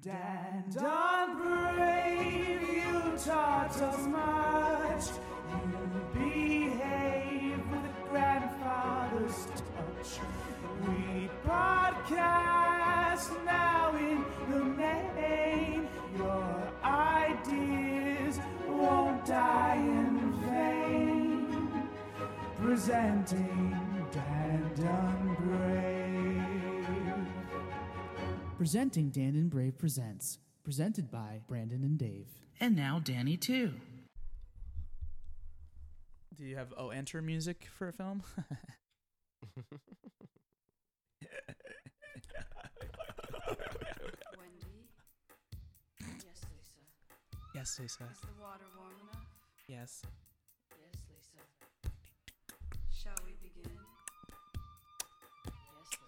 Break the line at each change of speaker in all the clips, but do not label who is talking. Stand on brave, you taught us much. You behave with a grandfather's touch. We podcast now in the main. Your ideas won't die in vain. Presenting Dan Dunbrave.
Presenting Dan and Brave Presents, presented by Brandon and Dave.
And now Danny too.
Do you have oh enter music for a film?
Wendy? Yes, Lisa.
yes, Lisa.
Is the water warm enough?
Yes.
Yes, Lisa. Shall we begin? Yes,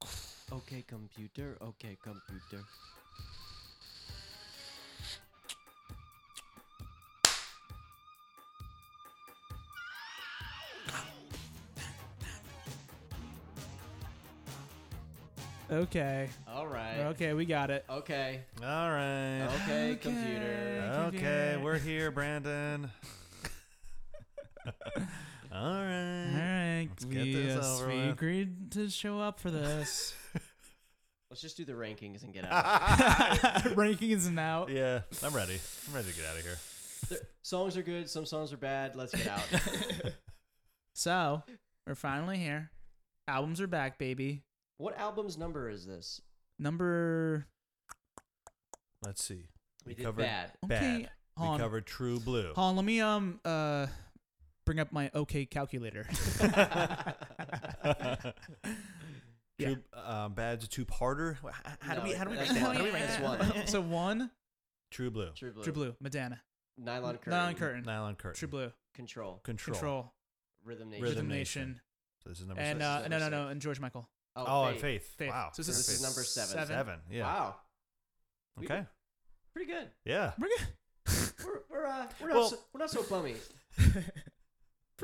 Lisa.
Okay, computer. Okay, computer.
Okay.
All right.
Okay, we got it.
Okay.
All right.
Okay, computer.
Okay, we're here, Brandon. All
All
right.
right,
Let's get
we,
this
uh,
over
we
with.
agreed to show up for this.
Let's just do the rankings and get out.
Ranking is now.
Yeah, I'm ready. I'm ready to get out of here.
The songs are good. Some songs are bad. Let's get out.
So we're finally here. Albums are back, baby.
what album's number is this?
Number
Let's see.
We,
We
did
covered-
bad.
okay.
Bad.
Hold on.
We covered True Blue.
Hold on, let me um uh bring up my OK calculator.
True, um, bad's a two-parter. Wha- h- How do
No,
we? How do we
that's
rank that?
one.
How do we
Yeah.
rank this one?
That's one.
so one,
True Blue.
True blue.
True Blue, Madonna,
Nylon curtain.
Nylon Curtain,
Nylon Curtain.
True Blue,
Control.
Control.
Control,
Rhythm nation.
Rhythm,
Rhythm
Nation,
Nation. So this is number
and
six.
uh,
Number
no, no,
six.
no, and George Michael.
oh, and
Faith.
Faith.
Faith.
Wow.
So this
This
is,
is number seven.
Seven. Yeah.
Wow. We
Okay.
Pretty good.
Yeah.
We're good.
We're, we're, uh, we're, not,
Well-
so, we're not so bummy.
We're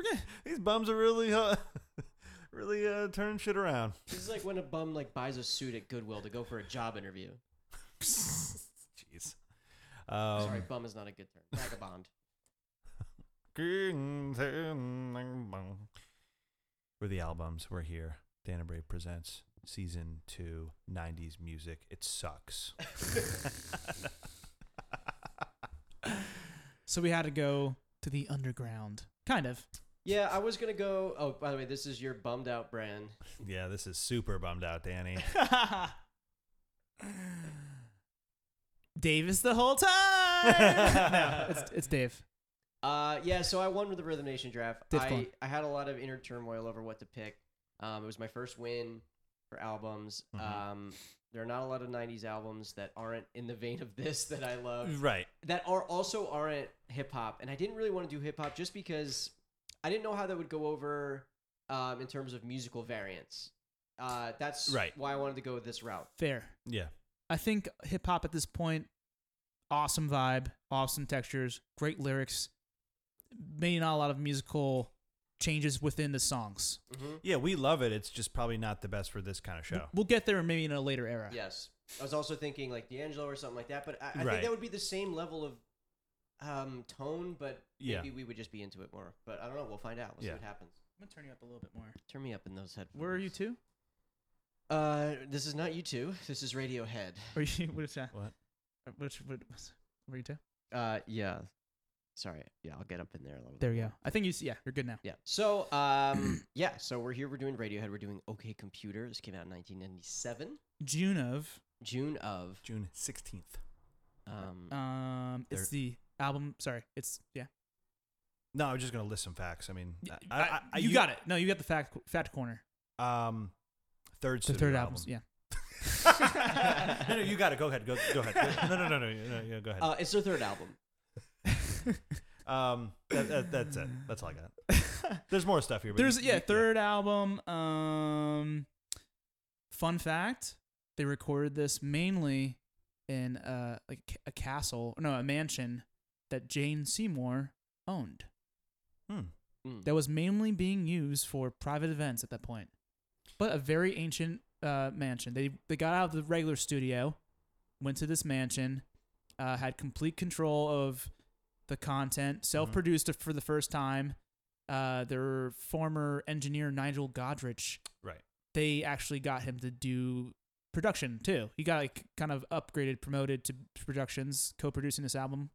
good.
These bums are really, uh, really uh, turning shit around.
This is like when a bum like buys a suit at Goodwill to go for a job interview.
Jeez. Um,
Sorry, bum is not a good term. Vagabond.
We're the albums. We're here. Dana Brave presents season two, 90s music. It sucks.
So we had to go to the underground, kind of.
Yeah, I was gonna go. Oh, by the way, this is your bummed out brand.
yeah, this is super bummed out, Danny.
Davis the whole time. no, it's, it's Dave.
Uh, yeah. So I won with the Rhythm Nation draft.
Did
I,
fun.
I had a lot of inner turmoil over what to pick. Um, it was my first win for albums.
Mhm.
Um, there are not a lot of '90s albums that aren't in the vein of this that I love.
right.
that are also aren't hip hop, and I didn't really want to do hip hop just because I didn't know how that would go over um, in terms of musical variants. Uh, that's
Right.
why I wanted to go this route.
Fair.
Yeah.
I think hip hop at this point, awesome vibe, awesome textures, great lyrics, maybe not a lot of musical changes within the songs.
hmm
Yeah, we love it. It's just probably not the best for this kind of show.
We'll get there maybe in a later era.
Yes, I was also thinking like D'Angelo or something like that, but I, I
Right.
think that would be the same level of um, tone, but
Yeah.
maybe we would just be into it more. But I don't know. We'll find out. We'll
Yeah.
see what happens.
I'm gonna turn you up a little bit more.
Turn me up in those headphones.
Where are you two?
Uh, this is not you two. This is Radiohead.
Are you which uh,
What?
which what were you two?
Uh, yeah. Sorry. Yeah, I'll get up in there a little. bit
There we
more.
go. I think you s- yeah, you're good now.
Yeah. So, um, yeah. So we're here. We're doing Radiohead. We're doing OK Computer. This came out in 1997,
June of
June of.
June 16th.
Um,
um it's the album sorry, it's yeah.
No, I was just going to list some facts. I mean, I, I, I-
you, got it. No, you got the fact fact corner.
Um, third
The
studio
third
album.
albums, yeah.
no, no, you got it. Go ahead. Go, go ahead. Go- no, no, no, no, no, no. Go ahead.
uh, it's their third album.
Um, that, that, that's it. That's all I got. There's more stuff here. but
There's
you-
yeah,
you-
third album. Um, fun fact: they recorded this mainly in uh like a ca- a castle, no, a mansion that Jane Seymour owned.
Hmm.
Mm.
That was mainly being used for private events at that point, but a very ancient uh, mansion. They they got out of the regular studio, went to this mansion, uh, had complete control of the content, self produced it for the first time. Uh, their former engineer Nigel Godrich,
Right.
they actually got him to do production too. He got like kind of upgraded, promoted to productions, co-producing this album,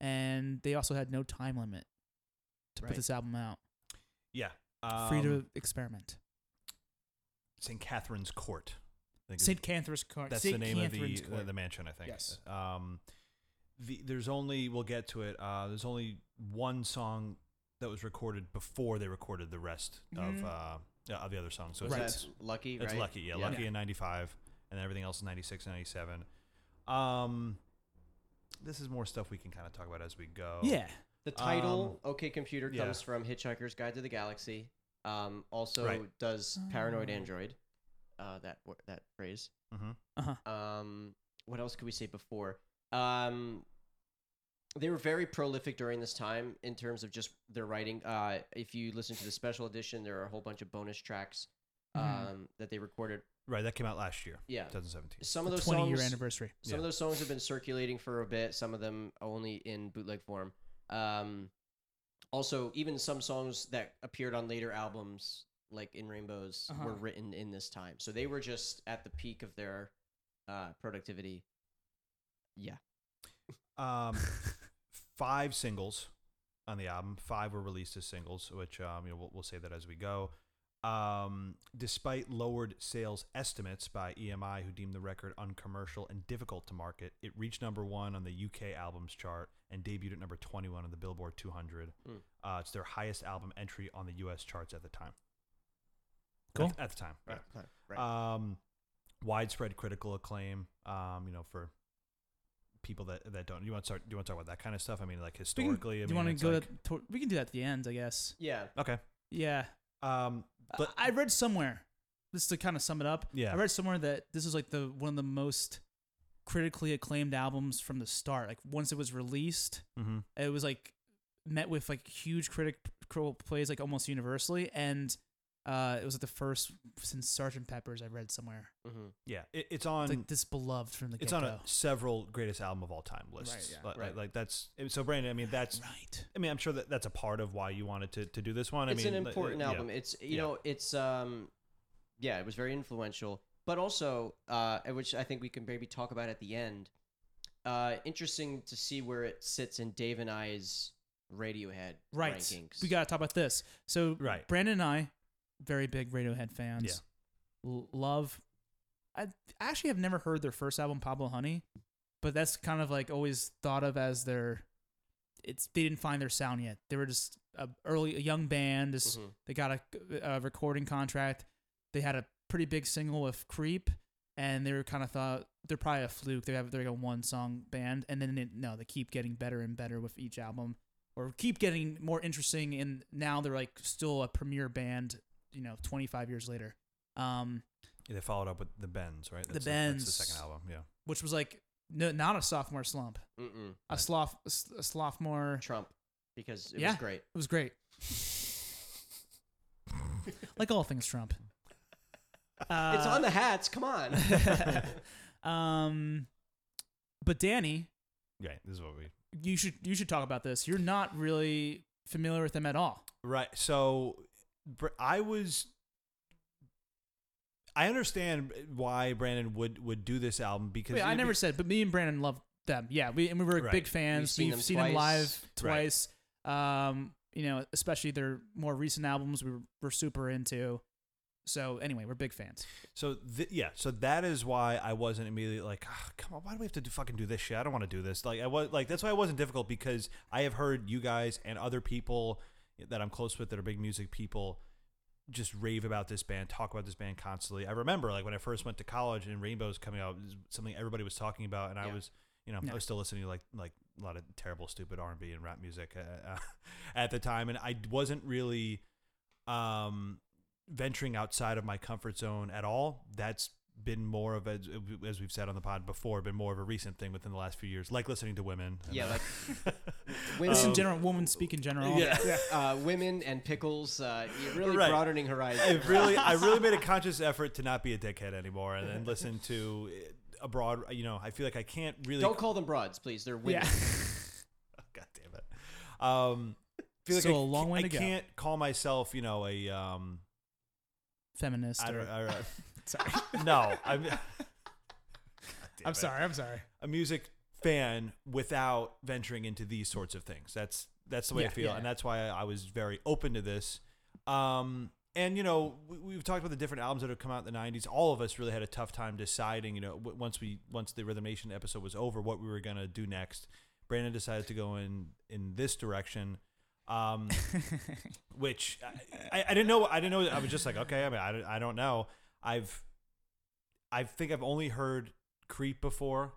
and they also had no time limit to
Right.
put this album out.
Yeah.
Free
Um,
to experiment.
St. Catherine's Court. I think is-
St. Catherine's Court.
That's
St.
the name
Catherine's
of the, uh,
Court.
the the mansion, I think.
Yes.
Um, the there's only we'll get to it. Uh, there's only one song that was recorded before they recorded the rest
Mhm.
of uh, yeah, of the other songs. So
Was
Right.
it's,
that lucky, right?
it's lucky, yeah, lucky in '95, and then everything else is '96 and '97. Um, this is more stuff we can kind of talk about as we go.
yeah.
The title "OK Computer"
Um, yeah.
comes from Hitchhiker's Guide to the Galaxy. Um, also
Right.
does "Paranoid
Oh.
Android," uh, that wo- that phrase.
hmm
Uh-huh.
Um, what else could we say before? Um, they were very prolific during this time in terms of just their writing. Uh, if you listen to the special edition, there are a whole bunch of bonus tracks um,
Mhm.
that they recorded.
Right. That came out last year,
Yeah,
2017.
some of
The
those
20 year
songs-
anniversary.
some of
Yeah.
those songs have been circulating for a bit, some of them only in bootleg form. Um, also, even some songs that appeared on later albums, like In Rainbows, were
Uh-huh.
written in this time. So they were just at the peak of their uh, productivity. Yeah.
Um, five singles on the album. Five were released as singles, which um, you know we'll, we'll say that as we go. Um, despite lowered sales estimates by EMI, who deemed the record uncommercial and difficult to market, it reached number one on the UK albums chart and debuted at number 21 on the Billboard 200.
Hmm.
Uh, it's their highest album entry on the US charts at the time.
Cool.
At, at the time. yeah.
Right.
Um, widespread critical acclaim. Um, you know, for people that, that don't. You want to start? Do you want to talk about that kind of stuff? I mean, like
We can-
historically. I
do you
mean,
want
it's
to go
like,
to, to? We can do that at the end, I guess.
yeah.
Okay.
Yeah.
Um, but
Uh, I I read somewhere. This to kind of sum it up.
Yeah.
I read somewhere that this is like the one of the most critically acclaimed albums from the start. Like once it was released,
mhm.
it was like met with like huge critical plays like almost universally, and uh, it was like the first since Sergeant Pepper's. I read somewhere.
hmm
yeah, it, it's on.
It's like this beloved from the
it's
get-go.
on a several greatest album of all time lists.
yeah.
Like,
Right.
like that's so, Brandon. I mean, that's.
right.
I mean, I'm sure that that's a part of why you wanted to, to do this one. I
it's
mean,
an
like,
important
yeah.
album. It's you
Yeah.
know, it's um, yeah, it was very influential, but also uh, and which I think we can maybe talk about at the end. Uh, interesting to see where it sits in Dave and I's Radiohead
Right.
rankings.
We got to talk about this. So,
Right.
Brandon and I, very big Radiohead fans. L- love. I I actually have never heard their first album, Pablo Honey, but that's kind of like always thought of as their. It's they didn't find their sound yet. They were just a early a young band. Just,
Mhm.
They got a, a recording contract. They had a pretty big single with Creep, and they were kind of thought they're probably a fluke. They have they're like a one song band, and then it, no, they keep getting better and better with each album, or keep getting more interesting. And now they're like still a premier band. You know, twenty five years later. Um,
They followed up with the Bends, right?
The
That's the- that's
Bends.
the second album. Yeah.
which was like no, not a sophomore slump,
Mm-mm.
a sloth, a s- a sophomore.
Trump because it
Yeah.
was great.
It was great, like all things Trump. Uh,
it's on the hats. Come on.
um, but Danny,
Right. This is what we
you should you should talk about this. You're not really familiar with them at all.
Right. So Br- I was. I understand why Brandon would would do this album because
Wait, I
it'd
never
be-
said, but me and Brandon loved them. Yeah, we and we were
Right.
big
We've
fans.
seen
We've seen,
them
them,
twice.
live twice. Um, you know, especially their more recent albums, we were, were super into. So anyway, we're big fans.
so. Th- yeah, so that is why I wasn't immediately like, "Ah, come on, why do we have to do, fucking do this shit? I don't want to do this. Like I was like that's why it wasn't difficult because I have heard you guys and other people that I'm close with that are big music people just rave about this band, talk about this band constantly. I remember like when I first went to college and Rainbows coming out, it was something everybody was talking about, and I
Yeah.
was, you know,
Yeah.
I was still listening to like like a lot of terrible, stupid R and B and rap music uh, uh, at the time, and I wasn't really um venturing outside of my comfort zone at all. That's been more of a as we've said on the pod before, been more of a recent thing within the last few years, like listening to women. and,
Yeah,
uh,
like
This
women,
in general, women speak in general.
Um, yeah, uh, women and pickles. Uh, you're really
Right.
broadening horizons.
I really, I really made a conscious effort to not be a dickhead anymore, and then listen to it- a broad. You know, I feel like I can't really.
Don't call them broads, please. They're women.
Yeah.
God damn it. Um, feel like
Still
I,
a long
ca-
way
I
to go.
can't call myself, you know, a um.
Feminist.
I
or-
don't. I don't
sorry.
no, I'm.
I'm sorry. I'm sorry.
a music fan without venturing into these sorts of things. That's that's the way
Yeah,
I feel,
yeah.
and that's why I, I was very open to this. Um, and you know, we, we've talked about the different albums that have come out in the '90s. All of us really had a tough time deciding. You know, w- once we once the Rhythm Nation episode was over, what we were gonna do next. Brandon decided to go in in this direction. Um, which I- I, I didn't know. I didn't know. I was just like, okay. I mean, I, don't- I don't know. I've, I think I've only heard "Creep" before.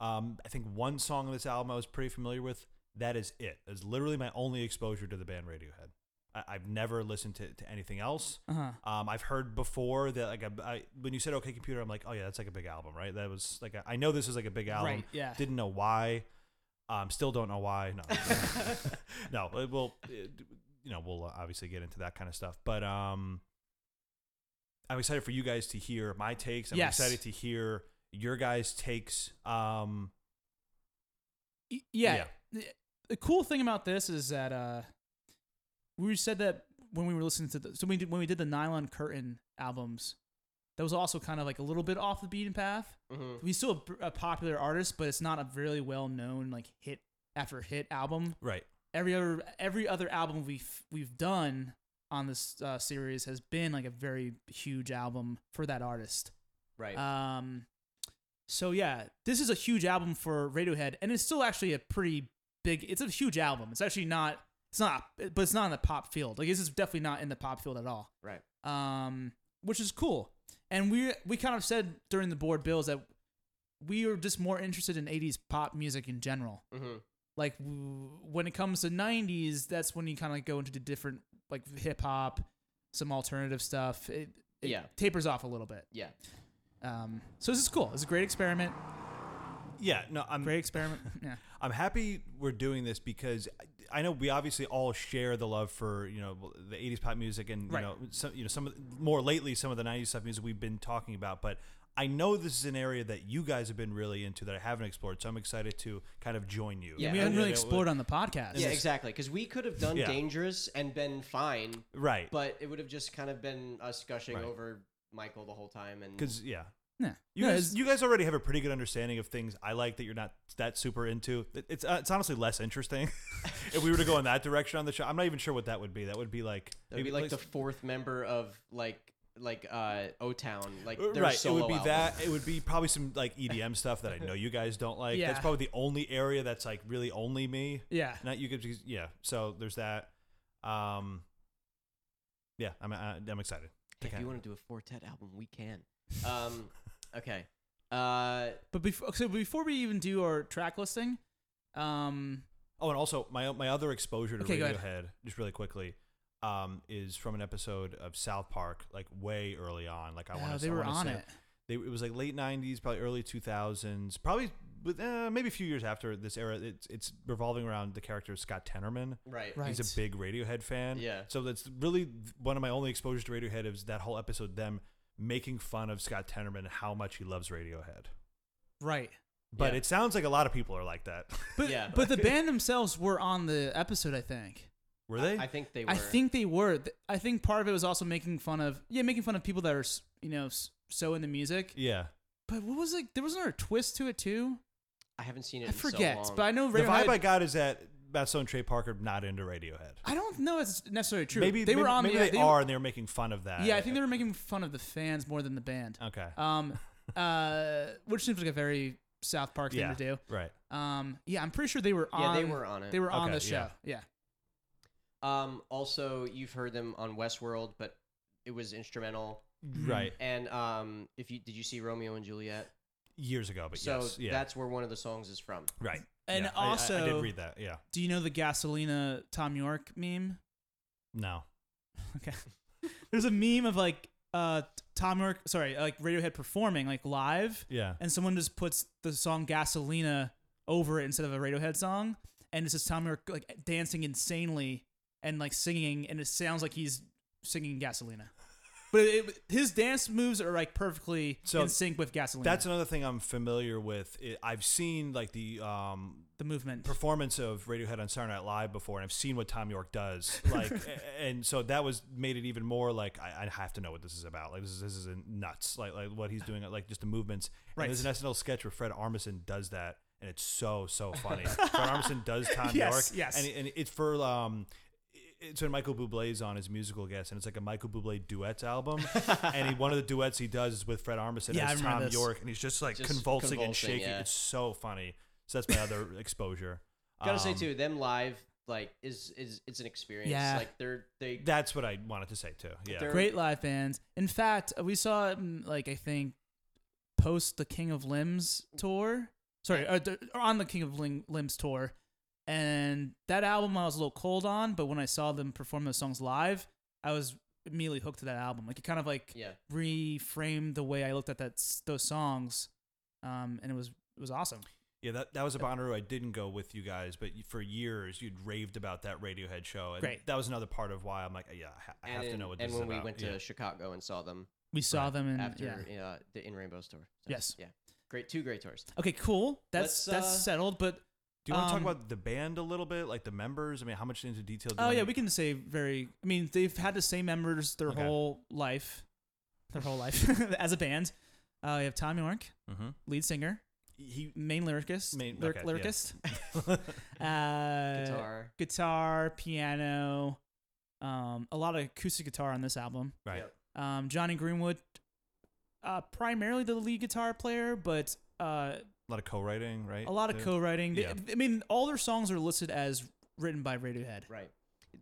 Um, I think one song on this album I was pretty familiar with. That is it. That's literally my only exposure to the band Radiohead. I, I've never listened to, to anything else.
Uh-huh.
Um, I've heard before that like I, I, when you said "Okay, computer," I'm like, oh yeah, that's like a big album, right? That was like a, I know this is like a big album.
Right, yeah.
Didn't know why. Um, still don't know why. No, no. It will. It, you know, we'll uh, obviously get into that kind of stuff, but um, I'm excited for you guys to hear my takes. I'm
Yes.
excited to hear your guys' takes. Um,
Y- yeah. The- The cool thing about this is that uh, we said that when we were listening to the so we did, when we did the Nylon Curtain albums, that was also kind of like a little bit off the beaten path.
Mhm.
We still have a popular artist, but it's not a really well known like hit after hit album.
right.
Every other every other album we've we've done on this uh, series has been like a very huge album for that artist.
Right.
Um, so yeah, this is a huge album for Radiohead, and it's still actually a pretty big. It's a huge album. It's actually not. It's not, but it's not in the pop field. Like this is definitely not in the pop field at all.
right.
Um, which is cool. And we we kind of said during the board bills that we are just more interested in '80s pop music in general
Mhm.
like w- when it comes to 90s that's when you kind of like go into the different like hip hop some alternative stuff it, it
Yeah.
tapers off a little bit
Yeah.
um so this is cool it's a great experiment
Yeah. No, I'm
great experiment yeah
I'm happy we're doing this because I- I know we obviously all share the love for you know the '80s pop music and you
Right.
know some you know some of, more lately some of the '90s stuff music we've been talking about, but I know this is an area that you guys have been really into that I haven't explored, so I'm excited to kind of join you.
Yeah,
we haven't really explored on the podcast
Yeah, exactly. Because we could have done
Yeah.
dangerous and been fine,
right?
but it would have just kind of been us gushing
Right.
over Michael the whole time. And
Because yeah.
yeah
You
No,
guys,
it's-
you guys already have a pretty good understanding of things I like that you're not that super into. It- It's uh, it's honestly less interesting if we were to go in that direction on the show. I'm not even sure what that would be. That would be like
That'd be like the
like-
fourth member of like like uh O Town. Like their
right.
solo
it would be
album.
that. It would be probably some like EDM stuff that I know you guys don't like.
Yeah.
That's probably the only area that's like really only me.
yeah
Not you guys. Yeah. So there's that. Um. Yeah, I'm I, I'm excited.
Hey, if
Okay.
you want to do a quartet album, we can. Um, okay. Uh,
but before so before we even do our track listing um
Oh, and also my my other exposure to
Okay, go ahead.
Radiohead, just really quickly, um, is from an episode of South Park, like way early on. Like I want
oh,
to.
they were on it
they, it was like late 90s probably early 2000s probably with, uh, maybe a few years after this era it's, it's revolving around the character scott tenorman
right.
Right.
he's a big radiohead fan
Yeah.
so that's really one of my only exposures to radiohead is that whole episode them making fun of scott tenorman and how much he loves radiohead
right
but
Yeah.
it sounds like a lot of people are like that
but
Yeah.
but the band themselves were on the episode i think
were they
I think they were.
I think they were. Th- I think part of it was also making fun of yeah, making fun of people that are s- you know s- so into music.
yeah
But what was like? There was another twist to it too.
I haven't seen it.
I
in so
forget,
long.
but I know
the vibe
Radiohead.
i got is that Basso and Trey Parker not into Radiohead.
I don't know if it's necessarily true.
Maybe
they
maybe,
were on
maybe
the
they, are, and they were making fun of that.
Yeah, I think they were making fun of the fans more than the band.
okay.
Um, uh, which seems like a very South Park thing
yeah,
to do.
right.
Um, yeah, I'm pretty sure they were
Yeah,
on.
they were on it.
They were on
Okay,
the show. Yeah.
Um, also, you've heard them on Westworld, but it was instrumental.
Mm.
Right.
And um, if you did you see Romeo and Juliet?
years ago, but
so
yes, yeah,
that's where one of the songs is from.
right.
And
Yeah, I- I- I,
also,
did read that. Yeah,
do you know the Gasolina Tom York meme?
no,
Okay. There's a meme of like uh Tom York, sorry, uh, like Radiohead performing like live,
Yeah.
and someone just puts the song Gasolina over it instead of a Radiohead song, and it's just Tom York like dancing insanely and like singing, and it sounds like he's singing Gasolina. But it, his dance moves are like perfectly
So
in sync with Gasolina.
That's another thing I'm familiar with. It, I've seen like the um,
the movement.
performance of Radiohead on Saturday Night Live before, and I've seen what Tom York does. Like, a- and so that was made it even more like I, I have to know what this is about. Like, this is this is nuts. Like, like what he's doing. Like, just the movements. And
Right.
there's an SNL sketch where Fred Armisen does that, and it's so so funny. Fred Armisen does Tom
Yes,
York.
yes.
And, and it's for um. It's when Michael Bublé's on as musical guest, and it's like a Michael Bublé duets album. and he, one of the duets he does is with Fred Armisen
Yeah, I
as
remember
Tom
this.
York, and he's just like
Just
convulsing, and
convulsing,
shaking.
yeah.
It's so funny. So that's my other exposure.
Gotta say
Um,
too, them live like is is it's an experience.
Yeah.
Like they're they
That's what I wanted to say too. Yeah.
They're-
Great live bands. In fact, we saw mm, like I think post the King of Limbs tour. Sorry, or, the, or on the King of Lim- Limbs tour, and that album I was a little cold on, but when I saw them perform those songs live, I was immediately hooked to that album. Like it kind of like
yeah.
reframed the way I looked at that s- those songs, um, and it was it was awesome.
yeah, that, that was a Bonnaroo I didn't go with you guys, but you- for years you'd raved about that Radiohead show. And
Great.
That was another part of why I'm like, yeah, I, ha- I have to
in-
know what
and
this is
when we
about.
went to
yeah.
Chicago and saw them
We saw
Right.
them in yeah.
after uh, the In Rainbow tour. So,
Yes.
Yeah. Great two great tours.
Okay, cool. That's
Let's,
that's
uh,
settled. But
Do you want to
um,
talk about the band a little bit, like the members? I mean, how much into detail? Do you
Oh
wanna-
yeah, we can say very. I mean, they've had the same members their
Okay.
whole life, their whole life as a band. Uh, we have Tom York,
Mhm.
lead singer,
He
main lyricist,
Main-
lyric,
okay, yeah.
lyricist, uh,
Guitar.
guitar, piano, um, a lot of acoustic guitar on this album.
right.
Yep.
Um, Johnny Greenwood, uh, primarily the lead guitar player, but uh,
A lot of co-writing, right?
a lot of
too?
co-writing. They-
Yeah.
I mean, all their songs are listed as written by Radiohead.
Right.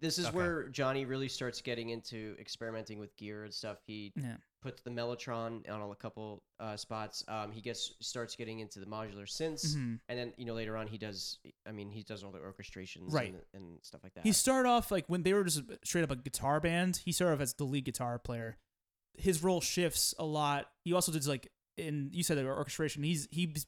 This is
Okay.
where Johnny really starts getting into experimenting with gear and stuff. He
Yeah.
puts the Mellotron on a couple uh, spots. Um, he gets starts getting into the modular synths,
Mhm.
and then you know later on he does. I mean, he does all the orchestrations,
Right.
and, and stuff like that.
He started off like when they were just straight up a guitar band. He started off as the lead guitar player. His role shifts a lot. He also does like in you said the orchestration. He's he's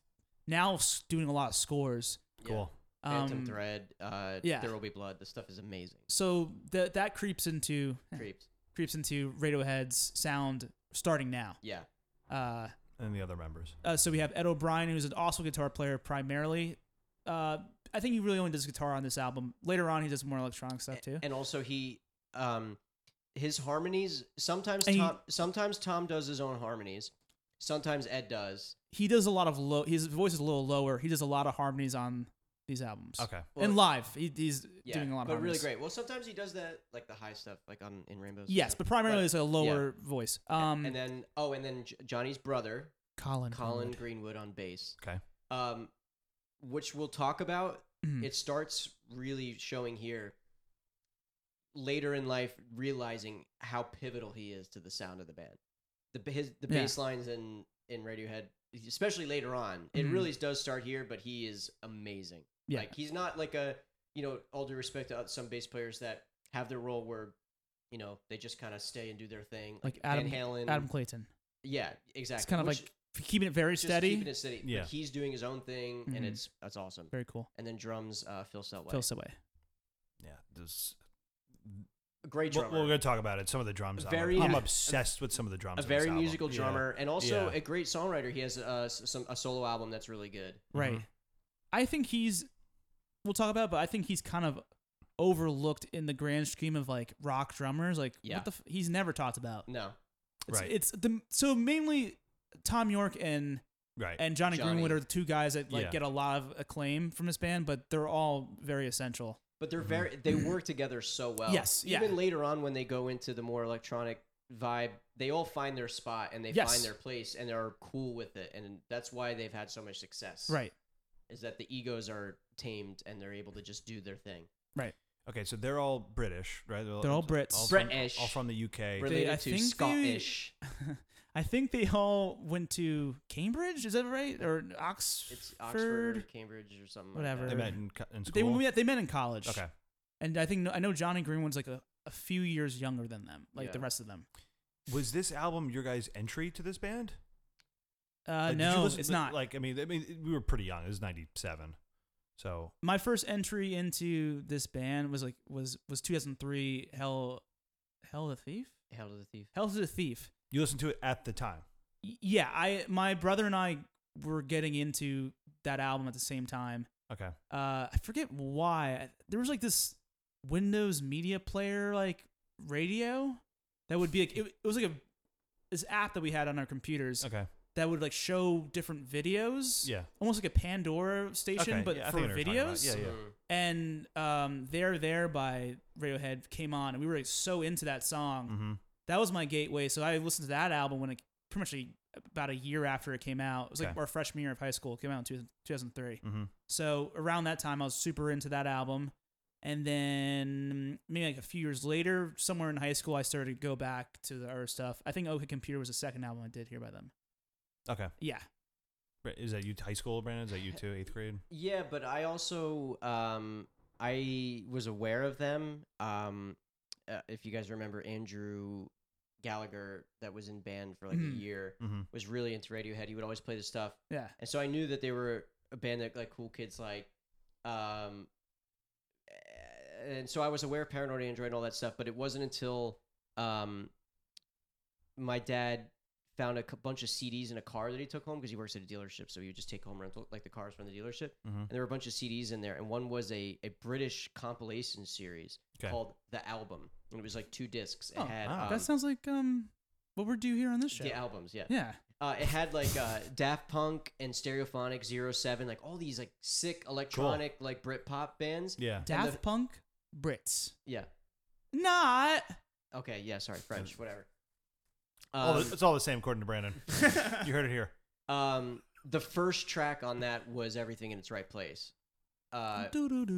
now s- doing a lot of scores.
Yeah.
Cool.
Phantom
Um,
Thread. Uh,
yeah.
There will be blood. The stuff is amazing.
So that that creeps into
Creeps.
creeps into Radiohead's sound starting now.
Yeah.
Uh,
And the other members.
uh, so we have Ed O'Brien, who's an also guitar player primarily. Uh, I think he really only does guitar on this album. Later on, he does more electronic stuff too.
And also he, um, his harmonies. Sometimes
And he-
Tom. sometimes Tom does his own harmonies. Sometimes Ed does.
he does a lot of low. His voice is a little lower. He does a lot of harmonies on these albums.
Okay.
and
Well,
live, he, he's
Yeah,
doing a lot of
but really
harmonies.
great. Well, sometimes he does that like the high stuff, like on in Rainbows. and
Yes,
stuff.
but primarily it's a lower voice. Um,
and then oh, and then J- Johnny's brother,
Colin.
Colin Greenwood, on bass.
Okay.
Um, which we'll talk about.
Mhm.
It starts really showing here later in life, realizing how pivotal he is to the sound of the band. The ba- his the
Yeah.
bass lines in in Radiohead, especially later on, it
Mhm.
really does start here. But he is amazing.
Yeah.
Like he's not like a you know all due respect to some bass players that have their role where you know they just kind of stay and do their thing.
Like Adam-
Van Halen,
Adam Clayton.
yeah, exactly.
It's kind of
Which-
like keeping it very
just
steady.
keeping it steady. but
Yeah.
he's doing his own thing,
Mhm.
and it's that's awesome.
very cool.
And then drums, uh, Phil Selway,
Phil Saway.
Yeah. This,
great
well,
drummer,
we're going to talk about it. Some of the drums. I'm-
Very-
I'm
Yeah.
obsessed with some of the drums.
a
on this
very
album.
musical
Yeah.
drummer, and also
Yeah.
a great songwriter. He has uh, s- some a solo album that's really good.
Right.
Mm-hmm.
I think he's. We'll talk about, it, but I think he's kind of overlooked in the grand scheme of like rock drummers. Like,
Yeah.
what the? F- he's never talked about.
No,
It's,
Right.
It's the so mainly Tom York and
Right.
and Johnny,
Johnny.
Greenwood are the two guys that like
Yeah.
get a lot of acclaim from this band, but they're all very essential.
but
Mm-hmm.
they're very they work together so well.
Yes, yeah.
Even later on, when they go into the more electronic vibe, they all find their spot and they
Yes.
find their place, and they're cool with it, and that's why they've had so much success.
Right.
Is that the egos are tamed and they're able to just do their thing.
Right.
Okay, so they're all British, right?
They're all
from-
Brits.
from-
British.
all from the UK.
Related
I
to
think they-
Scottish.
I think they all went to Cambridge. Is that right? Or Oxford?
It's Oxford, or Cambridge, or something.
Whatever.
Like
They
that.
met in, co- in
They
school.
met. They met in college.
okay,
And I think I know Johnny Greenwood's like a, a few years younger than them, like the
Yeah.
rest of them.
Was this album your guys' entry to this band?
Uh,
Like, did you
no,
listen
it's
to-
not.
Like I mean, I mean, we were pretty young. It was '97, so
my first entry into this band was like was was 2003 hell hell the thief
Hell to the Thief.
hell to the thief
you listened to it at the time.
Y- yeah i my brother and i were getting into that album at the same time
Okay,
uh i forget why I- there was like this windows media player like radio that would be like it, it was like a this app that we had on our computers
okay,
that would like show different videos
Yeah.
almost like a pandora station
okay.
but
yeah, I
for
think I know what you're talking about.
videos
Yeah, yeah.
Mm.
and um, "There There" by Radiohead came on, and we were like, so into that song.
Mm-hmm.
That was my gateway. So I listened to that album when it pretty much a, about a year after it came out. It was like
Okay.
our freshman year of high school. It came out in two, 2003.
Mm-hmm.
So around that time, I was super into that album. And then maybe like a few years later, somewhere in high school, I started to go back to the other stuff. I think OK Computer was the second album I did hear by them.
Okay.
Yeah.
Bra- Is that you? High school, Brandon? Is that you too? Eighth grade?
Yeah, but I also um, I was aware of them. Um, uh, if you guys remember Andrew Gallagher, that was in band for like
Mhm.
a year,
Mm-hmm.
was really into Radiohead. He would always play this stuff,
Yeah.
and so I knew that they were a band that like cool kids like. Um, and so I was aware of Paranoid Android and all that stuff, but it wasn't until um, my dad found a c- bunch of CDs in a car that he took home because he works at a dealership, so he would just take home rental like the cars from the dealership
Mm-hmm.
and there were a bunch of CDs in there, and one was a, a British compilation series
Okay.
called The Album, and it was like two discs. It
Oh,
had
wow.
um,
that sounds like um, what we're due here on this show.
the albums, yeah.
Yeah.
Uh, it had like uh, Daft Punk and Stereophonic Zero Seven, like all these like sick electronic like Brit pop bands.
Yeah.
Daft
the-
Punk Brits.
Yeah.
Not.
Okay. Yeah. Sorry, French. Whatever.
all the,
Um,
Oh, it's all the same, according to Brandon. you heard it here.
um, the first track on that was Everything in Its Right Place. Uh,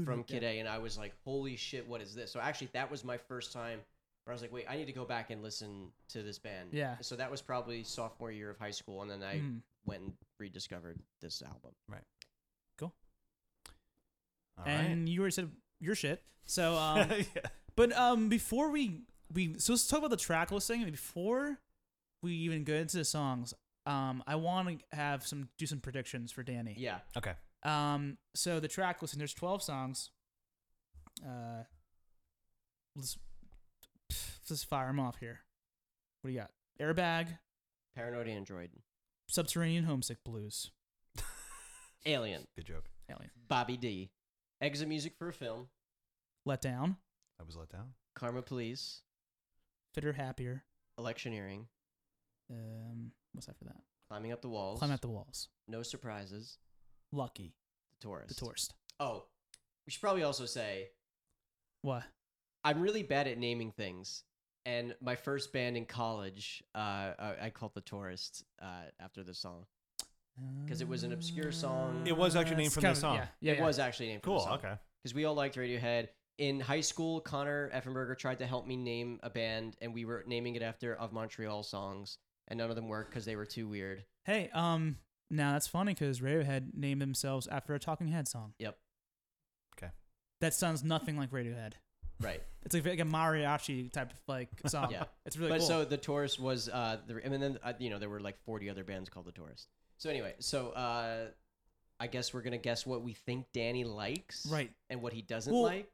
from Kid A, and I was like, "Holy shit, what is this?" So actually, that was my first time where I was like, "Wait, I need to go back and listen to this band."
Yeah.
So that was probably sophomore year of high school, and then I
Mm.
went and rediscovered this album.
All right.
and you already said your shit. So, um,
yeah.
but um, before we we so let's talk about the track listing. and Before we even get into the songs, um, I want to have some do some predictions for Danny.
Yeah.
Okay.
Um, so the track listing. There's 12 songs. Uh, let's let's just fire them off here. What do you got? Airbag,
Paranoid Android,
Subterranean Homesick Blues,
Alien,
Good joke.
Alien,
Bobby D, Exit Music for a Film,
Let Down,
I was let down.
Karma Police,
Fitter Happier.
Electioneering,
Um, what's after that?
Climbing Up the Walls,
Climb out the walls.
No Surprises,
Lucky,
The Tourist.
the tourist.
Oh, we should probably also say
What?
I'm really bad at naming things. And my first band in college, uh, I, I called the Tourist uh, after this song. 'Cause it was an obscure song.
It was actually named
It's
from
kind
the
of-
song.
Yeah, yeah,
it
yeah.
was actually named
Cool. Okay.
because we all liked Radiohead. In high school, Connor Effenberger tried to help me name a band, and we were naming it after of Montreal songs, and none of them worked because they were too weird.
Hey, um, now that's funny because Radiohead named themselves after a Talking Head song.
Yep.
Okay.
That sounds nothing like Radiohead.
Right.
It's like, like a mariachi type of like song.
Yeah.
It's really
but
cool.
so the Taurus was uh, the, and then uh, you know there were like 40 other bands called the Taurus. So anyway, so uh, I guess we're gonna guess what we think Danny likes,
Right.
and what he doesn't
Well,
like.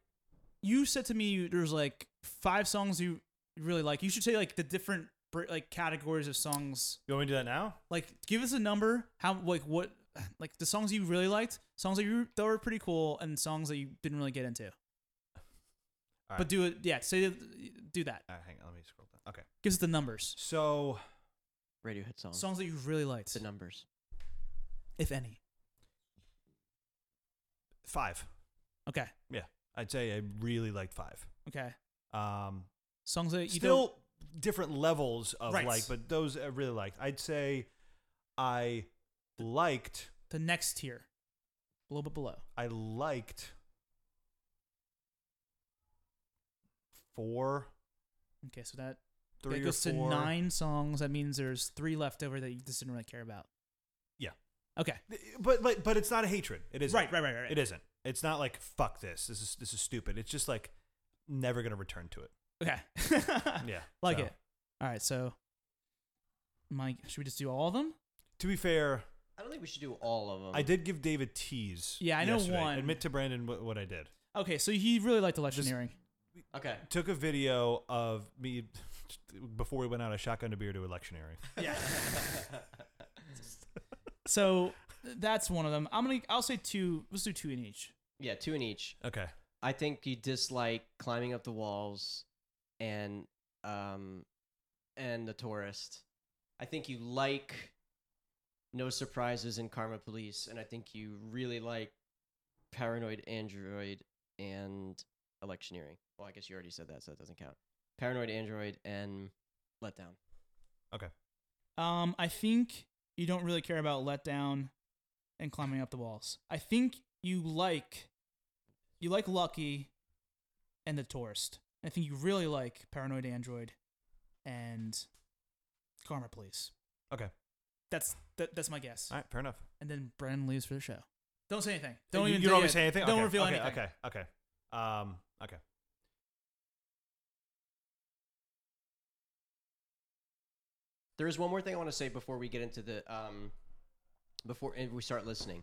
you said to me you- there's like five songs you really like. You should say like the different br- like categories of songs.
You want me to do that now?
Like, give us a number. How like what like the songs you really liked, songs that you that were pretty cool, and songs that you didn't really get into.
All right.
But do it. Yeah. Say do that.
All right, hang on. Let me scroll down. Okay.
Give us the numbers.
So
Radiohead songs,
Songs that you really liked,
the numbers.
if any.
five.
Okay.
I'd say I really liked five.
Okay.
Um,
Songs that you don't.
still different levels of
Right.
like, but those I really liked. I'd say I liked.
The next tier, a little bit below.
I liked four,
Okay, so that
three
that
or
goes
four.
to nine songs. That means there's three left over that you just didn't really care about.
Yeah.
Okay.
But but but it's not a hatred. It isn't.
Right, right, right, right.
It isn't. It's not like fuck this. This is this is stupid. It's just like never gonna return to it.
Okay.
Yeah.
like
so-
it. All right. So Mike, should we just do all of them?
To be fair,
I don't think we should do all of them.
I did give Dave a tease.
Um, Yeah, I know
yesterday.
one.
Admit to Brandon what, what I did.
Okay, so he really liked electioneering.
Okay.
Took a video of me before we went out. I shotgunned a beer to electioneering.
so that's one of them. I'm gonna. I'll say two. Let's do two in each.
Yeah, two in each.
Okay.
I think you dislike climbing up the walls and um and the tourist. I think you like no surprises in Karma Police, and I think you really like Paranoid Android and Electioneering. Well, I guess you already said that, so that doesn't count. Paranoid Android and Letdown.
Um, I think you don't really care about letdown and climbing up the walls. I think you like you like Lucky and the tourist. I think you really like Paranoid Android and Karma Police.
Okay.
That's that, that's my guess.
All right. Fair enough.
And then Brendan leaves for the show. Don't say anything. Don't
you,
even
you don't
say
want me to
it.
say anything.
Don't
okay.
reveal
okay,
anything.
Okay. Okay. Um. Okay.
There is one more thing I want to say before we get into the um before and we start listening.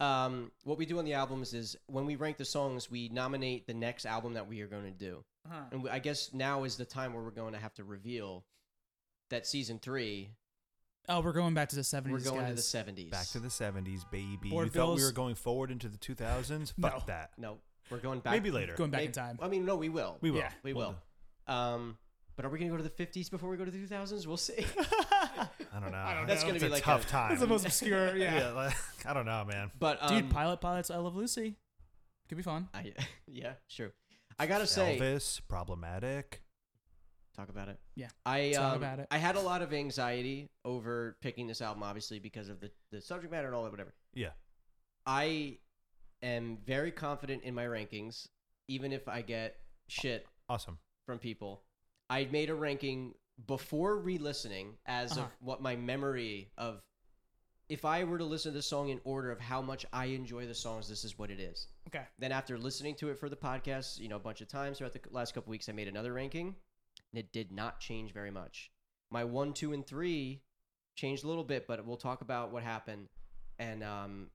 Um what we do on the albums is when we rank the songs, we nominate the next album that we are going to do.
Uh-huh.
And we, I guess now is the time where we're going to have to reveal that season 3
Oh, we're going back to the 70s.
we're going to the
guys.
70s.
Back to the '70s, baby.
Board
you thought we
bills.
were going forward into the 2000s?
No.
Fuck that.
No, we're going back
Maybe later.
Going back in
Maybe-
time.
I mean, no, we will.
we will.
yeah,
we
We'll
will. Um but are we going to go to the 50s before we go to the 2000s? We'll see.
do- I don't know.
don't
That's know. gonna
It's
be
a
like
tough
a-
time.
That's the most obscure. Yeah.
yeah. like, I don't know, man.
But um,
Dude, Pilot Pilots, I Love Lucy. Could be fun.
I, yeah, sure. I got to say
Elvis, problematic.
talk about it.
Yeah.
I
Talk
um,
about it.
I had a lot of anxiety over picking this album, obviously because of the the subject matter and all that. Whatever.
Yeah.
I am very confident in my rankings, even if I get shit
Awesome.
from people. I made a ranking before re-listening as of
Uh-huh.
what my memory of if I were to listen to the song in order of how much I enjoy the songs, this is what it is.
Okay.
Then after listening to it for the podcast, you know, a bunch of times throughout the c- last couple weeks, I made another ranking, and it did not change very much. My one, two, and three changed a little bit, but we'll talk about what happened. And um,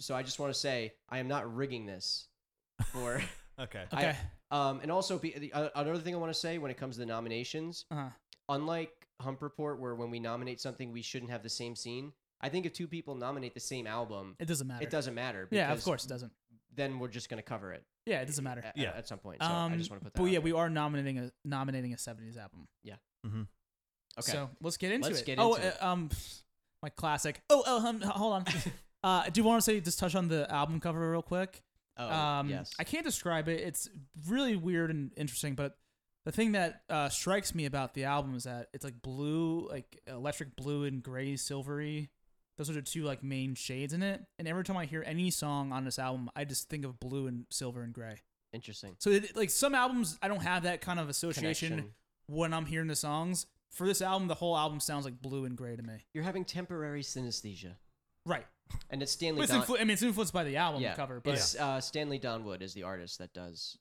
so I just want to say I am not rigging this for.
Okay.
I-
Okay.
um, and also, be, the, uh, another thing I want to say when it comes to the nominations,
Uh huh.
unlike Hump Report, where when we nominate something, we shouldn't have the same scene. I think if two people nominate the same album,
It doesn't matter.
it doesn't matter.
Yeah, of
because
course it doesn't.
Then we're just going to cover it
Yeah, it doesn't matter.
at,
Yeah.
at some point. So
Um,
I just want to put that.
but
out
yeah,
there.
we are nominating a nominating a '70s album.
Mm-hmm.
okay.
So let's get into
Let's
it.
get
oh,
into it.
uh, um, my classic. Oh, oh, hum, hold on. uh, I do want to say just touch on the album cover real quick.
oh,
um,
yes.
I can't describe it. It's really weird and interesting, but the thing that uh, strikes me about the album is that it's like blue, like electric blue and gray, silvery. Those are the two like main shades in it. And every time I hear any song on this album, I just think of blue and silver and gray.
Interesting.
So it, like some albums, I don't have that kind of association
Connection.
when I'm hearing the songs. For this album, the whole album sounds like blue and gray to me.
You're having temporary synesthesia,
Right.
and it's Stanley.
But it's
Don-
influ- I mean, it's influenced by the album
yeah,
cover, but
it's uh, Stanley Donwood is the artist that does.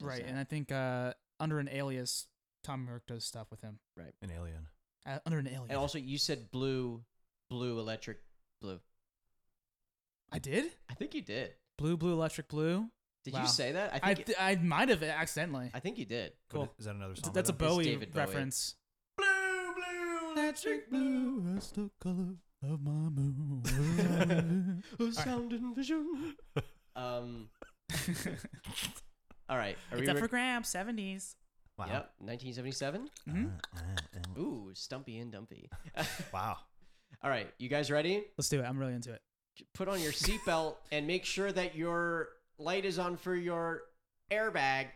does
right.
that.
And I think uh, under an alias, Tom York does stuff with him.
An alien.
Uh, under an alias.
and also, you said blue, blue electric, blue.
I did?
I think you did.
Blue, blue, electric, blue.
Did
Wow.
you say that? I
I
think.
th- I might have accidentally.
I think you did.
What
Cool.
is- Is that another
That's-
song?
That's a
by them?
Bowie
David Bowie.
reference.
Blue, blue,
Electric blue, that's the color of my moon.
Oh, sound and vision. um. all right. Are
it's
we?
up
re-
for grabs, 70s.
Wow.
Yep. 1977.
Mhm.
Ooh, Stumpy and Dumpy.
Wow.
all right. You guys ready?
Let's do it. I'm really into it.
put on your seatbelt and make sure that your light is on for your airbag.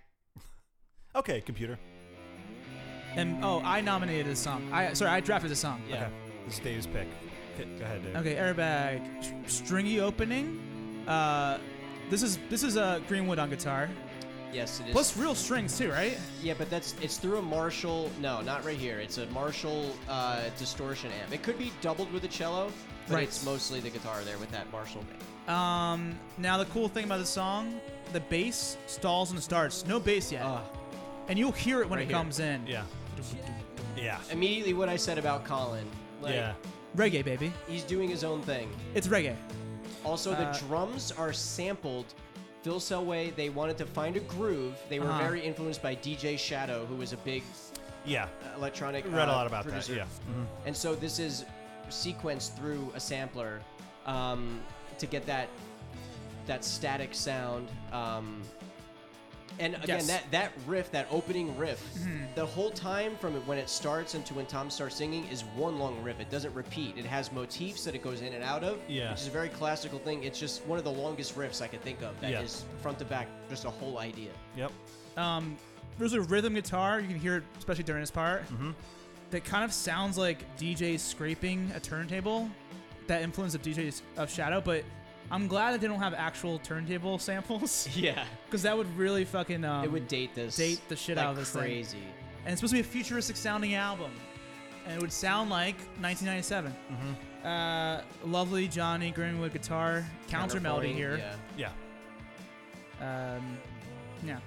Okay, computer.
And oh, I nominated this song. I sorry, I drafted this song.
Yeah.
Okay. This is Dave's pick. Okay, Go ahead, Dave.
Okay, airbag, Sh- stringy opening. Uh, this is this is uh, Greenwood on guitar,
Yes, it is.
plus real strings too, right?
yeah, but that's it's through a Marshall. No, not right here. It's a Marshall uh, distortion amp. It could be doubled with a cello, but
Right.
it's mostly the guitar there with that Marshall.
Um, now the cool thing about the song, the bass stalls and starts. No bass yet,
Uh,
and you'll hear it when
right
it
here.
comes in.
Yeah. Yeah.
Immediately, what I said about Colin. Like,
yeah.
Reggae, baby.
He's doing his own thing.
It's reggae.
Also, the
Uh,
drums are sampled. Phil Selway, they wanted to find a groove. They were
Uh-huh.
very influenced by DJ Shadow, who was a big
Yeah.
electronic.
Read a
uh,
lot about
producer.
that. Yeah. Mm-hmm.
And so this is sequenced through a sampler um, to get that that static sound. Um, and again,
Yes. Mm-hmm.
that that riff, that opening riff, the whole time from when it starts into when Tom starts singing is one long riff. It doesn't repeat. It has motifs that it goes in and out of.
Yeah.
which is a very classical thing. It's just one of the longest riffs I could think of. That is
Yeah.
front to back, just a whole idea.
Yep.
Um, there's a rhythm guitar. You can hear it, especially during this part.
Mm-hmm.
That kind of sounds like DJ scraping a turntable. That influence of DJs of Shadow, but I'm glad that they don't have actual turntable samples
Yeah,
because that would really fucking um,
it would date this.
date the shit
like
out of this thing.
crazy.
and it's supposed to be a futuristic sounding album, and it would sound like 1997. Uh, lovely Johnny Greenwood guitar counter melody
Counterpoint,
here.
yeah.
Yeah.
Um, yeah.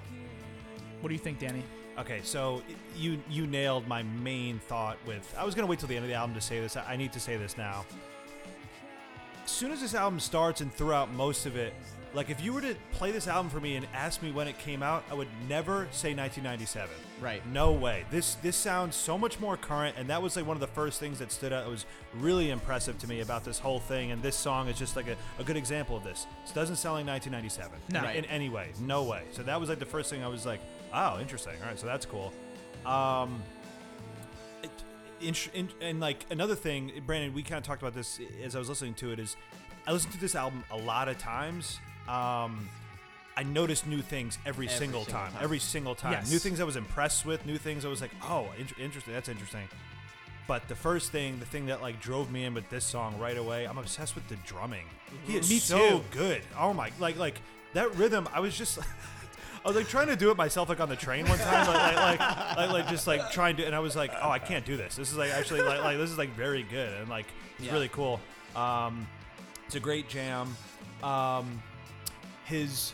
What do you think, Danny?
Okay, so y- you you nailed my main thought with I was gonna wait till the end of the album to say this. I I need to say this now. As soon as this album starts and throughout most of it, like if you were to play this album for me and ask me when it came out, I would never say 1997.
Right.
No way. This this sounds so much more current, and that was like one of the first things that stood out. It was really impressive to me about this whole thing, and this song is just like a, a good example of this. This doesn't sound like 1997.
No.
in,
Right.
in any way. No way. So that was like the first thing I was like, oh, interesting. All right, so that's cool. Um, it- int- int- and like another thing, Brandon, we kind of talked about this as I was listening to it. Is I listened to this album a lot of times. Um, I noticed new things every, single,
single
time,
time.
every single time.
Yes.
New things I was impressed with, new things I was like, oh, inter- interesting. That's interesting. But the first thing, the thing that like drove me in with this song right away, I'm obsessed with the drumming. He is
Mm-hmm. Me
so
too.
good. Oh my, like like that rhythm. I was just, I was like trying to do it myself, like on the train one time, like like like, like, like just like trying to, and I was like, oh, I can't do this. This is like actually like, like this is like very good and like it's
Yeah.
really cool. Um, it's a great jam. Um, his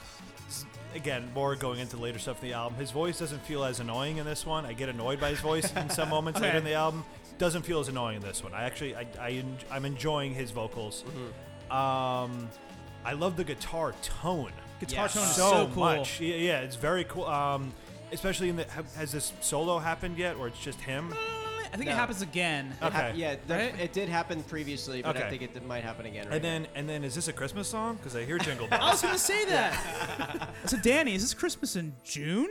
again more going into later stuff in the album his voice doesn't feel as annoying in this one i get annoyed by his voice in some moments later in the album doesn't feel as annoying in this one i actually i, I en- i'm enjoying his vocals
Mm-hmm.
um i love the guitar tone
Guitar
Yes.
tone is
so,
so, cool.
much yeah, yeah it's very cool um especially in the ha- has this solo happened yet or it's just him
Mm, I think
No.
it happens again.
It hap-
Okay.
yeah, that-
Right?
it did happen previously, but I
Okay.
think it did- might happen again. Right
and then and then is this a christmas song because i hear jingle
I
bells
was gonna say that. so, Danny, is this Christmas in June?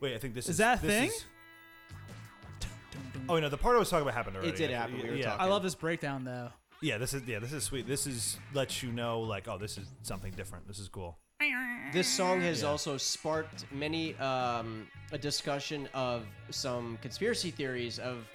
wait i think this is,
Is that a
this
thing?
is- oh no the part i was talking about happened already
did
I-
happen, we were
yeah.
talking.
I love this breakdown though.
Yeah, this is yeah, this is sweet. This is lets you know like, oh, this is something different. This is cool.
now. this song has also sparked many um, a discussion of some conspiracy theories of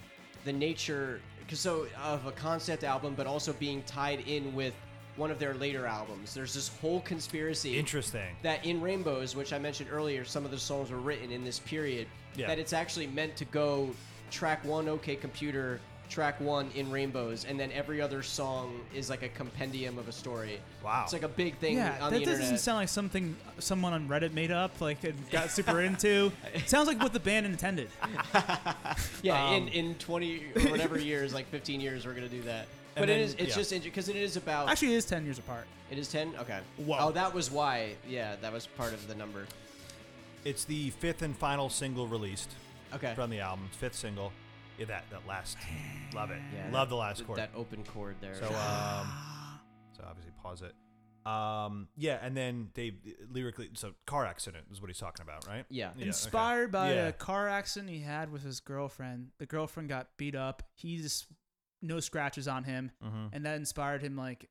the nature, 'cause so of a concept album, but also being tied in with one of their later albums. There's this whole conspiracy
Interesting.
that in Rainbows, which I mentioned earlier, some of the songs were written in this period.
Yeah.
That it's actually meant to go track one, OK Computer, track one in Rainbows, and then every other song is like a compendium of a story.
Wow.
It's like a big thing
Yeah,
on
that
the
doesn't
internet.
sound like something someone on Reddit made up, like and got super into. Sounds like what the band intended.
yeah, in,
Um,
in 20 or whatever years, like 15 years, we're going to do that. But
then-
it is, it's
yeah.
just because it is about.
Actually, it is ten years apart.
it is 10? Okay.
Whoa.
Oh, that was why. Yeah, that was part of the number.
It's the fifth and final single released
Okay.
from the album. Fifth single. Yeah, that that last. Love it.
Yeah,
Love
that-
the last chord.
That open chord there.
So um, so obviously pause it. Um, yeah, and then they lyrically. So car accident is what he's talking about, right?
Yeah.
okay.
Inspired by
Yeah.
a car accident he had with his girlfriend. The girlfriend got beat up. He just no scratches on him,
Mm-hmm. Mm.
and that inspired him like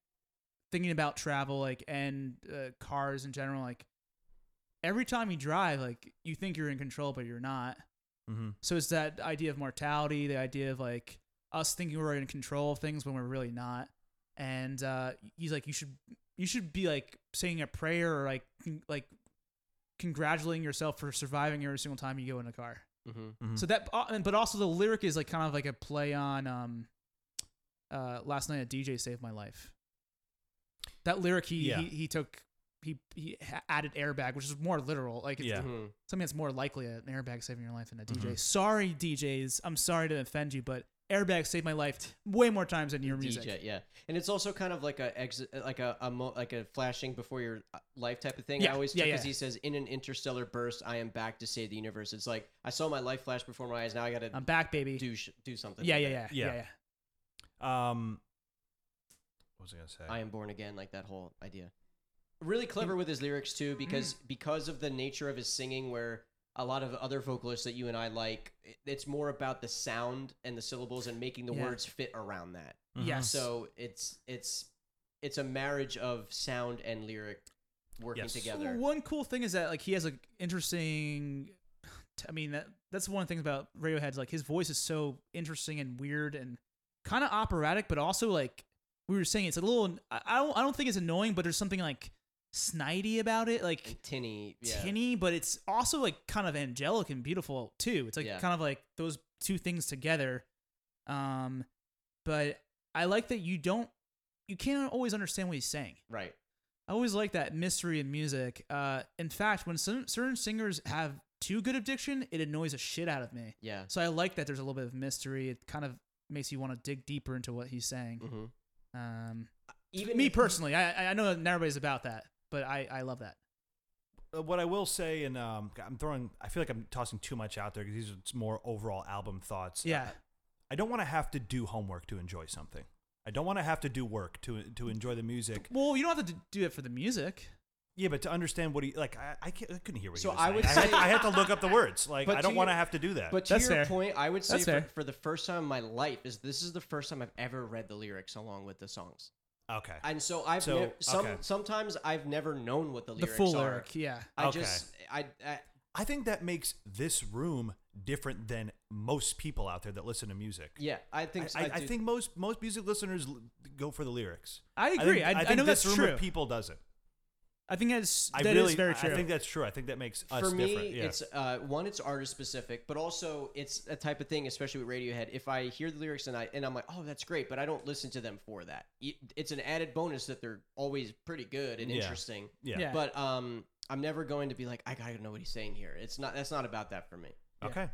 thinking about travel, like and uh, cars in general. Like every time you drive, like you think you're in control, but you're not.
Mhm.
So it's that idea of mortality, the idea of like us thinking we're in control of things when we're really not. And uh, he's like, you should you should be like saying a prayer or like con- like congratulating yourself for surviving every single time you go in a car.
Mhm.
Hmm.
So that, uh, and- but also the lyric is like kind of like a play on um, uh, last night a DJ saved my life. That lyric he
Yeah.
he, he took he he ha- added airbag, which is more literal. Like it's
Yeah.
Mhm.
something that's more likely an airbag saving your life than a DJ. Sorry, DJs, I'm sorry to offend you, but airbag saved my life way more times than your music.
DJ, yeah, and it's also kind of like a exit, like a, a mo- like a flashing before your uh, life type of thing.
Yeah,
I always
yeah,
because
yeah.
he says, "In an interstellar burst, I am back to save the universe." It's like I saw my life flash before my eyes. Now I got to
I'm back, baby.
do sh- do something.
yeah,
with
yeah,
it.
yeah, yeah,
Yeah.
yeah,
Um, what was I gonna say?
I am born again, like that whole idea. Really clever with his lyrics too,
Mm-hmm.
because because of the nature of his singing, where a lot of other vocalists that you and I like, i- it's more about the sound and the syllables and making the
Yeah.
words fit around that.
Mhm.
Yes.
So it's it's it's a marriage of sound and lyric working
Yes.
together.
One cool thing is that like he has an interesting. I mean that that's one thing about Radiohead's like his voice is so interesting and weird and kind of operatic, but also like we were saying, it's a little. I I don't I don't think it's annoying, but there's something like snidey about it, like
And tinny, yeah.
tinny, but it's also like kind of angelic and beautiful too. It's like
Yeah.
kind of like those two things together. Um, but I like that you don't you can't always understand what he's saying.
right?
I always like that mystery in music. Uh, in fact, when some, certain singers have too good of diction, it annoys the shit out of me.
Yeah.
So I like that there's a little bit of mystery. It kind of makes you want to dig deeper into what he's saying.
hmm
Um,
Even
me
if-
personally, I I know not everybody's about that, but I I love that.
Uh, what I will say, and um, I'm throwing. I feel like I'm tossing too much out there because these are just more overall album thoughts. Uh,
Yeah.
I don't want to have to do homework to enjoy something. I don't want to have to do work to to enjoy the music.
Well, you don't have to d- do it for the music.
Yeah, but to understand what he like, I, I, can't, I couldn't hear what
So
he was
I
saying.
would
had,
say-
I had to look up the words. Like,
But
I
to
don't want to
your-
have to do that.
But to
That's
your
fair.
point, I would say
That's
for,
fair.
for the first time in my life is this is the first time I've ever read the lyrics along with the songs.
okay,
And so I've
So,
nev- some
okay.
sometimes I've never known what the
The
lyrics
full
are.
lyric, yeah.
I
Okay.
just I, I
I think that makes this room different than most people out there that listen to music.
yeah I think
I, I, I
do-
think most most music listeners l- go for the lyrics.
I agree.
think,
I, I,
think
know
this
that's
room
true.
of people doesn't.
I think that's
I
that is
really,
very
I-
true.
I think that's true. I think that makes us
for me
Oh, different. Yeah.
it's uh, one it's artist specific, but also it's a type of thing, especially with Radiohead. If I hear the lyrics and I and I'm like, oh, that's great, but I don't listen to them for that. It- It's an added bonus that they're always pretty good and
Yeah.
interesting.
yeah.
yeah.
But um, I'm never going to be like, I gotta know what he's saying here. It's not that's not about that for me.
Okay.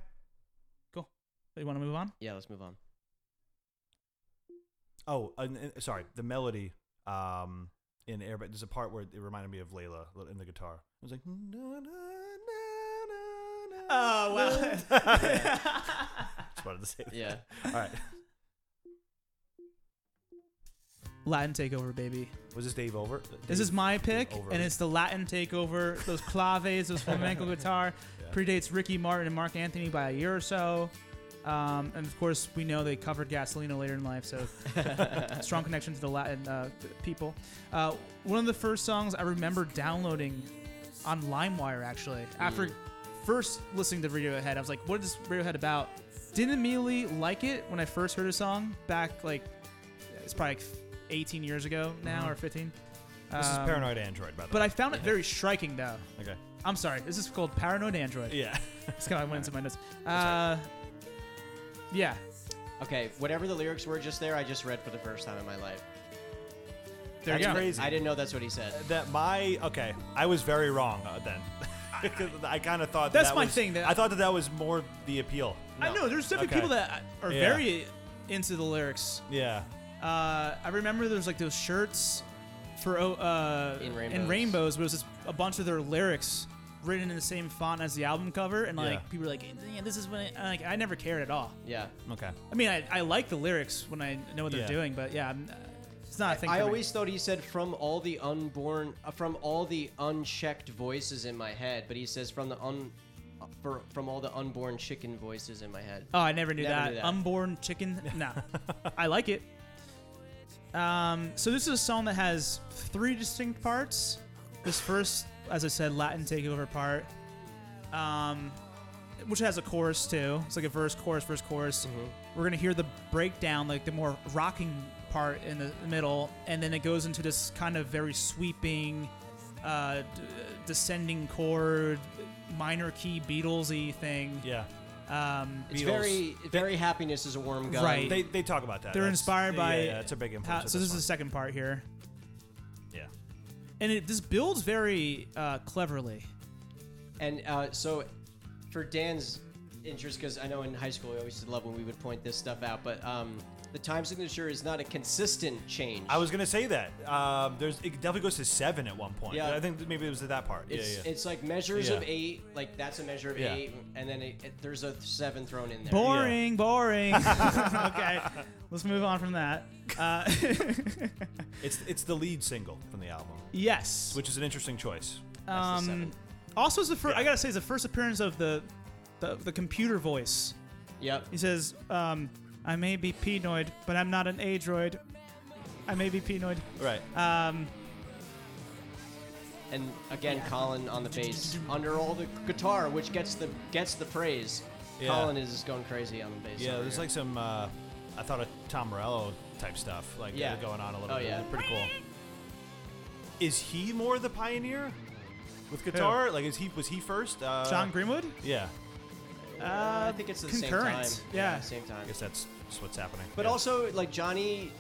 cool. You want to move on?
Yeah, let's move on.
Oh, and, and- sorry. The melody um, in Airbag. There's a part where it reminded me of Layla in the guitar. It was like. "Na, na, na, na, na,
Oh, wow.
na." Just wanted to say that.
Yeah.
All right.
Latin takeover, baby.
Was this Dave over?
This is my pick,
over.
and it's the Latin takeover. Those claves, those flamenco guitar, predates Ricky Martin and Mark Anthony by a year or so. Um, and of course, we know they covered Gasolina later in life, so strong connection to the Latin uh, people. Uh, one of the first songs I remember downloading on LimeWire, actually, after first listening to Radiohead, I was like, "What is Radiohead about?" Didn't immediately like it when I first heard a song back, like it's probably like 18 years ago now or 15.
Mm-hmm. This is
Um,
Paranoid Android, by the
But
way.
I found it very striking, though.
okay.
I'm sorry. This is called Paranoid Android.
Yeah.
It's kind of went into my notes. Uh, yeah.
Okay, whatever the lyrics were just there, I just read for the first time in my life.
There
That's
you go.
crazy.
I didn't know that's what he said.
that my okay i was very wrong uh, then 'Cause i kind of thought that
That's
that
my
was-
thing, that-
i thought that that was more the appeal
I know there's definitely
Okay.
people that are
Yeah.
very into the lyrics.
yeah
Uh, I remember there's like those shirts for oh, uh,
In
in
Rainbows.
rainbows, but it was just a bunch of their lyrics written in the same font as the album cover, and like
Yeah.
people were like, yeah, "This is when," it, and, like I never cared at all.
Yeah.
okay
I mean, I, I like the lyrics when I know what they're
Yeah.
doing, but yeah, I'm, uh, it's not a thing.
I
for me.
always thought he said from all the unborn, uh, from all the unchecked voices in my head, but he says from the un, uh, for, from all the unborn chicken voices in my head.
Uh,
Oh, I never knew,
Never
that.
knew that.
Unborn chicken. Nah. I like it. Um, so this is a song that has three distinct parts. This first, as I said, Latin takeover part, um, which has a chorus too. It's like a verse, chorus, verse, chorus.
Mm-hmm.
We're gonna hear the breakdown, like the more rocking part in the middle, and then it goes into this kind of very sweeping, uh, d- descending chord, minor key Beatlesy thing.
yeah
Um,
It's
Beatles.
very, very happiness is a warm gun.
Right.
they, they talk about that
They're
That's-
inspired by.
yeah, yeah, that's a big
how-
influence
so
of
this is the second part here.
one. yeah
and it this builds very uh, cleverly.
And uh, so, for Dan's interest, because I know in high school we always did love when we would point this stuff out, but um, the time signature is not a consistent change.
I was gonna say that. Um, there's it definitely goes to seven at one point.
Yeah.
I think that maybe it was at that part.
It's,
yeah, yeah.
it's like measures of
Yeah.
eight, like that's a measure of
Yeah.
eight, and then it, it- there's a seven thrown in there.
Boring, boring. okay, let's move on from that. Uh,
It's it's the lead single from the album,
yes,
which is an interesting choice.
That's the
um,
seven.
also it's the first.
Yeah.
I gotta say, it's the first appearance of the the, the computer voice.
Yep.
He says, um, "I may be penoid, but I'm not an adroid. I may be penoid."
Right.
Um,
And again, Colin on the bass under all the guitar, which gets the gets the praise.
Yeah.
Colin is going crazy on the bass.
yeah.
over
There's
here.
like some. Uh, I thought of Tom Morello type stuff like
Yeah.
uh, going on a little
Oh,
bit.
yeah.
Pretty cool. Is he more the pioneer with guitar? Like, is he was he first? Uh,
John Greenwood.
Yeah.
Uh, I think it's the
concurrent,
same time.
yeah.
same time.
I guess that's, that's what's happening.
But
Yeah.
also, like Johnny,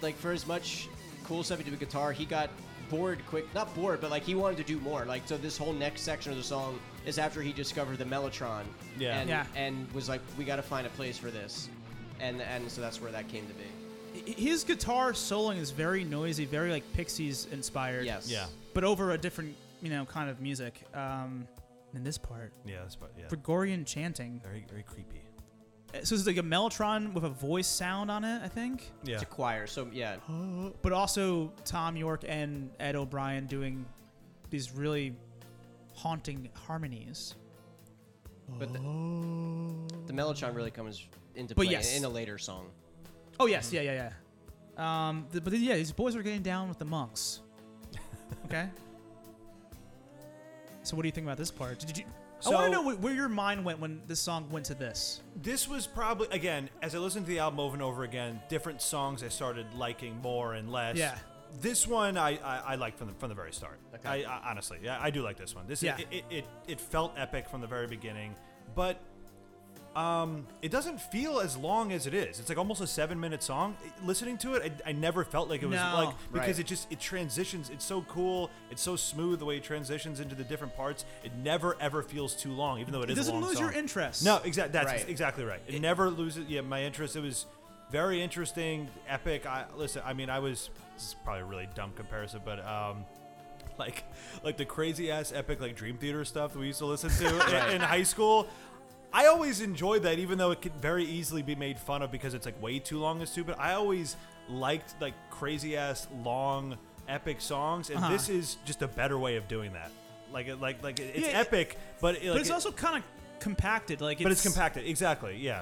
like for as much cool stuff he did with guitar, he got bored quick. Not bored, but like he wanted to do more. Like so, this whole next section of the song is after he discovered the mellotron.
Yeah.
And,
Yeah.
and was like, we got to find a place for this, and and so that's where that came to be.
His guitar soloing is very noisy, very like Pixies inspired.
Yes.
Yeah.
but over a different, you know, kind of music. Um, in this part,
Yeah. That's about, yeah.
Gregorian chanting. Uh,
Very very creepy.
So this is like a mellotron with a voice sound on it, I think.
Yeah.
It's a choir. So yeah.
But also Tom York and Ed O'Brien doing these really haunting harmonies.
But the, the mellotron really comes into
But
play
yes.
in a later song.
Oh
Mm-hmm.
yes, yeah, yeah, yeah. Um, th- but yeah, these boys are getting down with the monks. Okay. so what do you think about this part? Did you? I want
So-
to know wh- where your mind went when this song went to this.
this was probably again as I listened to the album over and over again, different songs I started liking more and less.
Yeah.
This one I, I, I liked from the from the very start.
Okay.
I, I honestly, yeah, I do like this one. This
Yeah.
it, it, it it felt epic from the very beginning, but um, it doesn't feel as long as it is. It's like almost a seven minute song. I- Listening to it, I, I never felt like it was
No.
like because
Right.
it just it transitions. It's so cool. It's so smooth the way it transitions into the different parts. It never ever feels too long, even though it
It
is a
doesn't
long
lose your
song.
interest.
No, exactly. That's
Right.
exactly right. It, never loses. Yeah, my interest. It was very interesting, epic. I listen. I mean, I was. This is probably a really dumb comparison, but um, like, like the crazy ass epic like Dream Theater stuff that we used to listen to in, in high school. I always enjoyed that, even though it could very easily be made fun of because it's like way too long and stupid. I always liked like crazy ass long epic songs, and this is just a better way of doing that. Like, it- like, like it- it's
Yeah, it-
epic, but, it, like,
but it's
it-
also kind of compacted. Like, it's,
but it's compacted, exactly. Yeah,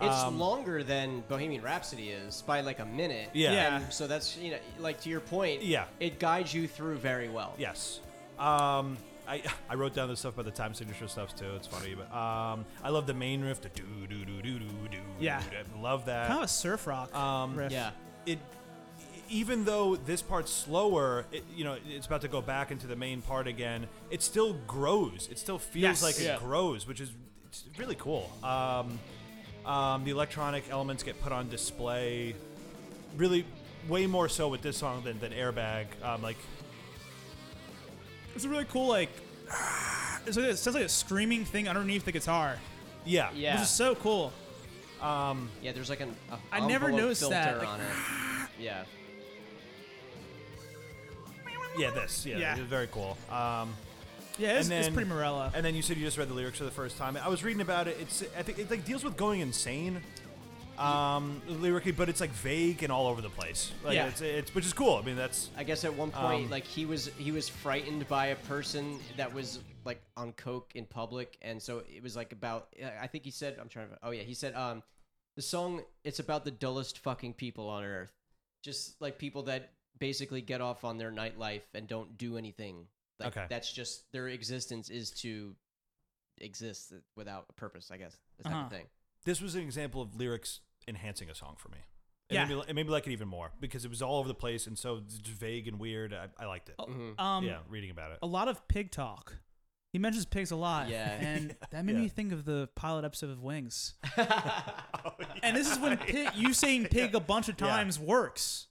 It's
Um,
longer than Bohemian Rhapsody is by like a minute.
Yeah.
Yeah.
And so that's you know like to your point.
Yeah.
It guides you through very well.
Yes. Um, I I wrote down this stuff about the time signature stuffs too. It's funny, but um, I love the main riff. The do do do do do do.
Yeah.
do. love that.
kind of a surf rock
Um,
riff.
Yeah.
it even though this part's slower it, you know it's about to go back into the main part again it still grows it still feels
Yes.
like
Yeah.
it grows which is it's really cool um, um, the electronic elements get put on display really way more so with this song than, than airbag um, like
It's a really cool like. It's like it sounds like a screaming thing underneath the guitar.
yeah
Yeah.
This is so cool.
Yeah, there's like an. A
I never
envelope
noticed
filter
that, like-
on it. Yeah.
yeah this yeah,
Yeah.
it's very cool um,
Yeah, it's,
And
it's
then-
pretty Morella.
And then you said you just read the lyrics for the first time. I was reading about it. It's I think it like deals with going insane, um, lyrically, but it's like vague and all over the place. Like,
Yeah.
it's, it's which is cool. I mean, that's
I guess at one point,
Um,
like he was he was frightened by a person that was like on coke in public, and so it was like about. I think he said, "I'm trying to." Oh yeah, he said, "Um, the song it's about the dullest fucking people on earth, just like people that basically get off on their nightlife and don't do anything. Like,
Okay.
that's just their existence is to exist without a purpose. I guess that's type
Uh-huh.
of thing.
this was an example of lyrics enhancing a song for me. It
Yeah.
made me, it made me like it even more because it was all over the place and so just vague and weird. I, I liked it.
um,
yeah, reading about it.
a lot of pig talk. He mentions pigs a lot.
Yeah.
and that made
Yeah.
me think of the pilot episode of Wings. oh, And this is when pig, you saying pig a bunch of
Yeah.
times works.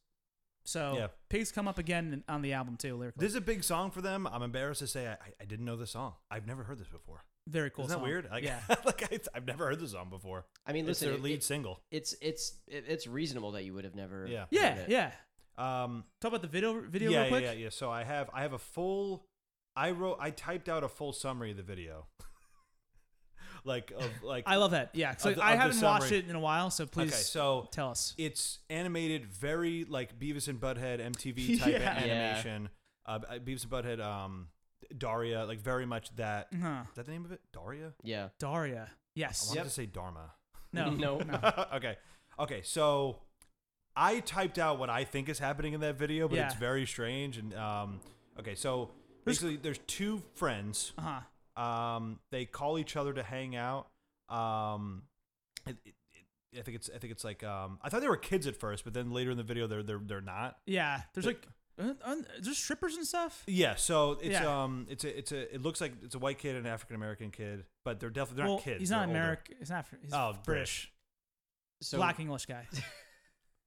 So
Yeah.
pigs come up again in- on the album too. Lyrically,
This is a big song for them. I'm embarrassed to say I, I- I didn't know this song. I've never heard this before.
very cool.
Isn't that
song.
weird? Like,
yeah,
like I, I've never heard this song before.
I mean,
it's
listen,
their
it-
lead
it-
single.
it's it's it, it's reasonable that you would have never.
Yeah.
yeah,
heard it.
yeah.
Um,
Talk about the video, video
yeah,
real quick.
yeah, yeah, yeah. So I have I have a full. I wrote. I typed out a full summary of the video. like of like
I love that. Yeah, so
Of the-
I
of the
haven't watched
summary.
it in a while, so please
Okay, so
tell us.
it's animated very like Beavis and Butthead MTV type
Yeah.
a-
Yeah.
animation. Uh, Beavis and Butthead, um, Daria, like very much that. Is
Huh.
that the name of it? Daria?
Yeah.
Uh-huh. Daria.
I
Yes.
wanted to say Dharma.
No.
No.
okay. Okay. So I typed out what I think is happening in that video, but it's
Yeah.
very strange. And um, okay, so basically, there's two friends.
Uh huh.
Um, they call each other to hang out. Um, it, it, it, I think it's I think it's like um, I thought they were kids at first, but then later in the video, they're they're they're not.
Yeah. There's like, uh, uh, there's strippers and stuff.
Yeah, so it's
Yeah.
um, it's a it's a it looks like it's a white kid and an African American kid, but they're definitely they're
well,
not kids.
he's not
they're older.
American. He's not. He's
Oh,
British.
British.
So
Black English guy.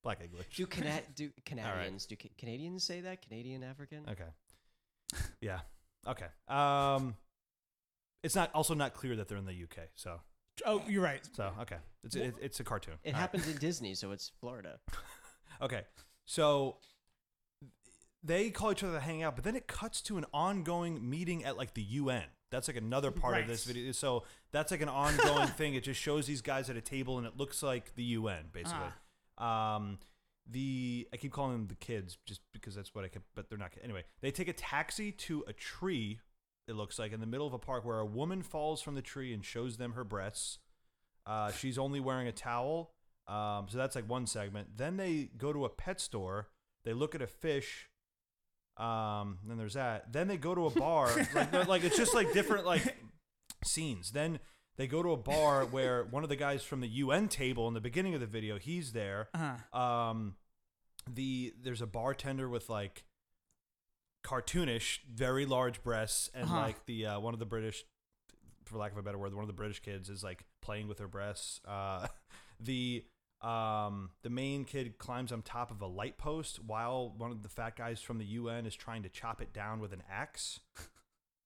Black English.
do Cana- do Canadians do ca- Canadians say that Canadian African?
Okay. Yeah. Okay. Um, it's not also not clear that they're in the UK. So
Oh, you're right.
so okay, it's it, it's a cartoon.
It
All right.
happens in Disney, so it's Florida.
Okay. So they call each other to hang out, but then it cuts to an ongoing meeting at like the UN. That's like another part
Right.
of this video. So that's like an ongoing thing. It just shows these guys at a table and it looks like the UN basically. Um the I keep calling them the kids just because that's what I kept but they're not anyway. They take a taxi to a tree it looks like in the middle of a park where a woman falls from the tree and shows them her breasts. Uh, she's only wearing a towel. Um, so that's like one segment. Then they go to a pet store. They look at a fish. Um, then there's that. Then they go to a bar. like, they're- like it's just like different like scenes. Then they go to a bar where one of the guys from the UN table in the beginning of the video, he's there.
Uh-huh.
Um, the there's a bartender with like cartoonish, very large breasts, and
Uh-huh.
like the uh, one of the British for lack of a better word, one of the British kids is like playing with her breasts. Uh, the um, the main kid climbs on top of a light post while one of the fat guys from the UN is trying to chop it down with an axe.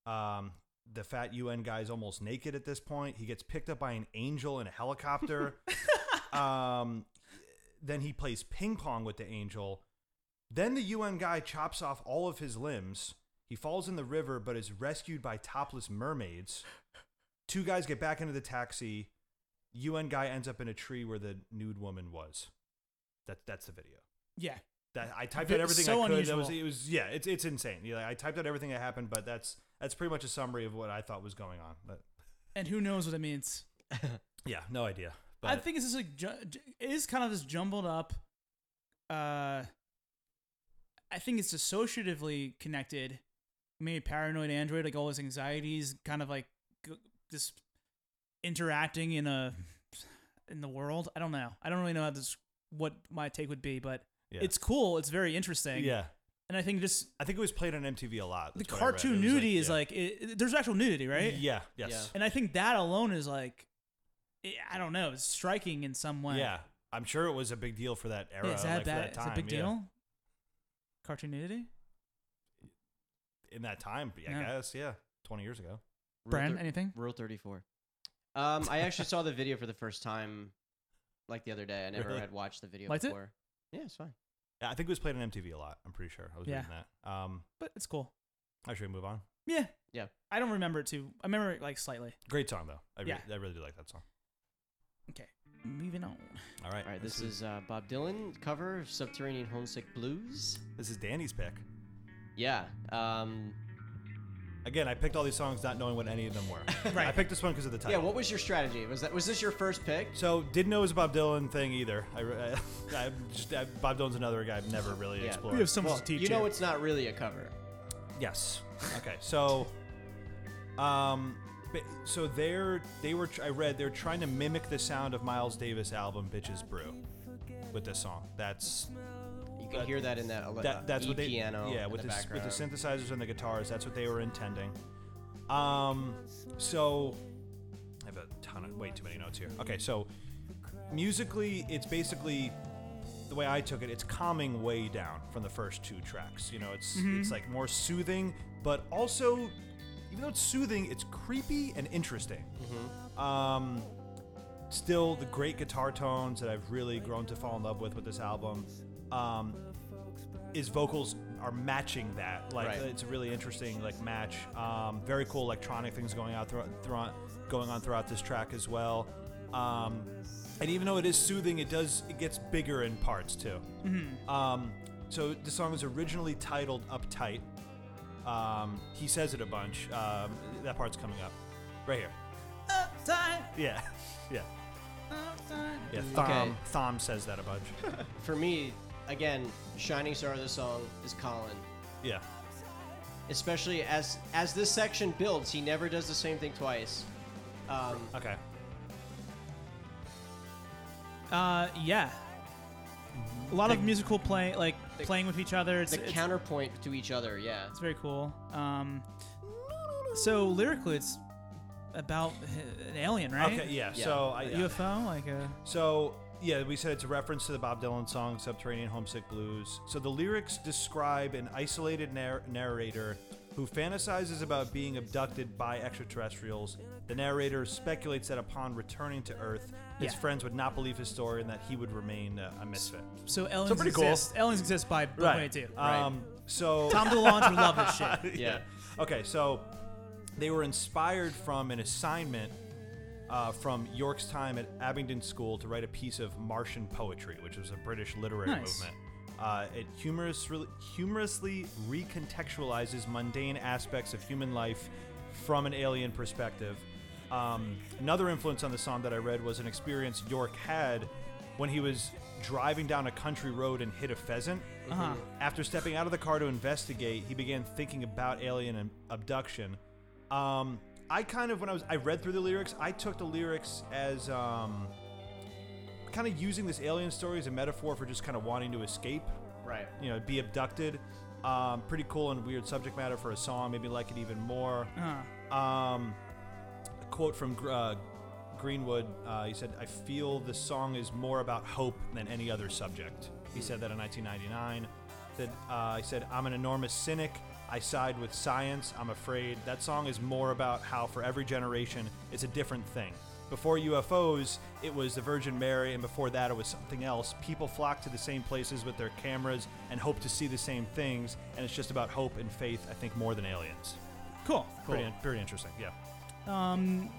Um, the fat UN guy is almost naked at this point. He gets picked up by an angel in a helicopter. um, then he plays ping pong with the angel. Then the UN guy chops off all of his limbs. He falls in the river, but is rescued by topless mermaids. Two guys get back into the taxi. UN guy ends up in a tree where the nude woman was. That that's the video.
Yeah.
That I typed out
That's
everything
so
I could. That was, it
unusual.
was yeah. It's it's insane. Yeah, I typed out everything that happened, but that's that's pretty much a summary of what I thought was going on. But
And who knows what it means?
yeah, no idea. But
I think it's just like ju- ju- it is kind of this jumbled up. Uh, I think it's dissociatively connected. Maybe paranoid android, like all his anxieties, kind of like g- just interacting in a in the world. I don't know. I don't really know how this what my take would be, but
Yeah.
it's cool. It's very interesting.
yeah,
and I think just
I think it was played on MTV a lot.
the
That's what I read. It
cartoon
was
nudity is
yeah.
like it, it- there's actual nudity, right?
yeah, yes,
and I think that alone is like. i- I don't know. It's striking in some way.
yeah. I'm sure it was a big deal for that era.
Yeah, is that
like, for
bad?
that time,
it's a big
yeah.
deal. Cartoon nudity.
in that time. I
Yeah.
guess yeah, 20 years ago.
Rule
Brand,
thir-
anything?
Rule thirty four. Um, I actually saw the video for the first time, like the other day. I never
Really?
had watched the video
Liked it?
before. Yeah, it's fine.
Yeah, I think it was played on MTV a lot. I'm pretty sure. I was
Yeah.
reading that. Um,
But it's cool.
I should we move on.
Yeah.
Yeah.
I don't remember it too. I remember it like slightly.
Great song though. I,
Yeah.
really, I really do like that song.
Okay. Moving on.
All right,
All right, this is uh, Bob Dylan cover of "Subterranean Homesick Blues."
this is Danny's pick.
Yeah. Um,
Again, I picked all these songs not knowing what any of them were.
Right.
I picked this one because of the
yeah.
title.
What was your strategy? Was that was this your first pick?
so didn't know it was a Bob Dylan thing either. I, I, I just I, Bob Dylan's another guy I've never really
Yeah.
explored.
We have so much
Well,
to teach
you know it's not really a cover.
Yes. Okay. So, um, ba- so they're they were tr- I read they're trying to mimic the sound of Miles Davis album "Bitches Brew" with this song. That's
You can
That-
hear that in that, ele-
that that's
e
what they
piano.
yeah
in
with
the,
s- with the
background.
synthesizers and the guitars. That's what they were intending. Um, so I have a ton of way too many notes here. Okay, so musically it's basically the way I took it, it's calming way down from the first two tracks. You know, it's it's like more soothing, but also, even though it's soothing, it's creepy and interesting. Um, still the great guitar tones that I've really grown to fall in love with with this album. Um, his vocals are matching that. Like
Right.
it's a really interesting like match. Um, very cool electronic things going out throughout, throughout going on throughout this track as well. Um, and even though it is soothing, it does it gets bigger in parts too. Um, so the song was originally titled "Uptight." Um, he says it a bunch. Um, that part's coming up, right here.
Upside,
Yeah, yeah.
upside.
Yeah, Thom,
Okay.
Thom says that a bunch.
For me, again, shining star of the song is Colin.
yeah.
Especially as as this section builds, he never does the same thing twice. Um,
Okay.
Uh, yeah. A lot of musical play, like playing with each other. It's,
the
it's,
counterpoint to each other, yeah.
it's very cool. Um, so lyrically, it's about h- an alien, right?
Okay. Yeah.
Yeah.
So I. yeah.
UFO, like a.
So yeah, we said it's a reference to the Bob Dylan song "Subterranean Homesick Blues." So the lyrics describe an isolated nar- narrator who fantasizes about being abducted by extraterrestrials. The narrator speculates that upon returning to Earth, his
Yeah.
friends would not believe his story and that he would remain uh, a misfit.
So aliens
pretty cool.
exist. Aliens exist by right. way too.
Um. So.
Tom DeLonge would love this shit.
Yeah.
Okay, so they were inspired from an assignment uh, from York's time at Abingdon School to write a piece of Martian poetry, which was a British literary
Nice.
movement. Uh, it humorous, humorously recontextualizes mundane aspects of human life from an alien perspective. Um, another influence on the song that I read was an experience York had when he was driving down a country road and hit a pheasant. After stepping out of the car to investigate, he began thinking about alien ab- abduction. Um, I kind of when I was I read through the lyrics, I took the lyrics as um, kind of using this alien story as a metaphor for just kind of wanting to escape,
Right.
you know, be abducted. Um, pretty cool and weird subject matter for a song. Maybe like it even more.
Uh,
Um, a quote from Gr- uh, Greenwood. Uh, he said, "I feel this song is more about hope than any other subject." He said that in 1999. That uh, he said, "I'm an enormous cynic. I side with science. I'm afraid that song is more about how for every generation it's a different thing." Before UFOs, it was the Virgin Mary, and before that, it was something else. People flock to the same places with their cameras and hope to see the same things, and it's just about hope and faith, I think, more than aliens.
cool. Cool.
Pretty, pretty interesting, yeah.
Um,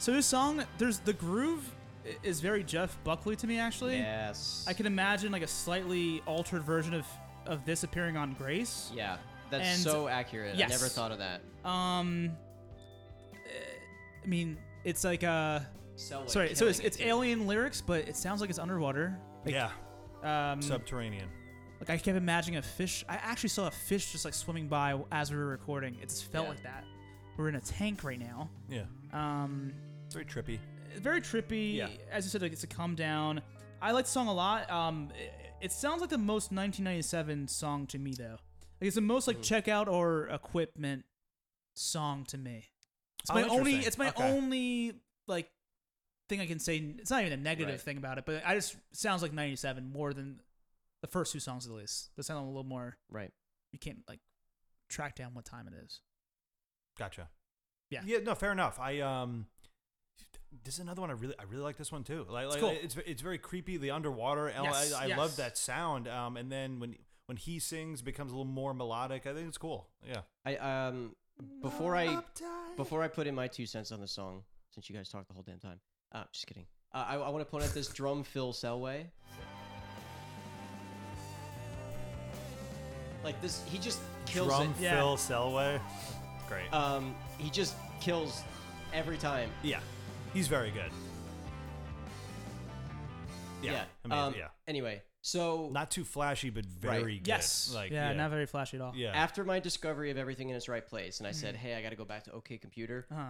so this song, there's the groove i- is very Jeff Buckley to me actually.
Yes.
I can imagine like a slightly altered version of of this appearing on Grace.
Yeah. That's
And-
so accurate.
Yes.
I never thought of that.
Um, eh, I mean, it's like uh,
Selwyn
sorry. So it's
killing
it's
it, too.
alien lyrics, but it sounds like it's underwater. Like,
yeah,
Um,
subterranean.
like I kept imagining a fish. I actually saw a fish just like swimming by as we were recording. It just felt
Yeah.
like that. We're in a tank right now.
Yeah,
Um,
it's very trippy.
very trippy.
Yeah.
As you said, like, it's a come down. I like the song a lot. Um, it, it sounds like the most 1997 song to me, though. Like it's the most
Hmm.
like check out or equipment song to me. It's
Oh,
my only.
interesting.
It's my
Okay.
only like thing I can say. It's not even a negative
Right.
thing about it, but I just sounds like 97 more than the first two songs of the list. They sound a little more.
Right.
You can't like track down what time it is.
Gotcha.
Yeah.
yeah. No, fair enough. I um, this is another one I really, I really like this one too. Like, like,
cool.
it's it's very creepy. The underwater, and
Yes,
I, I
yes.
love that sound. Um, and then when when he sings, it becomes a little more melodic. I think it's cool. Yeah.
I um before I
Uptight.
before I put in my two cents on the song, since you guys talked the whole damn time. Uh, just kidding. Uh, I, I want to point out this drum fill Selway. Like this, he just kills
drum
it.
Yeah.
Phil Selway, great.
Um, he just kills every time.
yeah, he's very good. Yeah,
Yeah.
I mean,
um,
yeah.
Anyway, so
Not too flashy, but very
Right.
good.
Yes.
Like,
yeah,
yeah.
Not very flashy at all.
yeah.
after my discovery of everything in its right place, and I said, "Hey, I got to go back to OK Computer."
Uh-huh.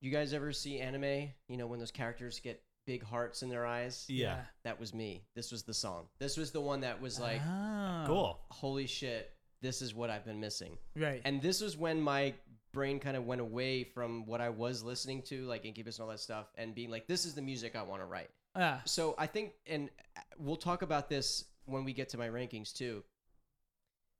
You guys ever see anime? You know when those characters get big hearts in their eyes?
yeah.
That was me. This was the song. This was the one that was like,
Oh.
Cool.
"Holy shit, this is what I've been missing."
Right.
And this was when my brain kind of went away from what I was listening to, like Incubus and all that stuff, and being like, "This is the music I want to write."
Yeah.
So I think, and we'll talk about this when we get to my rankings too.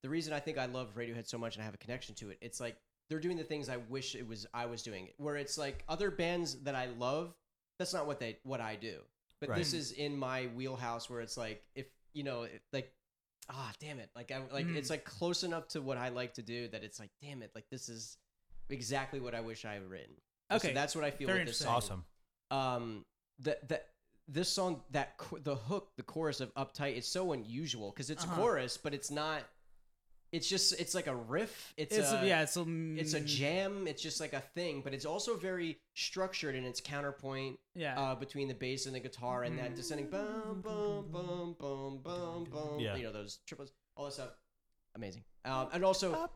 The reason I think I love Radiohead so much and I have a connection to it, it's like they're doing the things I wish it was I was doing. Where it's like other bands that I love, that's not what they what I do. But
Right.
this is in my wheelhouse where it's like if you know it, like ah damn it like I like
Mm.
it's like close enough to what I like to do that it's like damn it like this is exactly what I wish I had written. And so
Okay.
that's what I feel
Very
with this
interesting.
song
Awesome.
um that that this song that cho- the hook the chorus of uptight is so unusual because it's
Uh-huh.
a chorus but it's not it's just it's like a riff it's,
It's,
a,
yeah. It's a
it's a
mm,
jam it's just like a thing but it's also very structured in its counterpoint
Yeah.
uh, between the bass and the guitar and that descending boom boom boom boom boom boom
Yeah.
you know those triplets all that stuff amazing um, and also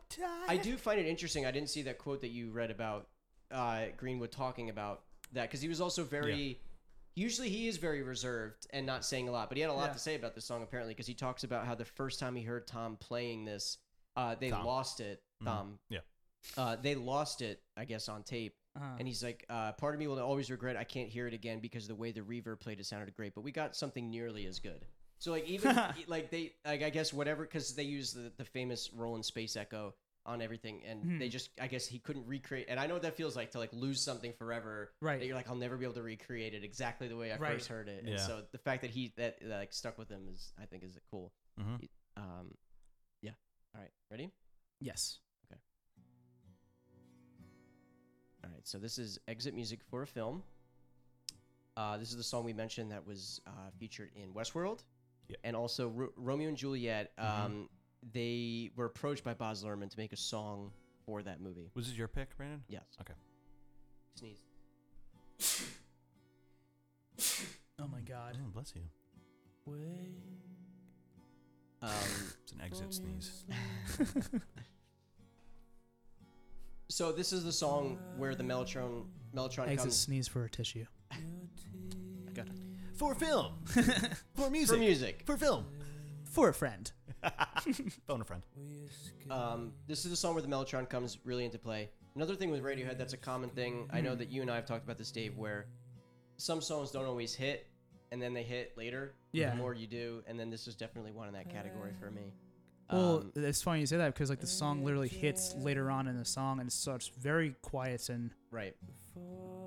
I do find it interesting. I didn't see that quote that you read about uh, Greenwood talking about that because he was also very. Usually he is very reserved and not saying a lot, but he had a lot
Yeah.
to say about this song apparently because he talks about how the first time he heard Tom playing this, uh, they
Tom.
lost it.
Mhm.
Tom,
Yeah.
uh, they lost it, I guess, on tape.
uh-huh.
And he's like, uh, "Part of me will always regret I can't hear it again because the way the reverb played it sounded great, but we got something nearly as good." So like even e, like they like I guess whatever because they use the, the famous Roland Space Echo on everything, and
Hmm.
they just I guess he couldn't recreate. And I know what that feels like to like lose something forever.
Right.
That you're like I'll never be able to recreate it exactly the way I
Right.
first heard it. And
Yeah.
so the fact that he that, that like stuck with him is I think is cool.
Mhm.
Um, yeah. All right. Ready?
yes.
All right, so this is exit music for a film. Uh, this is the song we mentioned that was uh, featured in Westworld,
Yeah. Mm-hmm.
and also Ro- Romeo and Juliet. Um, They were approached by Baz Luhrmann to make a song for that movie.
Was this your pick, Brandon?
Yes.
Okay.
Sneeze.
Oh my God.
Oh, bless you.
Um,
It's an exit sneeze.
so this is the song where the Mellotron Mellotron
Exit
comes
sneeze for a tissue. I got it.
For film. For music.
for music.
For film.
For a friend.
Phone a friend.
Um, this is the song where the Mellotron comes really into play. Another thing with Radiohead that's a common thing. I know that you and I have talked about this, Dave, where some songs don't always hit, and then they hit later.
Yeah.
The more you do, and then this is definitely one in that category for me.
Well,
Um,
it's funny you say that because like the song literally hits later on in the song and it's such very quiet and
right.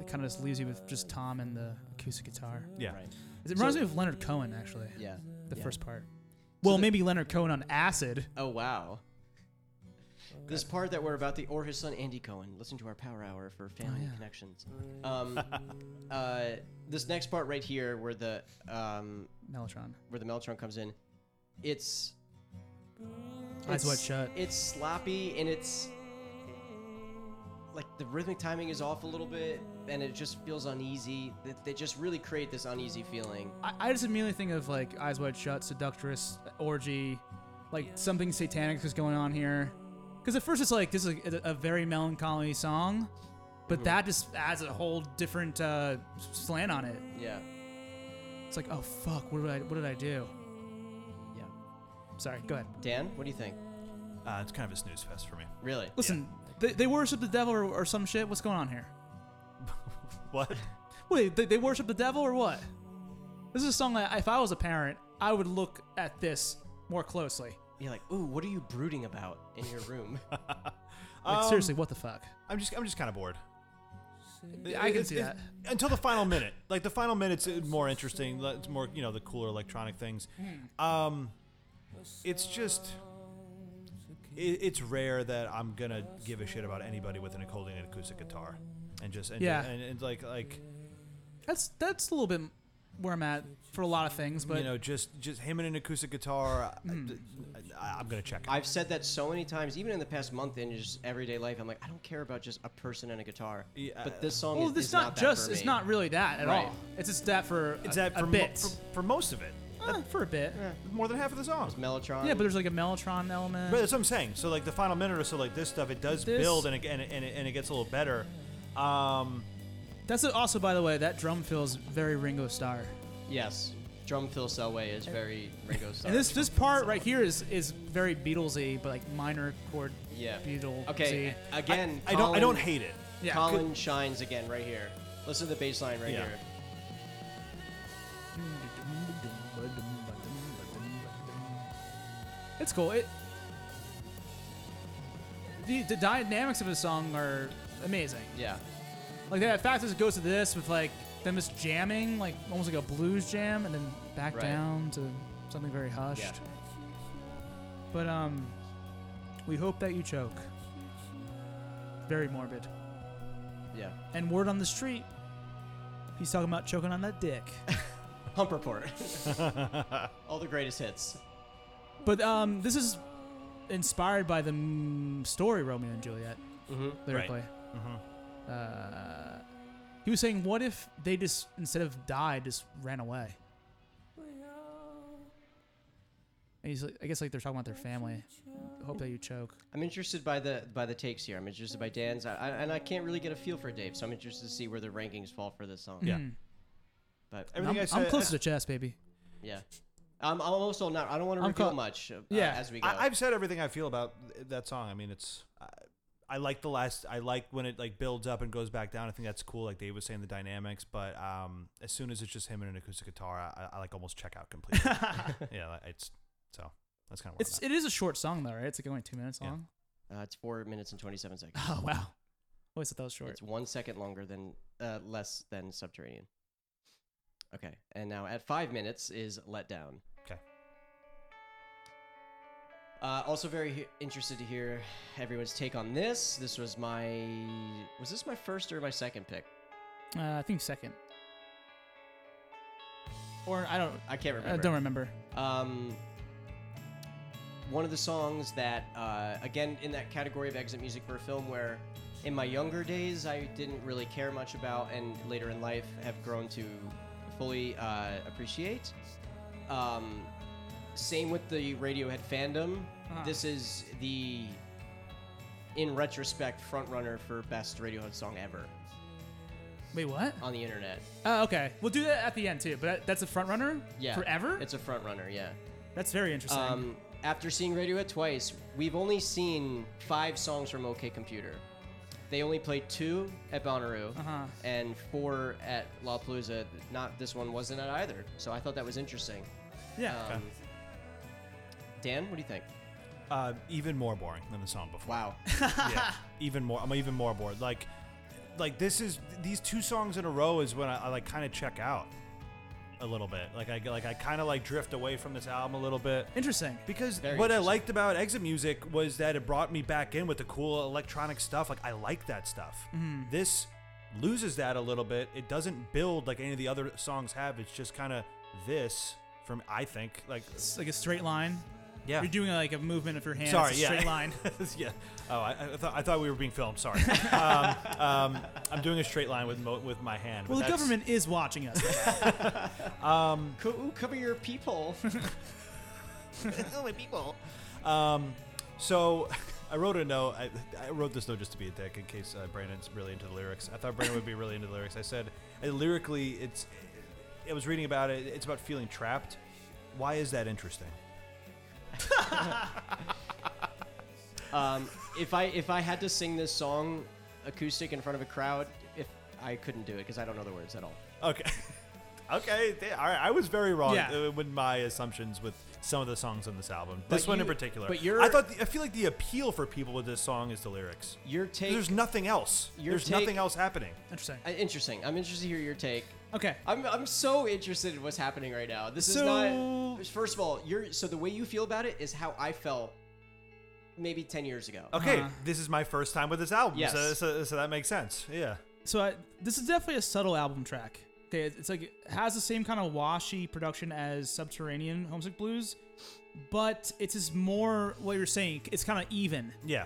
it kind of just leaves you with just Tom and the acoustic guitar.
Yeah.
Right.
It reminds
So-
me of Leonard Cohen actually.
Yeah.
The
yeah.
first part. Well,
the-
maybe Leonard Cohen on acid.
Oh wow.
Oh,
This part that we're about to, or his son Andy Cohen. Listen to our Power Hour for family
Oh, yeah.
connections. Um, uh, this next part right here, where the um,
Mellotron.
where the Mellotron comes in, it's It's-
Eyes wide shut.
It's sloppy and it's like the rhythmic timing is off a little bit, and it just feels uneasy. They, they just really create this uneasy feeling.
I, I just immediately think of like Eyes Wide Shut, Seductress, Orgy, like something satanic is going on here. Because at first it's like this is a, a very melancholy song, but that just adds a whole different uh, slant on it.
Yeah,
It's like, oh fuck, what did I what did I do?
yeah.
Sorry, go ahead.
Dan, what do you think?
Uh, it's kind of a snooze fest for me.
Really?
Listen, they, they worship the devil or, or some shit. What's going on here?
What?
Wait, they, they worship the devil or what? This is a song that if I was a parent, I would look at this more closely.
You're like, ooh, what are you brooding about in your room?
Like
Um,
seriously, what the fuck?
I'm just I'm just kind of bored.
I can
It's-
see
it's-
that.
until the final minute. Like the final minute's uh, more interesting. like, It's more you know the cooler electronic things.
Hmm.
Um, it's just it, it's rare that I'm gonna give a shit about anybody with an accordion and acoustic guitar, and just and
Yeah.
and, and like like
That's that's a little bit where I'm at for a lot of things, but Hmm.
you know just just him and an acoustic guitar. I, I, am gonna check. It.
I've said that so many times, even in the past month in just everyday life. I'm like, I don't care about just a person and a guitar.
Yeah.
But this song
well,
is,
this
is
not,
that
just
for
it's
me.
not really that at
Right.
all. It's just that for
It's
a,
that for,
a
mo-
bit
for for most of it,
Uh, for a bit. Yeah.
more than half of the song.
Mellotron.
but there's like a Mellotron element.
But that's what I'm saying. So like the final minute or so, like this stuff, it does
This-
build and it, and, it, and, it, and it gets a little better. Um,
That's also, by the way, that drum feels very Ringo Starr.
yes, drum Phil Selway is very Ringo Starr.
And this this part right here is is very Beatlesy, but like minor chord
yeah.
Beatlesy.
Okay, again,
I don't I don't
Colin-
hate it.
Yeah,
Colin shines again right here. Listen to the bass line right
Yeah.
here.
It's cool. It the, the dynamics of the song are amazing.
Yeah.
Like that fast as it goes to this with like them just jamming, like almost like a blues jam, and then back
Right.
down to something very hushed.
Yeah.
But um, we hope that you choke. Very morbid.
Yeah.
And word on the street, he's talking about choking on that dick.
Hump report. All the greatest hits.
But um, this is inspired by the mm, story Romeo and Juliet
Mm-hmm.
lyrically. Uh, he was saying, "What if they just instead of died, just ran away?" And he's, like- I guess, like they're talking about their family. Hope that you choke.
I'm interested by the by the takes here. I'm interested by Dan's, I, I, and I can't really get a feel for Dave, so I'm interested to see where the rankings fall for this song.
Yeah.
But
Everything
Mm-hmm. I'm,
I said.
I'm close to the chest, baby.
yeah, I'm, I'm also not. I don't want to
I'm
reveal
co-
much. Uh,
Yeah.
as we go.
I, I've said everything I feel about th- that song. I mean, it's. I, I like the last. I like when it like builds up and goes back down. I think that's cool. Like Dave was saying, the dynamics. But um, as soon as it's just him and an acoustic guitar, I, I like almost check out completely. yeah, like, it's so that's kind of.
It's it is a short song though, right? It's like only two minutes
Yeah.
long.
uh, it's four minutes and twenty seven seconds.
Oh wow. Always thought that was short.
It's one second longer than uh, less than Subterranean. Okay, and now at five minutes is Let Down.
'Kay.
Uh, also, very he- interested to hear everyone's take on this. This was my was this my first or my second pick?
Uh, I think second. Or I don't.
I can't
I
remember.
don't remember.
Um, one of the songs that, uh, again, in that category of exit music for a film, where in my younger days I didn't really care much about, and later in life have grown to fully uh, appreciate. Um, same with the Radiohead fandom.
Uh-huh.
This is the, in retrospect, front runner for best Radiohead song ever
Wait, what?
on the internet.
Oh, okay. We'll do that at the end too. But that, that's a front runner.
Yeah,
Forever.
It's a front runner. Yeah.
that's very interesting.
Um, after seeing Radiohead twice, we've only seen five songs from OK Computer. They only played two at Bonnaroo
Uh-huh.
and four at La Palooza. Not this one wasn't at either, so I thought that was interesting.
yeah.
Um, Dan, what do you think?
uh, even more boring than the song before.
Wow.
yeah, even more. I'm even more bored. Like, like this is these two songs in a row is when I, I like kind of check out a little bit. Like I like I kind of like drift away from this album a little bit.
Interesting.
Because
Very
what I
interesting.
liked about exit music was that it brought me back in with the cool electronic stuff. Like I like that stuff.
Mm-hmm.
This loses that a little bit. It doesn't build like any of the other songs have. It's just kind of this from I think like
It's like a straight line.
yeah.
You're doing like a movement of your hand.
Sorry,
it's a
yeah.
Straight line.
yeah. Oh, I, I, thought, I thought we were being filmed. Sorry. um, um, I'm doing a straight line with mo- with my hand. but
Well, the
that's-
government is watching us.
Co- ooh, cover your peephole.
Um, so I wrote a note. I, I wrote this note just to be a dick in case uh, Brandon's really into the lyrics. I thought Brandon would be really into the lyrics. I said, uh, lyrically, it's. I was reading about it. It's about feeling trapped. Why is that interesting?
um, if I if I had to sing this song acoustic in front of a crowd, if I couldn't do it because I don't know the words at all.
Okay. Okay, th- all right. I was very wrong
Yeah.
uh, with my assumptions with some of the songs on this album. This
But
one in
you-
particular.
but you're-
I thought the, I feel like the appeal for people with this song is the lyrics.
Your take.
There's nothing else.
your
There's
take-
nothing else happening.
Interesting.
Uh, interesting. I'm interested to hear your take.
Okay.
I'm, I'm so interested in what's happening right now. This
So-
is not. First of all, you're so the way you feel about it is how I felt maybe ten years ago.
Okay,
Uh-huh.
this is my first time with this album.
Yes.
So, so, so that makes sense. Yeah.
So I, this is definitely a subtle album track. Okay, it's like it has the same kind of washy production as Subterranean Homesick Blues, but it's just more what you're saying. It's kind of even.
Yeah.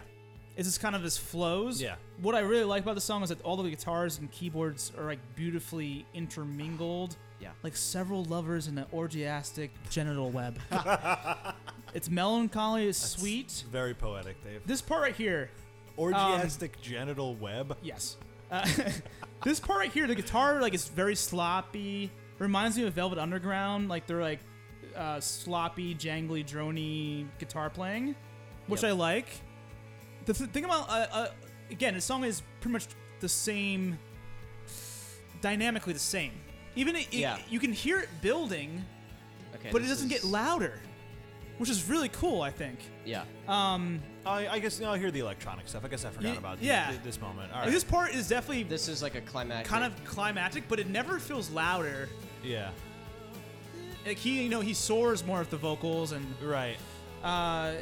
It's just kind of this flows.
Yeah.
What I really like about the song is that all the guitars and keyboards are like beautifully intermingled.
Yeah.
Like several lovers in an orgiastic genital web. it's melancholy, it's sweet.
It's very poetic, Dave. Um,
This part right here,
Orgiastic genital web.
Yes. Uh, this part right here, the guitar like is very sloppy. Reminds me of Velvet Underground, like they're like uh, sloppy, jangly, drony guitar playing, which
Yep.
I like. The th- thing about uh, uh, again, the song is pretty much the same, dynamically the same. Even it, it-
Yeah.
you can hear it building,
Okay.
but it
this
doesn't
is-
get louder. which is really cool. I think.
Yeah.
Um,
I, I guess you know, I'll hear the electronic stuff. I guess I forgot
Ye-
about
yeah.
yeah. this moment. All
like,
right.
this part is definitely
This is like a climactic.
kind of climactic, but it never feels louder.
yeah.
Like he, you know, he soars more with the vocals, and
Right.
uh,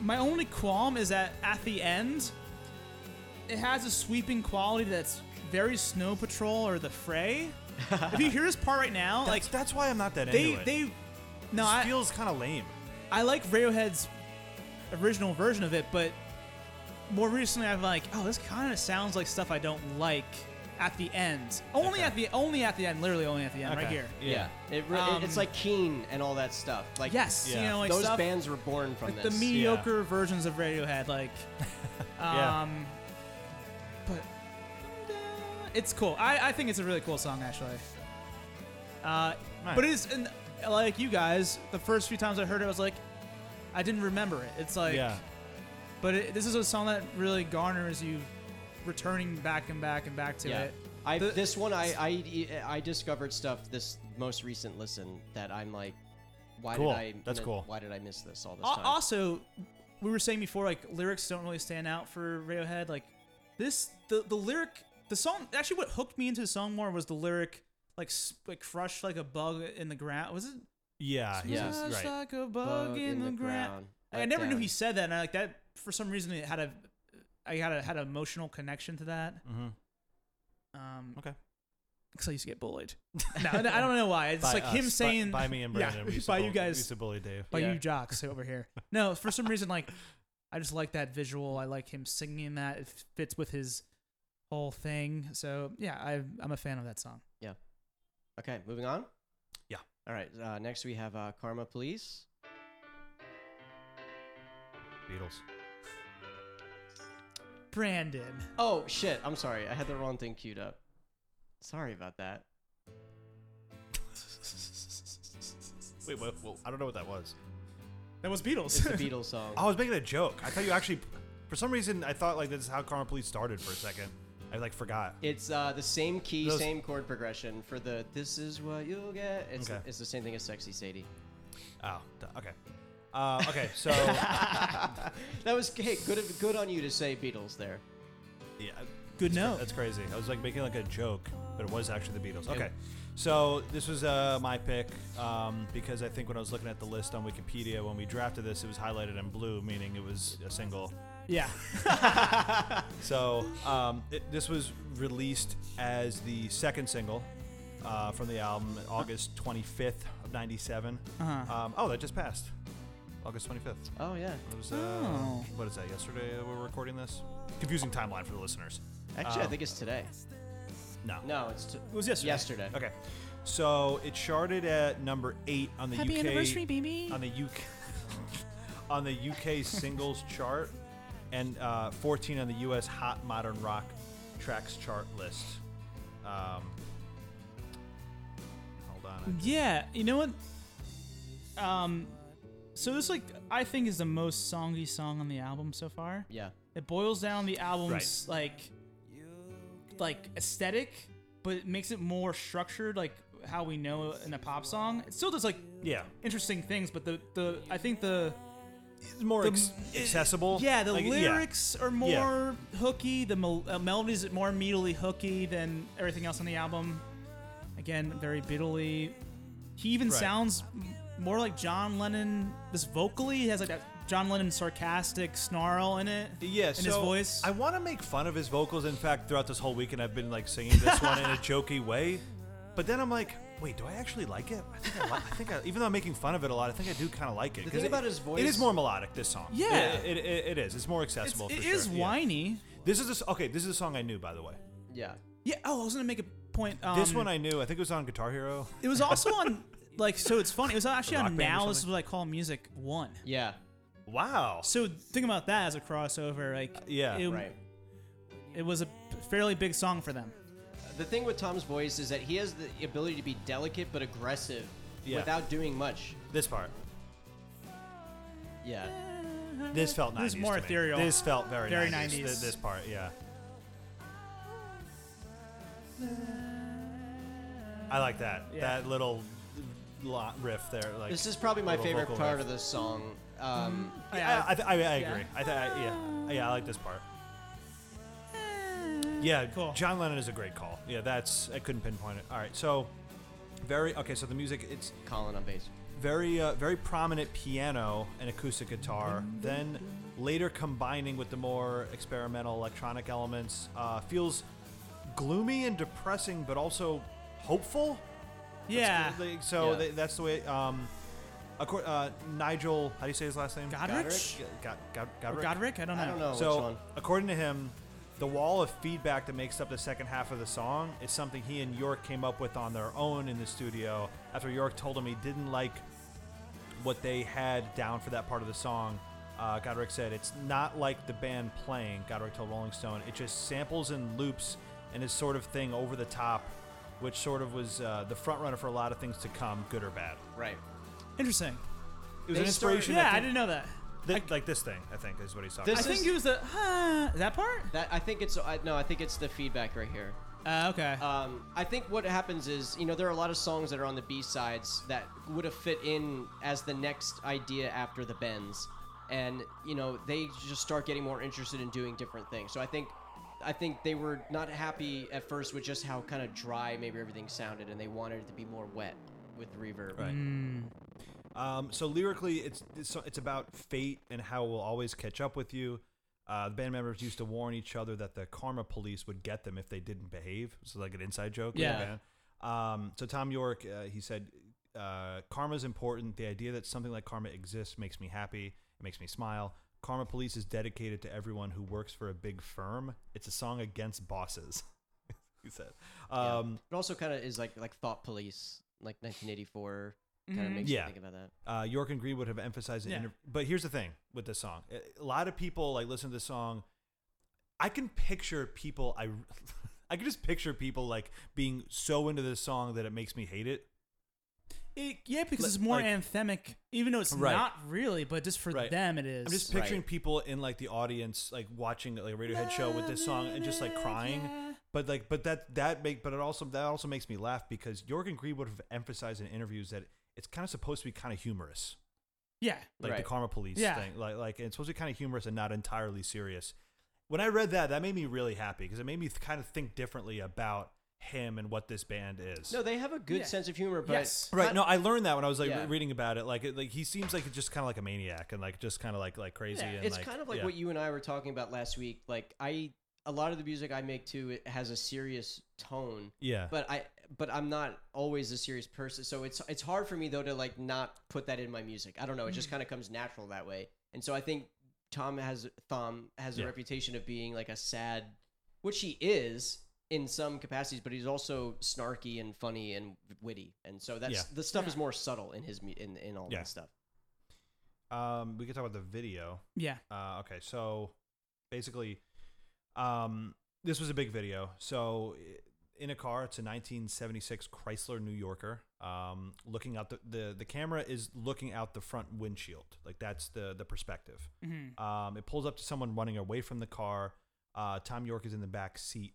my only qualm is that at the end, it has a sweeping quality that's very Snow Patrol or The Fray. if you hear this part right now,
Like
like
that's why I'm not that
they,
into it.
they, no,
This
I,
feels kind of lame.
I like Radiohead's original version of it, but more recently I've like, oh, this kind of sounds like stuff I don't like at the end. Only
Okay.
at the only at the end, literally only at the end, right
Okay.
here.
Yeah. It re-
Um,
it's like Keen and all that stuff. Like
Yes, you
Yeah.
know, like
those
stuff,
bands were born from
like the
this.
mediocre versions of Radiohead, like,
Yeah.
um, but uh, it's cool. I, I think it's a really cool song actually. Uh,
Nice.
but it's and, like you guys, the first few times I heard it, I was like, I didn't remember it. It's like.
yeah.
But it, this is a song that really garners you returning back and back and back to
yeah.
it.
I
The-
this one I, I I discovered stuff this most recent listen that I'm like, why
Cool.
did I?
That's
mi-
cool.
Why did I miss this all this
Al
time?
Also, we were saying before, like lyrics don't really stand out for Radiohead. Like this, the the lyric, the song. Actually, what hooked me into the song more was the lyric, like s- like crushed like a bug in the ground. Was it?
Yeah.
Yeah.
he's-
Crushed
Right.
like a Uh, bug, in, the, ground. Like, I
Let
never knew
down.
he said that, and I like that for some reason it had a, I had a had an emotional connection to that.
Mm-hmm.
Um,
Okay.
Because I used to get bullied. No, no, I don't know why. It's
By
like him
us, by-
saying
by, me and
Yeah,
Brandon. we used to
by
bully-
you
we
guys,
used to bully Dave.
by
Yeah.
you jocks over here. No, for some reason, like I just like that visual. I like him singing that. It fits with his whole thing. So yeah, I, I'm a fan of that song.
Okay, moving on.
Yeah.
All right. Uh, next we have uh, Karma Police.
Beatles.
Brandon,
Oh shit! I'm sorry. I had the wrong thing queued up. Sorry about that.
Wait, what, what, I don't know what that was.
that was
It's
Beatles.
the Beatles song.
Oh, I was making a joke. I thought you actually, for some reason, I thought like this is how Karma Police started for a second. I like forgot.
It's uh, the same key,
Those-
same chord progression for the "This is what you'll get." It's,
Okay.
it's the same thing as "Sexy Sadie."
Oh, duh, okay. Uh, okay, so
That was hey, good of- good on you to say Beatles there.
yeah, that's
Good
cra-
note.
That's crazy. I was like making like a joke, but it was actually the Beatles. Okay, so this was uh, my pick um, because I think when I was looking at the list on Wikipedia when we drafted this, it was highlighted in blue, meaning it was a single.
yeah.
So um, it, this was released as the second single uh, from the album, August 25th of '97.
Uh-huh.
Um, oh, that just passed, August 25th.
Oh yeah,
It was, uh,
Oh.
What is that? Yesterday that we're recording this. Confusing timeline for the listeners.
actually, I
Um,
think it's today.
No.
No, it's t-
It was yesterday.
yesterday.
Okay. So it charted at number eight on the
Happy
UK
anniversary, baby.
on the UK on the UK singles chart and uh, 14 on the US Hot Modern Rock Tracks chart list. Um, hold on.
Yeah, you know what? Um, so this like I think is the most songy song on the album so far.
Yeah.
It boils down the album's like like aesthetic, but it makes it more structured, like how we know in a pop song. It still does like
Yeah,
interesting things, but the the I think the
it's more
The- eh,
ex- accessible.
yeah the
Like,
lyrics are more hooky. The mel- uh, melodies are more immediately hooky than everything else on the album. Again, very Beatley. He even
Right.
sounds m- more like John Lennon. This vocally, he has like that John Lennon sarcastic snarl in it.
Yeah,
in
so
his voice.
I want to make fun of his vocals. In fact, throughout this whole weekend, I've been like singing this one in a jokey way. But then I'm like, wait, do I actually like it? I think I, li- I, think I even though I'm making fun of it a lot, I think I do kind of like it.
The
'cause
thing
it-
about his
it is
voice-
more melodic. This song,
Yeah.
it, it, it- it is. It's more accessible.
It's-
for
It
sure.
is
yeah.
whiny.
This is this okay. This is a song I knew, by the way.
Yeah.
Yeah. Oh, I was gonna make a point. Um,
This one I knew. I think it was on Guitar Hero.
It was also on like so. It's funny. It was actually
Rock
on
Band or
now. This is
something?
what I call music one.
Yeah.
Wow.
So think about that as a crossover. Like
Yeah,
it,
Right.
It was a fairly big song for them.
The thing with Tom's voice is that he has the ability to be delicate but aggressive
Yeah.
without doing much.
This part.
Yeah.
This felt 90s.
This is more
to me.
ethereal.
This felt very,
Very
90s.
90s.
Th- This part, yeah. I like that.
Yeah.
That little lot riff stuff there. Like
This is probably my
little
favorite
vocal
part
riff.
of the song. Um,
Yeah, I, I, th- I, I
Yeah.
agree. I, th- I yeah, yeah, I like this part. Yeah,
Cool.
John Lennon is a great call. Yeah, that's I couldn't pinpoint it. All right, so very okay. So the music it's
Colin on bass.
very uh, very prominent piano and acoustic guitar. Then later combining with the more experimental electronic elements uh, feels gloomy and depressing, but also hopeful.
Yeah.
Like, so
Yeah.
they, that's the way. Um, acco- uh, Nigel, how do you say his last name?
Godrich?
God, God,
Or
Godric?
Oh, Godric? I don't know.
I don't know Oh, which
So,
one.
according to him, the wall of feedback that makes up the second half of the song is something he and York came up with on their own in the studio after York told him he didn't like what they had down for that part of the song. Uh, Godric said, It's not like the band playing, Godric told Rolling Stone. It just samples and loops and is sort of thing over the top, which sort of was uh, the front runner for a lot of things to come, good or bad.
Right.
Interesting.
It was an
They started-
inspiration.
Yeah,
I
I
think-
didn't know that.
that- like this thing, I think, is what he's talking
I
This
about.
is-
think it was the huh, that part.
That I think it's I, no, I think it's the feedback right here.
Uh, okay.
Um, I think what happens is, you know, there are a lot of songs that are on the B sides that would have fit in as the next idea after the bends, and you know, they just start getting more interested in doing different things. So I think, I think they were not happy at first with just how kind of dry maybe everything sounded, and they wanted it to be more wet with reverb.
Right. Um, so lyrically, it's it's it's about fate and how we'll always catch up with you. Uh, the band members used to warn each other that the karma police would get them if they didn't behave. So like an inside joke. with the
Yeah.
band. Um, so Tom York, uh, he said, uh, "Karma's important. The idea that something like karma exists makes me happy. It makes me smile." Karma Police is dedicated to everyone who works for a big firm. It's a song against bosses. he said.
Yeah.
Um,
it also kind of is like like Thought Police, like 1984, kind of
Mhm.
makes
Yeah.
you think about that.
uh, York and Greenwood have emphasized. An
Yeah.
inter- but here's the thing with this song: A- a lot of people like listen to this song. I can picture people. I I can just picture people like being so into this song that it makes me hate it.
It- yeah, because
Li-
it's more
like-
anthemic, even though it's
Right.
not really, but just for
Right.
them it is.
I'm just picturing
Right.
people in like the audience, like watching like a Radiohead show with this song and just like crying.
Yeah.
But like, but that that make, but it also that also makes me laugh because York and Greenwood have emphasized in interviews that it's kind of supposed to be kind of humorous.
yeah.
like the
Right.
karma police
Yeah.
thing like like it's supposed to be kind of humorous and not entirely serious when i read that that made me really happy because it made me th- kind of think differently about him and what this band is
No, they have a good
Yeah.
sense of humor, but
Yes.
right no i learned that when i was like
Yeah.
reading about it like it, like he seems like just kind of like a maniac and like just kind of like like crazy
Yeah.
and
it's
like,
kind of like
yeah.
what you and I were talking about last week. Like I, a lot of the music I make too, it has a serious tone,
yeah
but I, but I'm not always a serious person, so it's it's hard for me though to like not put that in my music. I don't know, it
Mm.
just kind of comes natural that way, and so I think Tom has Tom has
Yeah.
a reputation of being like a sad, which he is in some capacities, but he's also snarky and funny and witty, and so that's
Yeah.
the stuff is more subtle in his mu- in in all
Yeah.
that stuff.
um we could talk about the video
Yeah.
Uh, okay, so basically, um, this was a big video. So i- in a car, it's a 1976 Chrysler New Yorker. Um, looking out the, the the camera is looking out the front windshield. Like that's the the perspective. Um, it pulls up to someone running away from the car. Uh, Tom York is in the back seat.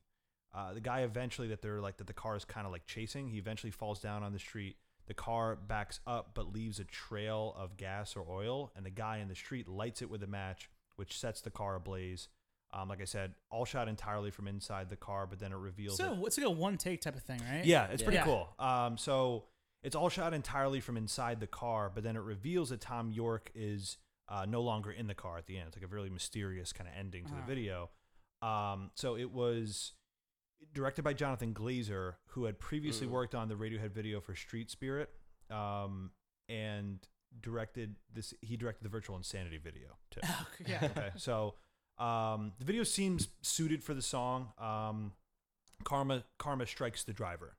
Uh, the guy eventually that they're like that the car is kind of like chasing. He eventually falls down on the street. The car backs up but leaves a trail of gas or oil, and the guy in the street lights it with a match, which sets the car ablaze. Um, like I said, all shot entirely from inside the car, but then it reveals that-
So it's like a one take type of thing, right?
Eh, yeah, it's pretty
Yeah.
cool. Um, so it's all shot entirely from inside the car, but then it reveals that Tom York is uh, no longer in the car at the end. It's like a really mysterious kind of ending to
Ah.
the video. Um, so it was directed by Jonathan Glazer, who had previously
Mm.
worked on the Radiohead video for Street Spirit, um, and directed this. He directed the Virtual Insanity video too
yeah.
okay. So um, the video seems suited for the song. Um, karma, karma strikes the driver.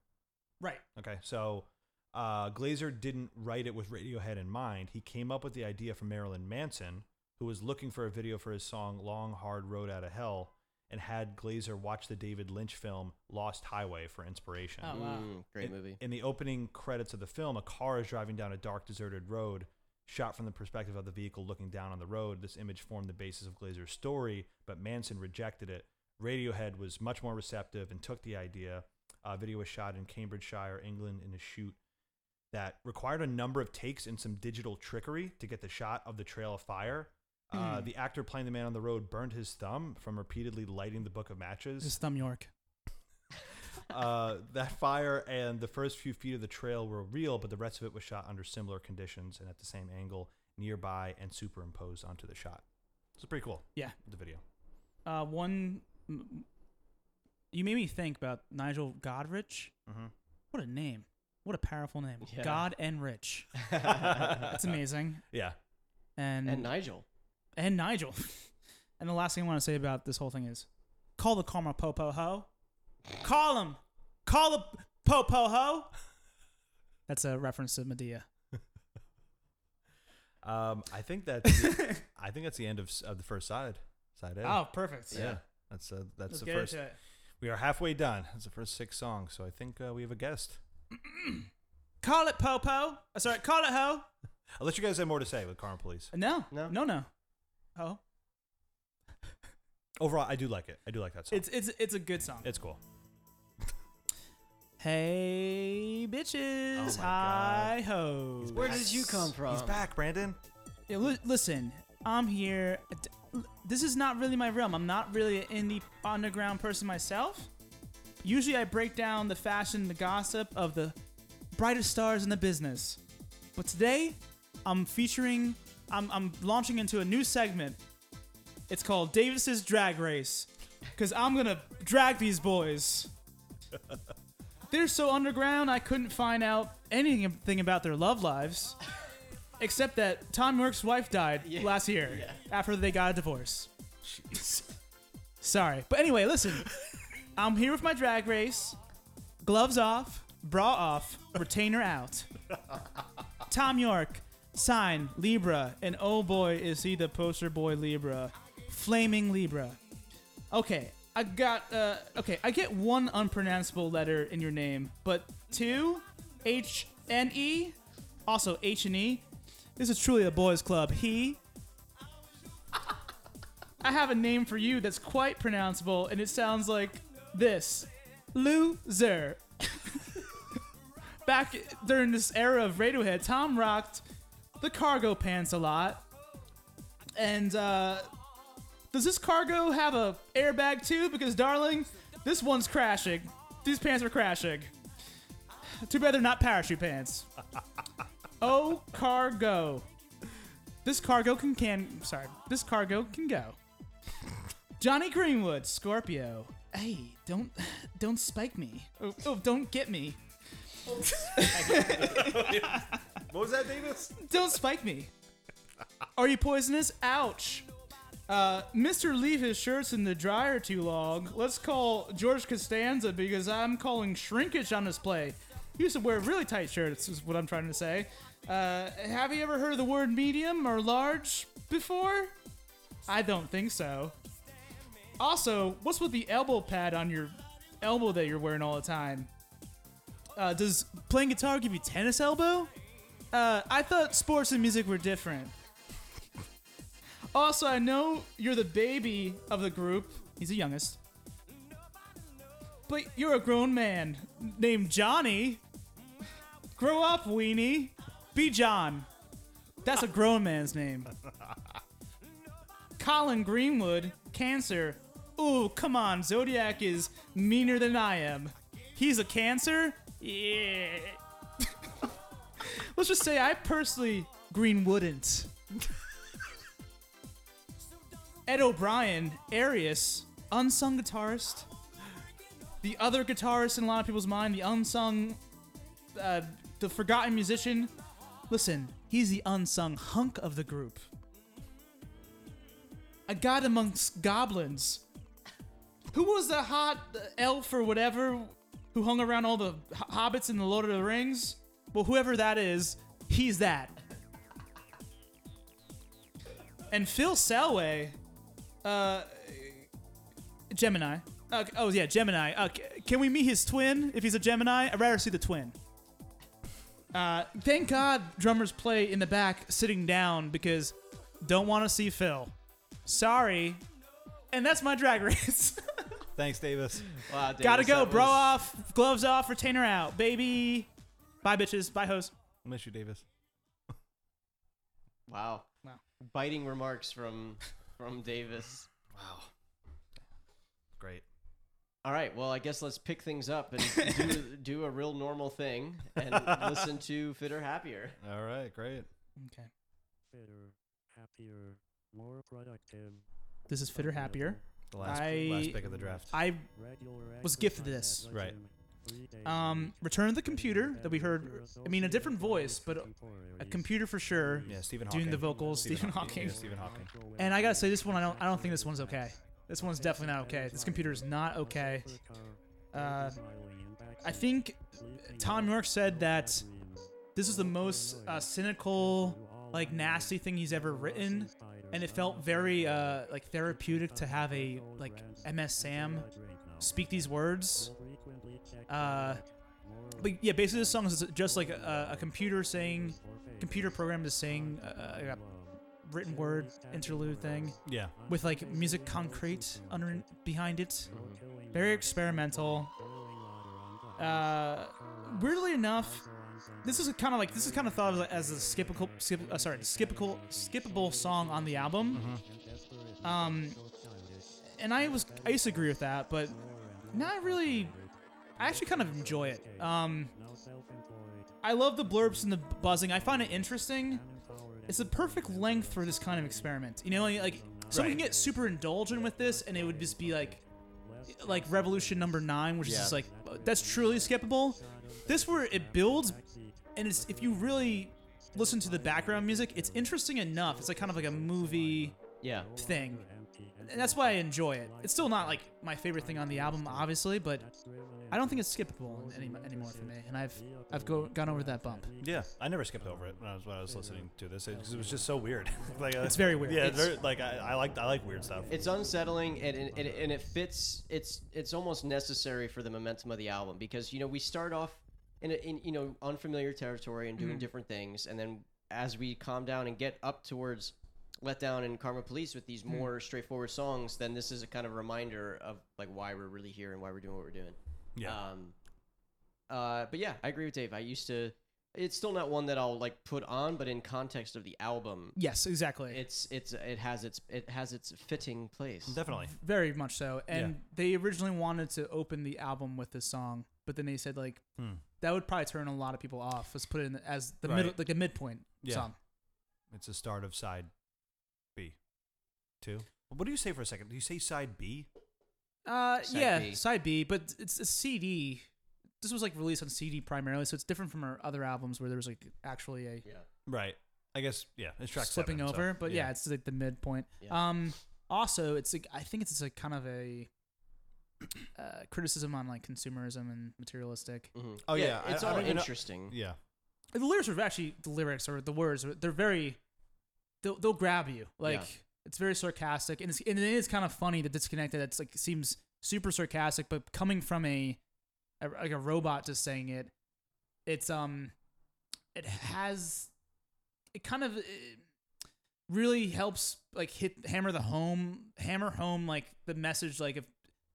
Right.
Okay, so uh, Glazer didn't write it with Radiohead in mind. He came up with the idea from Marilyn Manson, who was looking for a video for his song "Long Hard Road Out of Hell," and had Glazer watch the David Lynch film "Lost Highway" for inspiration.
Oh, wow.
Mm, great
In-
movie.
In the opening credits of the film, a car is driving down a dark, deserted road. Shot from the perspective of the vehicle looking down on the road, this image formed the basis of Glazer's story, but Manson rejected it. Radiohead was much more receptive and took the idea. Uh, video was shot in Cambridgeshire, England, in a shoot that required a number of takes and some digital trickery to get the shot of the trail of fire.
Hmm.
Uh, The actor playing the man on the road burned his thumb from repeatedly lighting the book of matches.
Just thumb York.
Uh, that fire and the first few feet of the trail were real, but the rest of it was shot under similar conditions and at the same angle, nearby, and superimposed onto the shot. So pretty cool.
Yeah.
The video.
Uh, one. m- You made me think about Nigel Godrich.
Mhm.
What a name! What a powerful name.
Yeah.
God and Rich. That's amazing.
Yeah.
And
mm.
and
and,
Nigel.
Nigel. and the last thing I want to say about this whole thing is, call the karma popo ho. Call him. Call the popo ho. That's a reference to Medea.
Um, I think that's the, I think that's the end of, s- of the first side. Side A.
Oh, perfect.
yeah. That's uh, that's
Let's
the
get
first.
into it.
We are halfway done. That's the first six songs. So I think uh, we have a guest.
Call it popo. Uh, Sorry, call it ho.
Unless you guys have more to say with Karma Police.
No,
No.
no, no. Oh,
Overall, I do like it. I do like that song.
it's it's it's a good song.
it's cool.
Hey bitches,
Oh my
hi ho.
Where did you come from?
He's back, Brandon.
Yeah, li- listen, I'm here. D- l- This is not really my realm. I'm not really an indie underground person myself. Usually, I break down the fashion, the gossip of the brightest stars in the business. But today, I'm featuring. I'm, I'm launching into a new segment. It's called Davis's Drag Race, because I'm gonna drag these boys. They're so underground, I couldn't find out anything about their love lives. Except that Tom York's wife died last year after they got a divorce. Sorry. But anyway, listen. I'm here with my drag race. Gloves off, bra off, retainer out. Tom York, sign Libra, and oh boy, is he the poster boy Libra. Flaming Libra. Okay, I got, uh, okay, I get one unpronounceable letter in your name, but two, H and E, also H and E, this is truly a boys' club. He. I have a name for you that's quite pronounceable, and it sounds like this Loser. Back during this era of Radiohead, Tom rocked the cargo pants a lot. And uh, does this cargo have a airbag too? Because, darling, this one's crashing. These pants are crashing. Too bad they're not parachute pants. Oh, cargo. This cargo can can sorry. This cargo can go. Johnny Greenwood, Scorpio. Hey, don't don't spike me. Oh, oh don't get me.
What was that, Davis?
Don't spike me. Are you poisonous? Ouch. Uh, Mr. Leave his shirts in the dryer too long. Let's call George Costanza because I'm calling shrinkage on this play. He used to wear really tight shirts, is what I'm trying to say. Uh, have you ever heard of the word medium or large before? I don't think so. Also, what's with the elbow pad on your elbow that you're wearing all the time? Uh, does playing guitar give you tennis elbow? Uh, I thought sports and music were different. Also, I know you're the baby of the group. He's the youngest. But you're a grown man named Johnny. Grow up, weenie. Be John. That's a grown man's name. Colin Greenwood, Cancer. Ooh, come on, Zodiac is meaner than I am. He's a Cancer? Yeah let's just say I personally green wouldn't. Ed O'Brien, Arius, unsung guitarist, the other guitarist in a lot of people's mind, the unsung, uh, the forgotten musician. Listen, he's the unsung hunk of the group. A god amongst goblins. Who was the hot elf or whatever who hung around all the h- hobbits in the Lord of the Rings? Well, whoever that is, he's that. And Phil Selway, uh, Gemini. Uh, oh yeah, Gemini. Uh, c- can we meet his twin if he's a Gemini? I'd rather see the twin. Uh, thank God drummers play in the back sitting down because don't want to see Phil. Sorry. And that's my drag race.
Thanks, Davis.
Wow, Davis,
Gotta go,
that
bro
was-
off, gloves off, retainer out, baby. Bye, bitches. Bye, hoes.
Miss you, Davis.
Wow.
Wow.
Biting remarks from from Davis.
Wow. Great.
All right. Well, I guess let's pick things up and do, do a real normal thing and listen to Fitter Happier.
All right. Great.
Okay.
Better, happier, more productive.
This is Fitter Happier.
The last last pick of the draft.
I
Regular
Was
exercise
gifted
at
this.
Right.
regimen, three days a
um
week,
Return of the Computer
and
that we heard.
vigorous
I mean, a different
social
voice, but
contemporaries,
a computer for sure.
yeah, Stephen Hawking.
Doing the vocals, Stephen Hawking.
Yeah, Stephen Hawking.
And I gotta say, this one I don't. I don't think this one's okay. This one's definitely not okay. This computer is not okay. Uh, I think Tom York said that this is the most uh, cynical, like nasty thing he's ever written, and it felt very uh, like therapeutic to have a like MS Sam speak these words. Uh, but yeah, basically this song is just like a, a computer saying, computer program to sing a, a written word interlude thing
Yeah.
with like music concrete under behind it. Very experimental. Uh, weirdly enough, this is kind of like this is kind of thought of as a skippable, skip, uh, sorry, skippable, skippable song on the album. Um, and I was I used to agree with that, but not really. I actually kind of enjoy it. Um, I love the blurbs and the buzzing. I find it interesting. It's the perfect length for this kind of experiment. You know, like, like someone
Right.
can get super indulgent with this, and it would just be like, like Revolution Number Nine, which is
Yeah.
just like that's truly skippable. This where it builds, and it's if you really listen to the background music, it's interesting enough. It's like kind of like a movie
Yeah.
thing. And that's why I enjoy it. It's still not like my favorite thing on the album, obviously, but I don't think it's skippable any, anymore for me. And I've I've go, gone over that bump.
Yeah. I never skipped over it when I was when I was listening to this because it was just so weird. like uh,
It's very weird.
Yeah.
It's-
very- like I, I like I like weird stuff.
It's unsettling and, and and and it fits. It's it's almost necessary for the momentum of the album because you know we start off in a, in you know unfamiliar territory and doing different things, and then as we calm down and get up towards Let Down and Karma Police with these more straightforward songs, then this is a kind of reminder of like why we're really here and why we're doing what we're doing.
yeah.
Um, uh, but yeah, I agree with Dave. I used to. It's still not one that I'll like put on, but in context of the album,
Yes, exactly.
it's it's it has its it has its fitting place.
Definitely.
Very much so. And
Yeah.
they originally wanted to open the album with this song, but then they said like
Hmm.
that would probably turn a lot of people off. Let's put it in the, as the
Right.
middle, like a midpoint
Yeah.
song.
It's the start of side B. Two. What do you say for a second? Do you say side B?
Uh,
Side
yeah,
B.
side B, but it's a CD. This was like released on CD primarily, so it's different from our other albums where there was like actually a
Right. I guess yeah. It's track
slipping
seven, so,
over, but yeah. it's like the midpoint.
Yeah.
Um, also, it's like I think it's like kind of a uh, criticism on like consumerism and materialistic.
Mhm.
Oh, yeah, I-
it's
I
all
don't even know-
interesting.
yeah.
The lyrics are actually the lyrics or the words. are- They're very they'll, they'll grab you. Like
Yeah.
it's very sarcastic, and it's and it is kind of funny to disconnect that it's like seems super sarcastic, but coming from a, a like a robot just saying it, it's um, it has it kind of it really helps like hit hammer the home hammer home like the message like if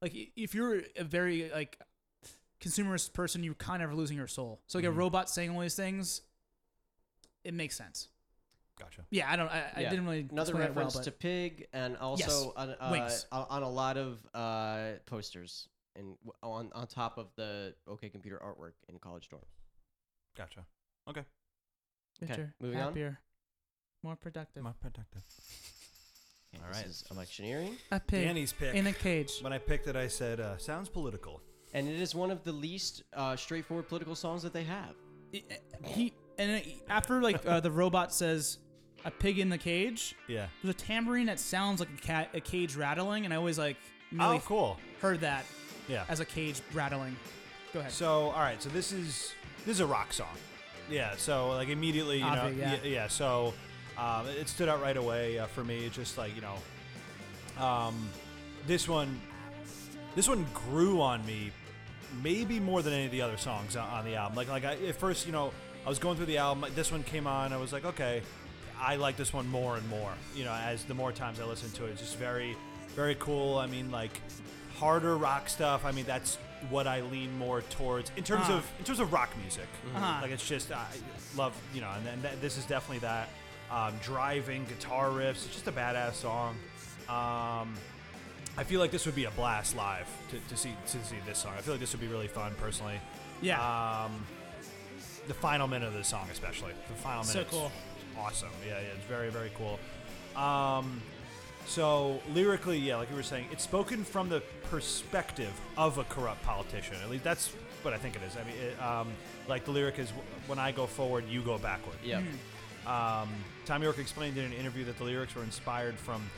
like i- if you're a very like consumerist person you're kind of losing your soul so
Mm-hmm.
like a robot saying all these things it makes sense
Gotcha.
yeah, I don't. I, I
Yeah.
didn't really.
Another
explain it
reference
well,
to Pig, and also
Yes,
on, uh,
Wings.
on on a lot of uh, posters and w- on on top of the OK Computer artwork in college dorms.
Gotcha.
but
okay,
richer,
moving on.
happier, more productive.
My productive.
Okay,
All
this
right.
is electioneering,
a pig
Danny's pick.
in a cage.
when I picked it, I said uh, sounds political.
and it is one of the least uh, straightforward political songs that they have.
He, he- and then after like uh, the robot says, "A pig in the cage."
Yeah.
There's a tambourine that sounds like a cat, a cage rattling, and I always like really
oh, cool.
heard that
Yeah.
as a cage rattling. Go ahead.
So, all right. So this is this is a rock song. Yeah. So like immediately, you
Obvi-
know,
yeah.
yeah. yeah, So um, it stood out right away uh, for me. It's just like you know, um, this one, this one grew on me, maybe more than any of the other songs on- on the album. Like like I, at first, you know, I was going through the album. like, This one came on. I was like, okay, I like this one more and more. You know, as the more times I listened to it, it's just very, very cool. I mean, like harder rock stuff. I mean, that's what I lean more towards in terms
Ah.
of in terms of rock music.
Uh-huh.
Like it's just I love you know, and then th- this is definitely that um, driving guitar riffs. It's just a badass song. Um, I feel like this would be a blast live to, to see to see this song. I feel like this would be really fun personally.
Yeah.
Um, the final minute of the song, especially the final
So
minute,
cool.
awesome. Yeah, yeah, it's very very cool. Um, so lyrically, yeah, like you were saying, it's spoken from the perspective of a corrupt politician. At least that's what I think it is. I mean, it, um, like the lyric is, "When I go forward, you go backward."
Yeah.
Um, Tom York explained in an interview that the lyrics were inspired from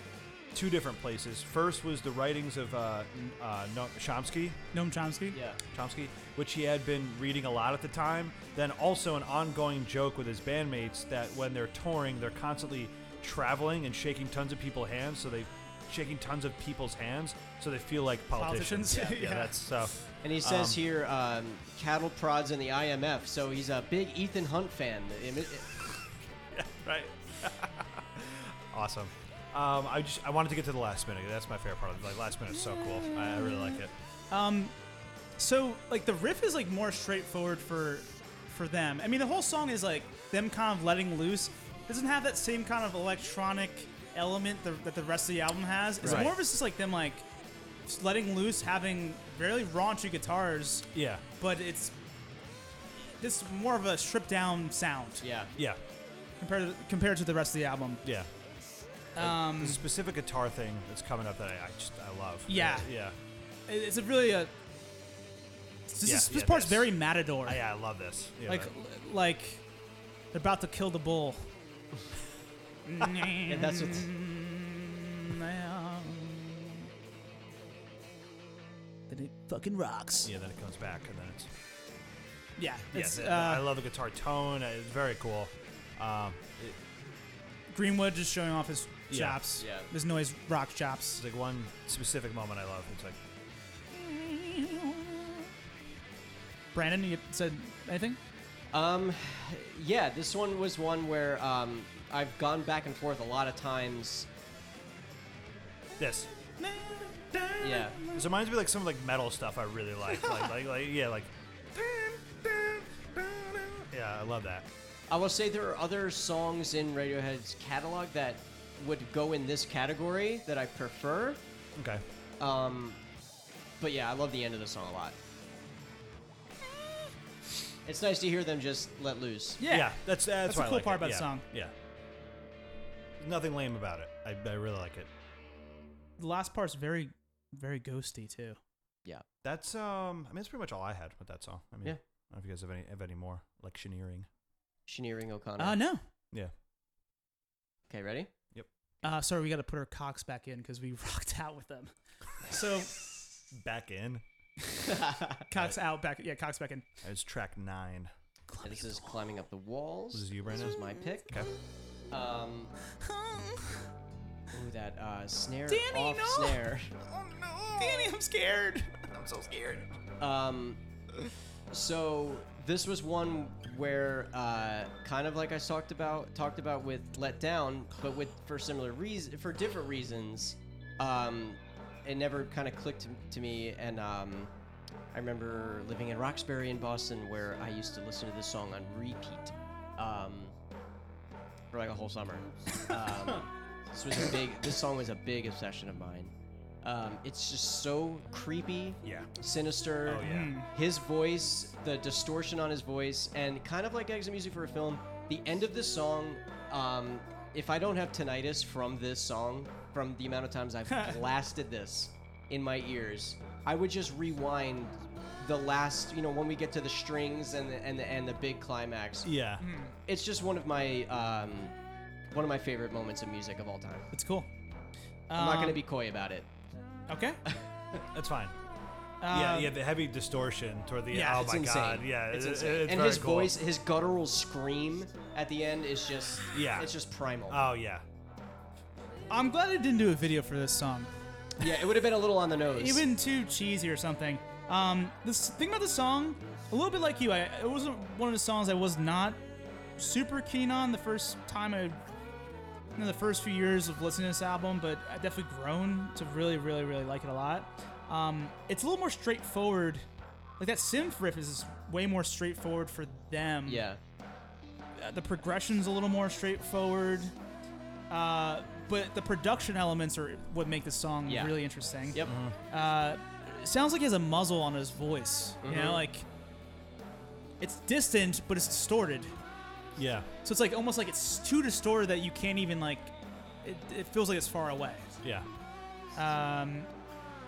two different places. First was the writings of uh, N- uh, No- Chomsky,
Noam Chomsky.
Yeah.
Chomsky, which he had been reading a lot at the time. Then also an ongoing joke with his bandmates that when they're touring, they're constantly traveling and shaking tons of people's hands, so they shaking tons of people's hands, so they feel like politicians.
Politicians,
Yeah, yeah,
yeah.
that's uh, so.
And he says
Um,
here, um, cattle prods in the IMF. So he's a big Ethan Hunt fan. The imi-
right. awesome. Um, I just I wanted to get to the last minute. That's my favorite part. of it. Like last minute is so cool. I, I really like it.
So like the riff is like more straightforward for for them. I mean the whole song is like them kind of letting loose. doesn't have that same kind of electronic element the, that the rest of the album has. It's
Right.
more of just like them like just letting loose, having very raunchy guitars,
Yeah.
but it's this more of a stripped down sound
yeah.
Yeah.
compared to, compared to the rest of the album.
Yeah. Um, There's a specific guitar thing that's coming up that I, I just I love.
Yeah.
Yeah.
It- It's a really a this,
Yeah,
is,
yeah,
this part's
this-
very matador.
I, I love this. Yeah,
like
that-
like they're about to kill the bull.
And that's what's.
Mm, Then it fucking rocks.
yeah. Then it comes back and then it's.
Yeah, it's
Yes. I
uh,
love the guitar tone. uh, It's very cool. Um, it-
Greenwood just showing off his
Yeah.
chops,
Yeah.
his noise rock chops.
it's like one specific moment I love. It's like
Brandon, you said anything?
Um, yeah, this one was one where um, I've gone back and forth a lot of times.
this.
Yeah.
This reminds me like some like metal stuff I really like. like, like, like yeah, like. Yeah, I love that.
I will say there are other songs in Radiohead's catalog that would go in this category that I prefer.
Okay.
Um, but yeah, I love the end of the song a lot. It's nice to hear them just let loose.
Yeah.
that's that's,
That's the
why I
cool
like
part
it.
about the
yeah.
song.
Yeah. Nothing lame about it. I, I really like it.
The last part's very, very ghosty too.
Yeah.
That's um. I mean, that's pretty much all I had with that song. I mean,
Yeah.
I don't know if you guys have any have any more lectioneering.
Shaneering O'Connor.
Uh, no.
Yeah.
Okay, ready?
Uh, sorry, we got to put our cocks back in because we rocked out with them. So
Back in.
cocks out back. Yeah, cocks back in.
It's track nine.
This is climbing up the walls.
This is you,
This
Brandon.
was my pick.
Okay.
Um,
Oh,
ooh, that uh, snare
Danny,
off
no!
snare.
Danny, I'm scared.
Um, so this was one where, uh, kind of like I talked about, talked about with Let Down, but with for similar reason, for different reasons, um, it never kind of clicked to me. And um, I remember living in Roxbury in Boston, where I used to listen to this song on repeat um, for like a whole summer. Um, this was a big. This song was a big obsession of mine. Um, it's just so creepy
Yeah.
sinister.
Oh yeah.
His voice, the distortion on his voice, and kind of like exit music for a film. The end of this song, um, if I don't have tinnitus from this song, from the amount of times I've blasted this in my ears, I would just rewind the last, you know, when we get to the strings and the, and the, and the big climax.
Mm.
Yeah.
It's just one of my um, one of my favorite moments of music of all time.
It's cool.
I'm not gonna be coy about it.
okay.
That's fine. yeah,
Uh,
yeah, the heavy distortion toward the
yeah,
oh
it's
my
insane.
god, yeah,
it's
it-
insane.
it's
and
very
his
cool.
voice, his guttural scream at the end is just
Yeah.
it's just primal.
Oh yeah,
I'm glad I didn't do a video for this song.
yeah, it would have been a little on the nose.
Even too cheesy or something. Um, this thing about the song, a little bit like you, I, it wasn't one of the songs I was not super keen on the first time I, you know, the first few years of listening to this album, but I definitely grown to really, really, really like it a lot. Um, it's a little more straightforward Like that synth riff is way more straightforward for them.
Yeah.
Uh, the progression's a little more straightforward. Uh, but the production elements are what make this song
Yeah.
really interesting.
Yep.
Uh, sounds like he has a muzzle on his voice. You know, like it's distant, but it's distorted.
Yeah.
So it's like almost like it's too distorted that you can't even like. It, it feels like it's far away.
Yeah.
Um,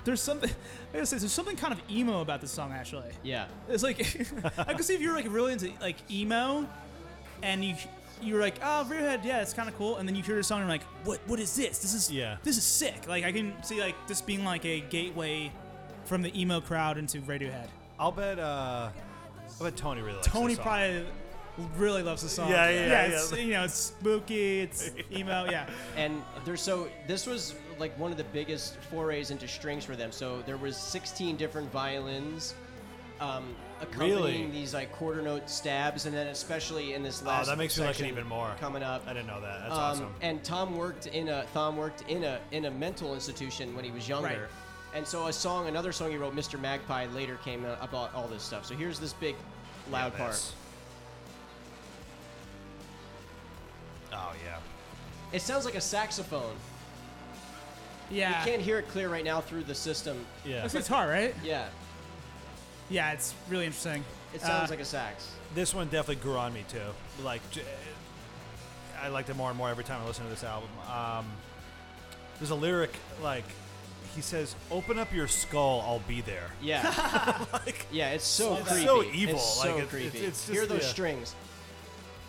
there's something. I gotta say, there's something kind of emo about this song actually.
Yeah.
It's like I could see if you're like really into like emo, and you you're like, oh, Rearhead, yeah, it's kind of cool, and then you hear the song and you're like, what what is this? This is
Yeah.
this is sick. Like I can see like this being like a gateway from the emo crowd into Radiohead.
I'll bet. Uh, I bet Tony really likes
Tony
this song.
probably really loves the song.
Yeah, yeah, yeah.
it's, you know, it's spooky, it's emo, yeah.
And there's so this was like one of the biggest forays into strings for them. So there was 16 different violins um, accompanying
Really?
these like quarter note stabs, and then especially in this
Oh,
last.
that makes me like it
section
even more.
Coming up.
I didn't know that. That's
um,
awesome.
And Tom worked in a Tom worked in a in a mental institution when he was younger.
Right.
And so a song, another song he wrote, Mr. Magpie, later came out about all this stuff. So here's this big, loud part.
This. Oh yeah.
It sounds like a saxophone.
Ah.
Yeah.
You can't hear it clear right now through the system.
Yeah.
That's guitar, right?
Yeah,
Yeah, it's really interesting.
it sounds
Uh,
like a sax.
This one definitely grew on me too. Like, j- I liked it more and more every time I listen to this album. Um, there's a lyric like, he says, "Open up your skull, I'll be there."
Yeah,
like,
yeah, it's so
It's
creepy.
so evil,
It's so
like, it's-
creepy.
it's- it's
hear
just-
those
yeah.
strings.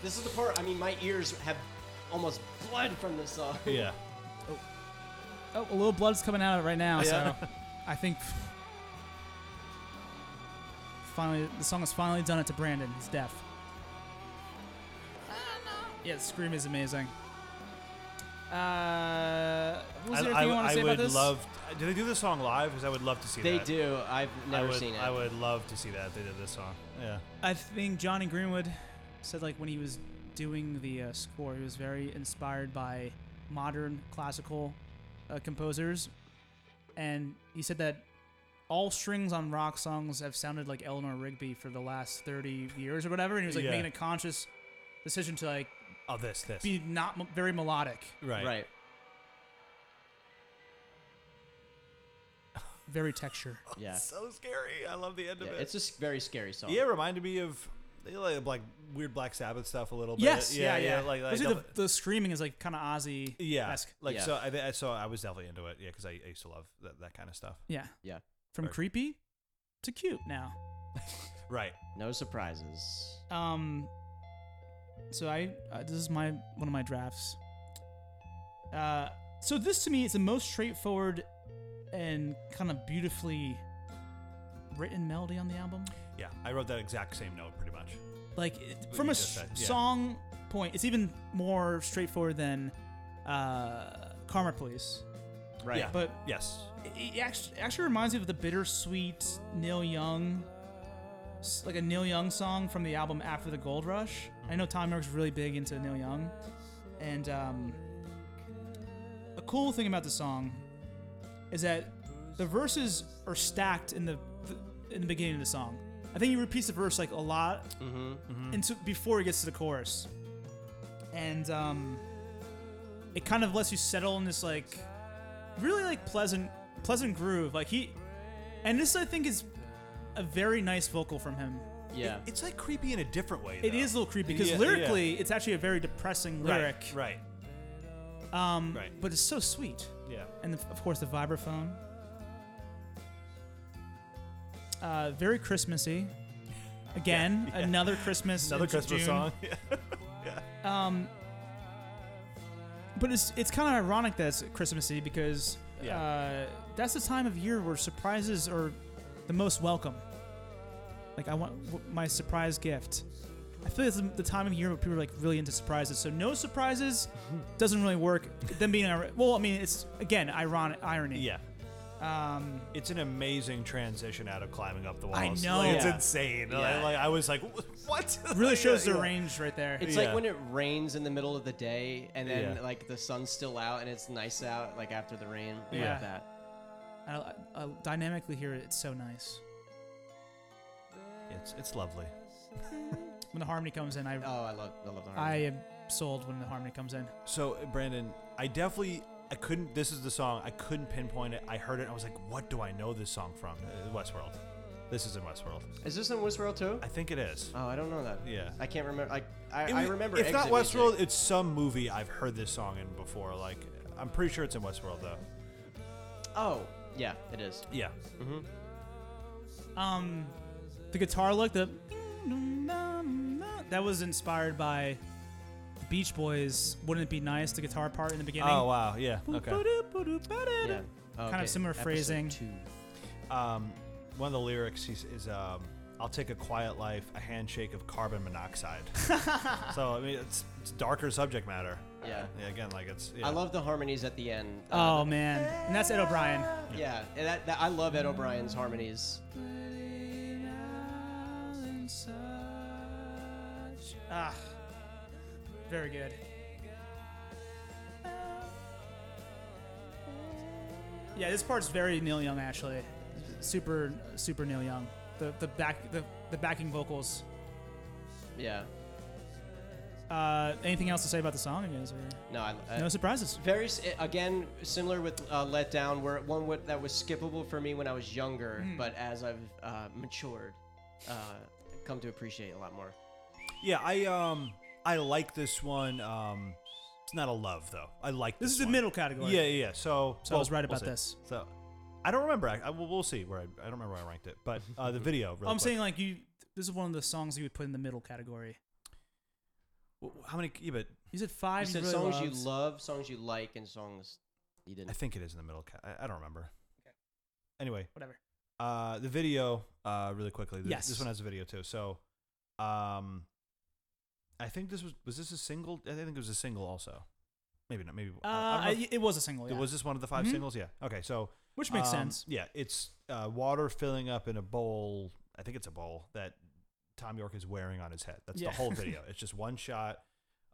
This is the part. I mean, my ears have almost blood from this song.
yeah.
Oh, a little blood's coming out of it right now,
Yeah.
so I think finally the song has finally done it to Brandon. He's deaf. Yeah, the scream is amazing. Uh, was there anything you want to say
would
about this?
love. Do they do this song live? Because I would love to see
They
that.
do. I've never
I would,
seen it.
I would love to see that. if They did this song. Yeah.
I think Johnny Greenwood said like when he was doing the uh, score, he was very inspired by modern classical uh, composers, and he said that all strings on rock songs have sounded like Eleanor Rigby for the last thirty years or whatever, and he was like
Yeah.
making a conscious decision to like
Oh, this, this.
be not m- very melodic,
right.
Right.
very texture.
Oh,
Yeah.
So scary. I love the end
yeah.
of it.
It's a s- very scary song.
yeah, it reminded me of they like, like weird Black Sabbath stuff a little bit.
Yes, yeah, yeah.
Like, like
Especially
def-
the, the screaming is like kind of Ozzy.
yeah,
esque.
like
Yeah.
so. I, th- so I was definitely into it. Yeah, because I, I used to love that, that kind of stuff.
yeah,
Yeah.
From
Right.
creepy to cute now.
Right.
No surprises.
Um. So I uh, this is my one of my drafts. Uh, so this to me is the most straightforward and kind of beautifully written melody on the album.
Yeah, I wrote that exact same note pretty much.
Like it,
What
from
you
a
just
s-
said, yeah.
song point, it's even more straightforward than uh, Karma Police.
Right.
Yeah.
But
Yes.
it, it actually, actually reminds me of the bittersweet Neil Young, s- like a Neil Young song from the album After the Gold Rush. I know Tom York's really big into Neil Young, and um, a cool thing about the song is that the verses are stacked in the in the beginning of the song. I think he repeats the verse like a lot, and so before he gets to the chorus, and um, it kind of lets you settle in this like really like pleasant pleasant groove like he and this i think is a very nice vocal from him
Yeah.
It's like creepy in a different way.
It is
though.
a little creepy because
Yeah,
lyrically it's actually a very depressing
Right,
lyric
Right.
um
right.
but it's so sweet
Yeah.
and the, of course the vibraphone uh very christmassy again another christmas
Another
into
Christmas
June.
song.
But it's it's kind of ironic that it's Christmassy because
Yeah.
uh, that's the time of year where surprises are the most welcome. Like I want w- my surprise gift. I feel it's the time of year where people are like really into surprises. So no surprises
Mm-hmm.
doesn't really work. Them being ir- well, I mean, it's again ironic irony.
yeah.
Um,
It's an amazing transition out of climbing up the walls.
I know.
Like, it's
Yeah.
insane. Like-
Yeah.
Like, I was like, what?
really
Like,
shows
yeah,
the
yeah.
range right there.
It's
Yeah.
like when it rains in the middle of the day, and then
Yeah.
like the sun's still out, and it's nice out, like after the rain. I
Yeah.
Love that.
I, I, I dynamically hear it. It's so nice.
It's it's lovely.
When the harmony comes in, I
Oh, I love, I love the
I
harmony.
am sold when the harmony comes in.
So Brandon, I definitely I couldn't. This is the song I couldn't pinpoint it. I heard it. and I was like, what do I know this song from? Uh, Westworld. This is in Westworld.
Is this in Westworld too?
I think it is.
Oh, I don't know that.
Yeah.
I can't remember. I I,
It
I
was-
remember.
If not
exit music.
Westworld, it's some movie I've heard this song in before. Like I'm pretty sure it's in Westworld though.
Oh, yeah, it is.
Yeah.
Um, the guitar look, the that was inspired by Beach Boys. Wouldn't it be nice? The guitar part in the beginning.
Oh wow. Yeah. Okay.
Yeah. Oh,
Kind
okay.
of similar
Episode
phrasing.
Two.
um, one of the lyrics he's, is um, "I'll take a quiet life, a handshake of carbon monoxide." so I mean, it's, it's darker subject matter.
Yeah.
Yeah, Um, again, like it's. Yeah.
I love the harmonies at the end.
Oh
the-
man, and that's Ed O'Brien.
Yeah, and that, that I love Ed O'Brien's harmonies.
Ah, very good. Yeah, this part's very Neil Young actually, super super Neil Young. The the back the, the backing vocals.
Yeah.
Uh, anything else to say about the song? You guys are-
No, I, I,
no surprises.
very s- eh, again similar with uh, Let Down, where one wa- that was skippable for me when I was younger,
Hmm.
but as I've uh, matured, uh, come to appreciate a lot more.
Yeah, I um, I like this one. Um, it's not a love though. I like
This
this.
is the
one.
middle category.
Yeah, yeah. yeah. So,
So I was right about
see.
this.
So, I don't remember. I, I- we'll, we'll see where I, I don't remember where I ranked it, but uh, the video. Really
I'm
quick.
saying like you. This is one of the songs you would put in the middle category.
W- how many? Yeah, but
You said five.
You said
really
songs
loved.
you love, songs you like, and songs you
I
didn't.
think it is in the middle. Ca- I, I don't remember. Anyway,
Whatever.
uh, the video, uh, really quickly. Th-
Yes.
This one has a video too. So, um, I think this was was this a single? I think it was a single also. Maybe not. Maybe
Uh,
I- I don't know if-
I- it was a single. Yeah.
was this one of the 5
Mhm.
singles? Yeah. Okay. So
Which makes
um,
sense.
Yeah, it's uh, water filling up in a bowl. I think it's a bowl that Tom York is wearing on his head. That's
Yeah.
the whole video. it's just one shot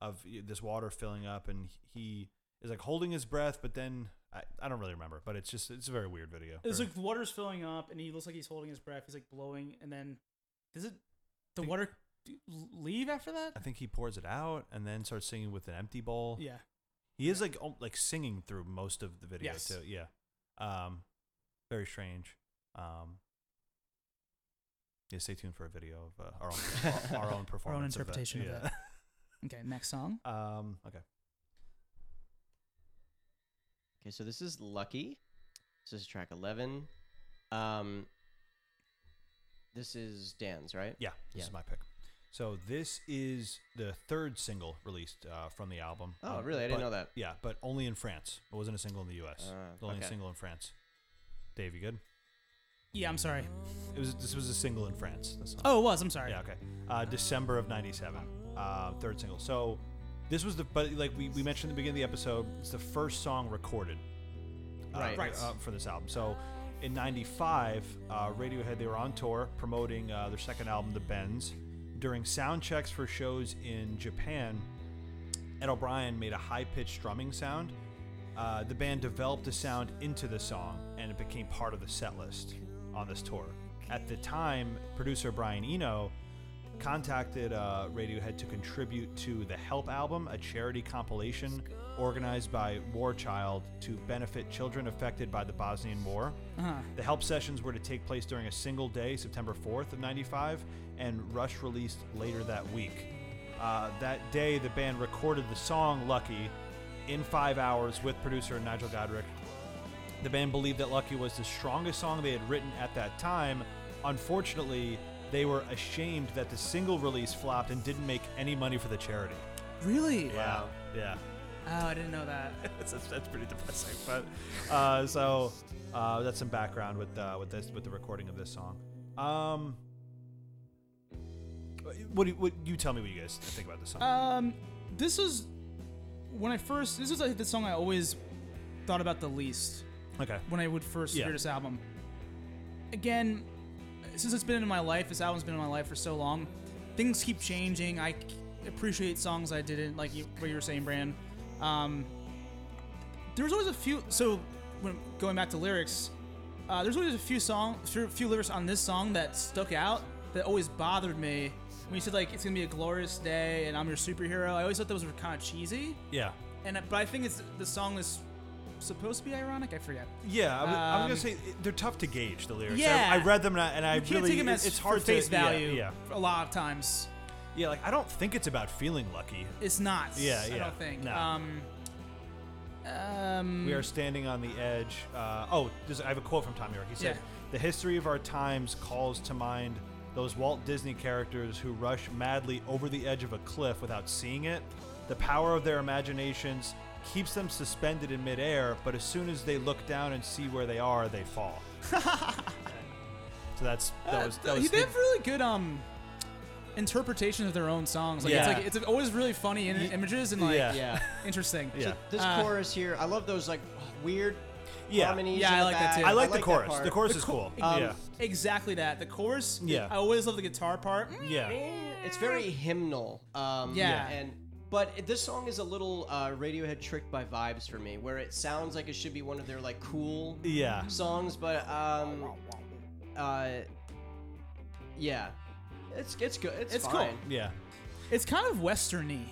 of y- this water filling up, and he is like holding his breath, but then I, I don't really remember. But it's just it's a very weird video.
It's
Very-
like the water's filling up, and he looks like he's holding his breath. He's like blowing, and then does it? The
Think-
water d- leave after that?
I think he pours it out and then starts singing with an empty bowl.
Yeah.
He is like al- like singing through most of the video
Yes.
too. Yeah. Um very strange. Um yeah, stay tuned for a video of uh, our own our, our own performance, of that.
interpretation of
yeah.
Okay. Next song.
um, okay,
Okay, so this is Lucky. This is track 11. Um, this is Dan's, right?
yeah, this
Yeah.
is my pick. So this is the third single released uh, from the album.
Oh,
Um,
really? I didn't
but-
know that.
Yeah, but only in France. It wasn't a single in the U.S.
Ah,
It's only
okay.
a single in France. Dave, you good?
Yeah, I'm sorry.
It was. This was a single in France. That's not
Oh, it was. I'm sorry.
Yeah, okay. Uh, December of '97, uh, third single. So this was the, but like we, we mentioned at the beginning of the episode, it's the first song recorded uh,
Right. Right.
uh, for this album. So in '95, uh, Radiohead they were on tour promoting uh, their second album, The Bends. During sound checks for shows in Japan, Ed O'Brien made a high-pitched drumming sound. Uh, the band developed the sound into the song, and it became part of the set list on this tour. At the time, producer Brian Eno contacted uh, Radiohead to contribute to the Help album, a charity compilation organized by War Child to benefit children affected by the Bosnian War. The Help sessions were to take place during a single day, September 4th of 95, and Rush released later that week. Uh, that day, the band recorded the song Lucky in five hours with producer Nigel Godric. The band believed that Lucky was the strongest song they had written at that time. Unfortunately, they were ashamed that the single release flopped and didn't make any money for the charity.
Really?
Wow. Yeah.
Oh, I didn't know that.
that's, that's, that's pretty depressing. But uh, so uh, that's some background with uh, with this with the recording of this song. Um, what do you, what you tell me what you guys think about this song?
Um, this is when I first. This is like the song I always thought about the least.
okay.
when I would first
Yeah.
hear this album. Again, since it's been in my life, this album's been in my life for so long. Things keep changing. I c- appreciate songs I didn't like. You, what you were saying, Brand. Um, there's always a few. So, when going back to lyrics, uh, there's always a few song, few, few lyrics on this song that stuck out that always bothered me when you said like it's gonna be a glorious day and I'm your superhero. I always thought those were kind of cheesy.
Yeah.
And but I think it's the song is supposed to be ironic. I forget.
Yeah, I was, I was
Um,
gonna say eh, they're tough to gauge the lyrics.
Yeah.
I, I read them and I, and I
you can't
really
take them
it-
as
it's
for
hard
face
to yeah,
value.
Yeah,
A lot of times,
yeah, Like I don't think it's about feeling lucky.
it's not.
Yeah,
I
yeah.
don't think.
No.
Um. Um.
We are standing on the edge. Uh, oh, this, I have a quote from Tom York. He said,
Yeah.
"The history of our times calls to mind." Those Walt Disney characters who rush madly over the edge of a cliff without seeing it, the power of their imaginations keeps them suspended in midair, but as soon as they look down and see where they are, they fall. so that's that
Uh,
was
th-
that was
they have really good um interpretations of their own songs. Like
Yeah.
it's like it's always really funny in- images and like
yeah.
Yeah.
interesting.
Yeah.
This
Uh,
chorus here, I love those like weird
Yeah.
harmonies.
Yeah,
in
I
the
like that
back.
too.
I like the chorus.
part.
the chorus
The
is
chor- Um,
cool. yeah.
Exactly that. The chorus.
Yeah.
I always love the guitar part. Mm,
Yeah.
It's very hymnal. Um,
Yeah.
And but it- this song is a little uh, Radiohead tricked by vibes for me, where it sounds like it should be one of their like cool
Yeah.
songs, but um, uh, yeah, it's it's good. It's,
It's cool.
fine.
Yeah.
It's kind of westerny.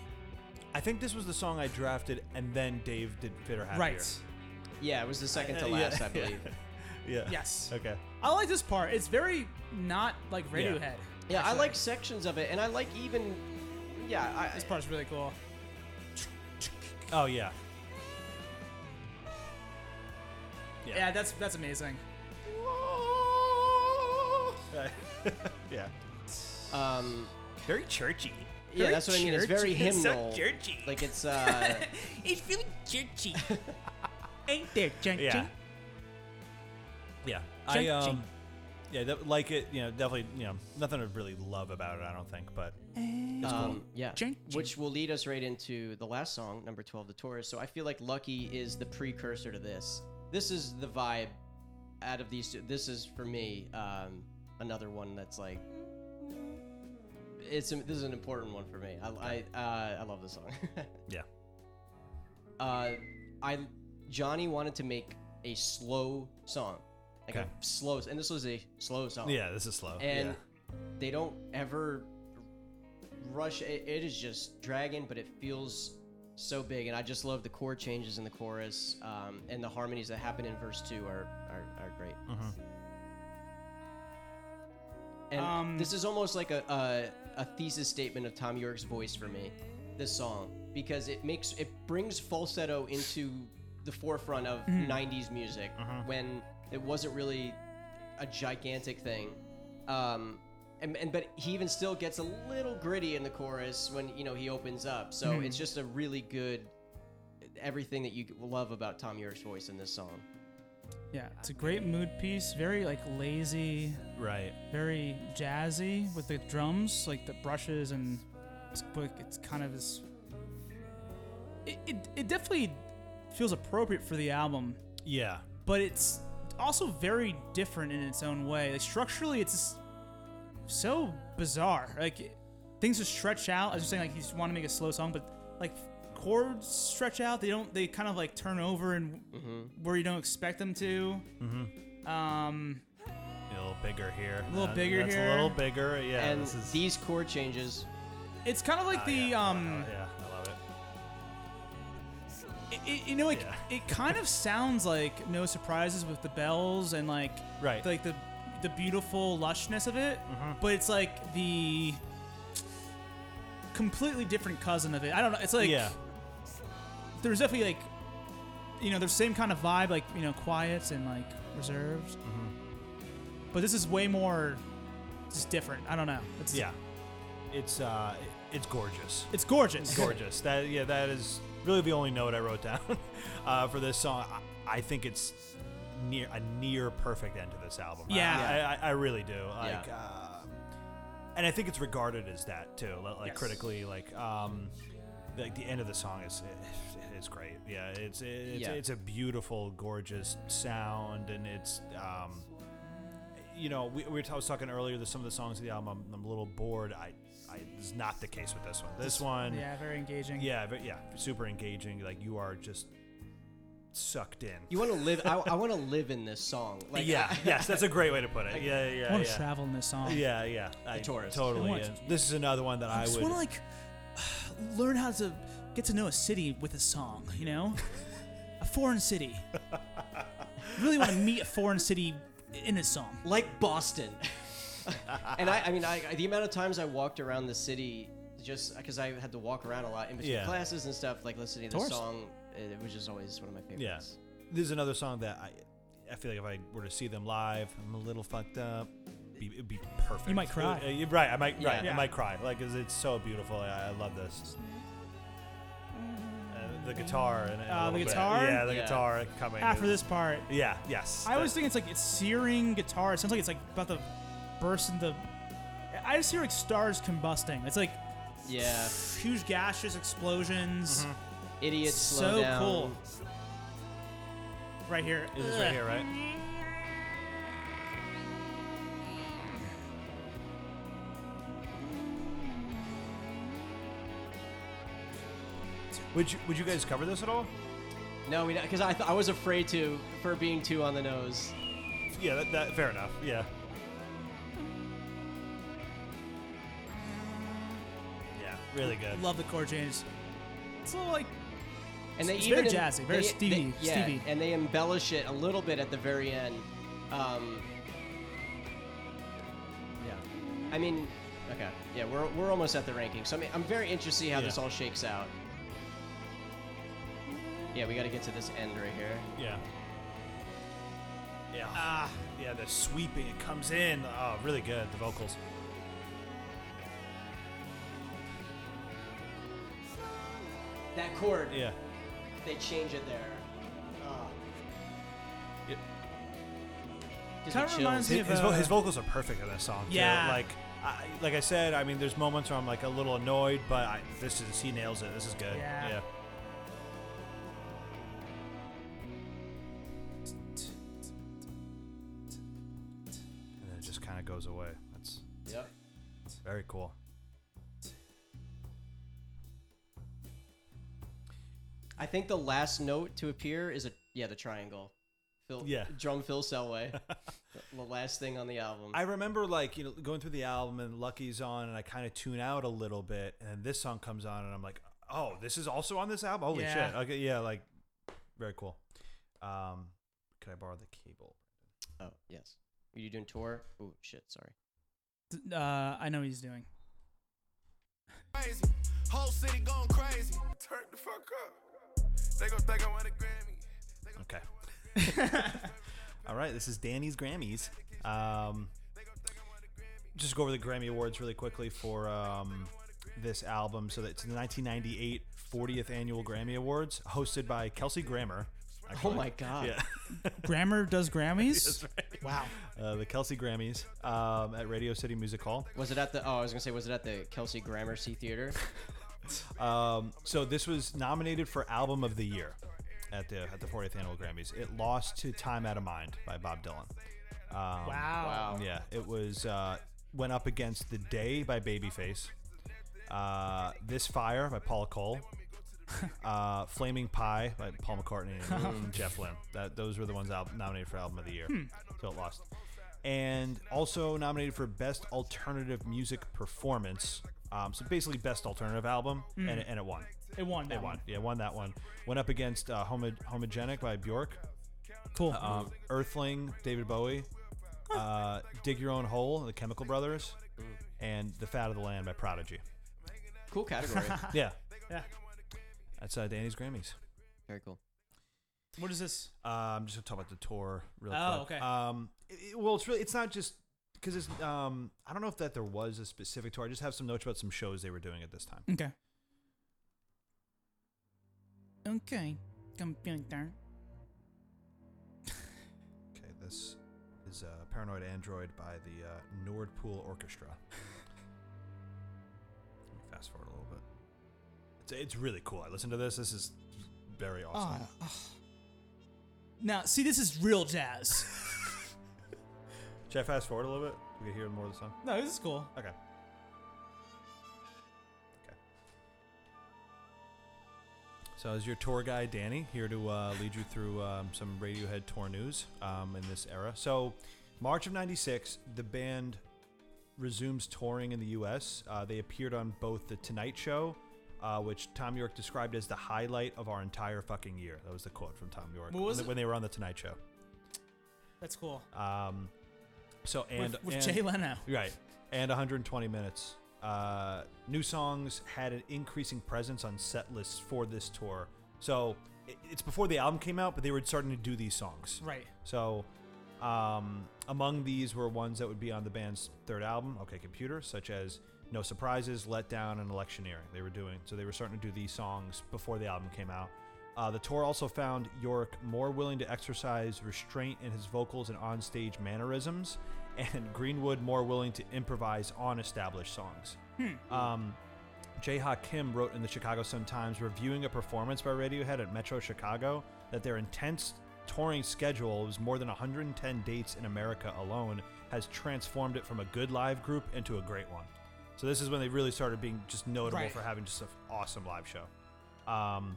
I think this was the song I drafted, and then Dave did Fitter Happier.
Right.
Yeah, it was the second
Uh,
to
yeah,
last, I
yeah.
believe.
Yeah.
Yes.
Okay.
I like this part. It's very not like Radiohead.
Yeah, I
actually.
like sections of it, and I like even. Yeah, I,
this part's really cool.
Oh yeah. Yeah.
Yeah, that's that's amazing.
yeah.
um,
Very churchy.
yeah,
Very
that's what I mean. It's very
churchy.
hymnal.
It's so
churchy.
Like it's uh,
It's really churchy. Ain't there, churchy?
Yeah. Yeah. I
Churchy.
um. Yeah, that, like it. You know, definitely. You know, nothing to really love about it. I don't think, but
um, yeah,
Ching, ching.
which will lead us right into the last song, number twelve, the Taurus. So I feel like Lucky is the precursor to this. This is the vibe out of these two. This is for me um, another one that's like. It's this is an important one for me. I I, uh, I love this song.
yeah.
uh, I Johnny wanted to make a slow song, like
Okay.
a slow, and this was a slow song.
Yeah. This is slow.
Oh. and
yeah.
they don't ever rush. It, it is just dragging, but it feels so big, and I just love the chord changes in the chorus, um, and the harmonies that happen in verse two are are, are great. And
Um,
this is almost like a, a a thesis statement of Tom York's voice for me. This song because it makes it brings falsetto into the forefront of '90s music when it wasn't really a gigantic thing. Um, and, and but he even still gets a little gritty in the chorus when you know he opens up. So
Hmm.
it's just a really good everything that you love about Tom York's voice in this song.
Yeah, it's a great mood piece. Very like lazy,
Right.
very jazzy with the drums, like the brushes and it's, but it's kind of this. It, it, it definitely feels appropriate for the album,
Yeah.
but it's also very different in its own way. Like structurally, it's just so bizarre. Like it- things just stretch out. I was just saying, like you just want to make a slow song, but like chords stretch out. They don't. They kind of like turn over and where you don't expect them to. Um,
A little bigger here. Uh,
little bigger
that's
here.
a little bigger. Yeah.
and
this is.
these chord changes,
it's kind of like
Ah,
the
yeah,
um.
yeah, I love it.
It, it- you know, like
Yeah.
it kind of sounds like No Surprises with the bells and like
Right. Mm-hmm.
like the the beautiful lushness of it, but it's like the completely different cousin of it. I don't know. It's like
yeah,
there's definitely like you know the same kind of vibe, like you know, quiet and like reserved,
Mm-hmm.
but this is way more just different. I don't know. It's,
yeah. It's uh, it's gorgeous,
it's gorgeous.
gorgeous. That yeah, that is really the only note I wrote down uh, for this song. I, I think it's near a near perfect end to this album. I-
Yeah.
I, I, I really do. Like, uh, and I think it's regarded as that too, li- like
Yes.
critically. Like, um, like the end of the song is it is great. Yeah, it's it's,
Yeah.
it's a beautiful, gorgeous sound, and it's um, you know, we, we were I was talking earlier that some of the songs of the album I'm, I'm a little bored. I, I it's not the case with this one. This one,
Yeah, very engaging.
yeah, but yeah, super engaging. Like you are just sucked in.
You want to live. I, I want to live in this song. Like,
yeah,
I-
yes, that's a great way to put it. Yeah,
I
yeah,
want to
yeah.
travel in this song.
Yeah, yeah. I
tourist.
I
Totally.
want-
is. This is another one that
I
I,
just
would.
want to like learn how to get to know a city with a song, you know? a foreign city. really want to meet a foreign city in a song.
like Boston. and I, I mean, I, I- the amount of times I walked around the city just because I had to walk around a lot in between
Yeah.
classes and stuff, like listening to the
course.
song, it was just always one of my
yeah.
favorites.
This is another song that I. I feel like if I were to see them live, I'm a little fucked up. Be, it'd be perfect.
You might cry.
Uh, you're right. I might. Right.
Yeah.
I might cry. Like 'cause it's so beautiful. I, I love this. Uh, the guitar and, and a
Uh, the
little bit.
guitar?
Yeah, the
Yeah.
guitar coming
After
is-
this part,
Yeah. Yes.
I always
That-
think it's like it's searing guitar. It sounds like it's like about to burst into. I just hear like stars combusting. It's like
Yeah.
huge gaseous explosions.
Mm-hmm.
Idiots, slow
so
down.
cool. Right here.
This is right here, right? Would you Would you guys cover this at all?
No, we because I, th- I was afraid to for being too on the nose.
Yeah. That, that fair enough. Yeah. Yeah. Really good.
Love the chord changes. It's a little like
And they
It's
even
very
em-
jazzy, very
they-
Stevie-
they- yeah,
Stevie.
and they embellish it a little bit at the very end. Um, yeah, I mean, okay, yeah, we're, we're almost at the ranking, so I mean, I'm very interested to see how this
Yeah.
all shakes out. Yeah, we got to get to this end right here.
Yeah. Yeah. Ah. Yeah. The sweeping. It comes in. Oh, really good. The vocals.
That chord,
Yeah.
they change it there. Oh.
Yep.
Gives
Kinda
me
reminds
chills.
me
His,
of
his, vo-
uh,
his vocals are perfect in this song. too.
Yeah.
Like, I, like I said, I mean, there's moments where I'm like a little annoyed, but I, this is he nails it. This is good.
Yeah.
Yeah. And then it just kind of goes away. That's
Yep.
very cool.
I think the last note to appear is a yeah the triangle. Phil,
Yeah.
Drum Phil Selway. the last thing on the album.
I remember like you know going through the album and Lucky's on, and I kind of tune out a little bit, and then this song comes on, and I'm like, oh, this is also on this album. Holy
Yeah.
shit! Okay, yeah, like very cool. Um, could I borrow the cable?
oh yes. Are you doing tour? Oh shit, sorry.
uh, I know what he's doing.
crazy. Whole city going crazy. Turn the fuck up. They gon' think I want a Grammy. They gon'
Okay.
think I want a
All right, this is Danny's Grammys. Um, just go over the Grammy Awards really quickly for um, this album. So that's the 1998 40th annual Grammy Awards, hosted by Kelsey Grammer.
Oh
actually.
my god.
Yeah.
Grammar does Grammys. Wow.
Uh, the Kelsey Grammys um, at Radio City Music Hall.
Was it at the oh I was gonna say was it at the Kelsey Gramercy Theater?
Um, so this was nominated for Album of the Year at the at the 40th annual Grammys. It lost to "Time Out of Mind" by Bob Dylan. Um,
Wow.
Wow.
Yeah, it was uh, went up against "The Day" by Babyface, uh, "This Fire" by Paula Cole, uh, "Flaming Pie" by Paul McCartney and Jeff Lynne. That those were the ones out, nominated for Album of the Year. So it lost. And also nominated for Best Alternative Music Performance. Um, so basically, Best Alternative Album, and, it- and it won.
It won. That
It won. Yeah, won that one. Went up against uh, Homo- Homogenic by Bjork,
Cool.
um, Earthling, David Bowie, uh, Dig Your Own Hole, The Chemical Brothers,
Mm.
and The Fat of the Land by Prodigy.
Cool category.
Yeah,
Ah. yeah.
that's uh, Danny's Grammys.
Very cool.
What is this?
Uh, I'm just gonna talk about the tour real
Oh,
quick.
okay.
Um, it- it- well, it's really it's not just because it's um I don't know if that there was a specific tour. I just have some notes about some shows they were doing at this time.
Okay. Okay. I'm feeling darn.
Okay, this is uh, Paranoid Android by the uh, Nordpool Orchestra. Let me fast forward a little bit. It's, it's really cool. I listened to this. This is very awesome.
Ah, ah. Now, see, this is real jazz.
Should I fast forward a little bit? We can hear more of the song.
no, this is cool.
Okay. Okay. So, as your tour guide, Danny, here to uh, lead you through um, some Radiohead tour news um, in this era. So, March of '96, the band resumes touring in the U.S. Uh, they appeared on both The Tonight Show, uh, which Tom York described as the highlight of our entire fucking year. That was the quote from Tom York
What was
when,
it?
when they were on The Tonight Show.
That's cool.
Um, so, and
with
and,
with Jay Leno.
Right. And 120 minutes. Uh, new songs had an increasing presence on set lists for this tour. So it- it's before the album came out, but they were starting to do these songs.
Right.
So um, among these were ones that would be on the band's third album, OK Computer, such as No Surprises, Let Down, and Electioneering. They were doing so they were starting to do these songs before the album came out. Uh, the tour also found York more willing to exercise restraint in his vocals and onstage mannerisms, and Greenwood more willing to improvise on established songs. Um, Jay Ha Kim wrote in the Chicago Sun Times, reviewing a performance by Radiohead at Metro Chicago, that their intense touring schedule, it was more than 110 dates in America alone, has transformed it from a good live group into a great one. So this is when they really started being just notable
Right.
for having just an awesome live show. Um,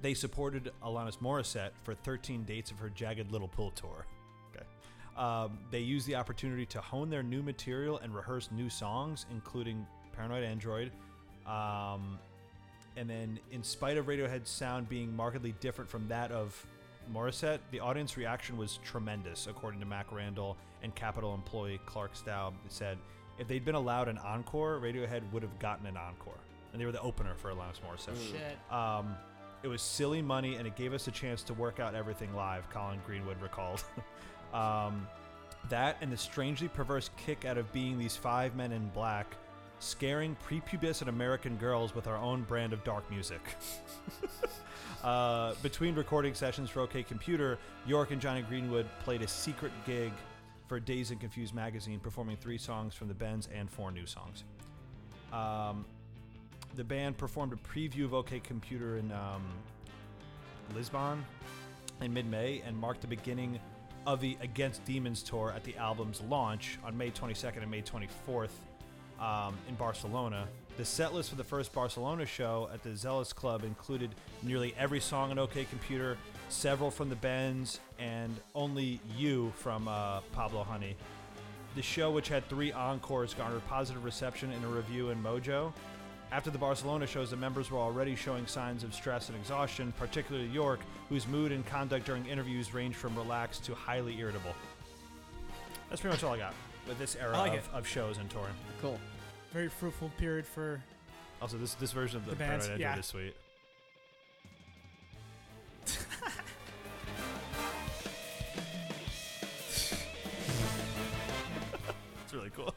they supported Alanis Morissette for 13 dates of her Jagged Little Pill tour. Okay. Um, they used the opportunity to hone their new material and rehearse new songs, including Paranoid Android. Um, and then, in spite of Radiohead's sound being markedly different from that of Morissette, the audience reaction was tremendous, according to Mac Randall and Capitol employee Clark Staub. said, if they'd been allowed an encore, Radiohead would have gotten an encore. And they were the opener for Alanis Morissette.
Shit.
Um, it was silly money, and it gave us a chance to work out everything live. Colin Greenwood recalled um, that, and the strangely perverse kick out of being these five men in black, scaring prepubescent American girls with our own brand of dark music. uh, between recording sessions for OK Computer, York and Johnny Greenwood played a secret gig for Days and Confused magazine, performing three songs from the Bends and four new songs. Um, the band performed a preview of OK Computer in um, Lisbon in mid-May and marked the beginning of the Against Demons tour at the album's launch on May 22nd and May 24th um, in Barcelona. The set list for the first Barcelona show at the Zealous Club included nearly every song on OK Computer, several from the Bends, and only "You" from uh, Pablo Honey. The show, which had three encores, garnered positive reception in a review in Mojo. After the Barcelona shows, the members were already showing signs of stress and exhaustion, particularly York, whose mood and conduct during interviews ranged from relaxed to highly irritable. That's pretty much all I got with this era
I like
of, of shows and touring.
Cool.
Very fruitful period for.
Also, this this version of the,
The bands,
Paranoid
yeah.
Android is sweet. it's really cool.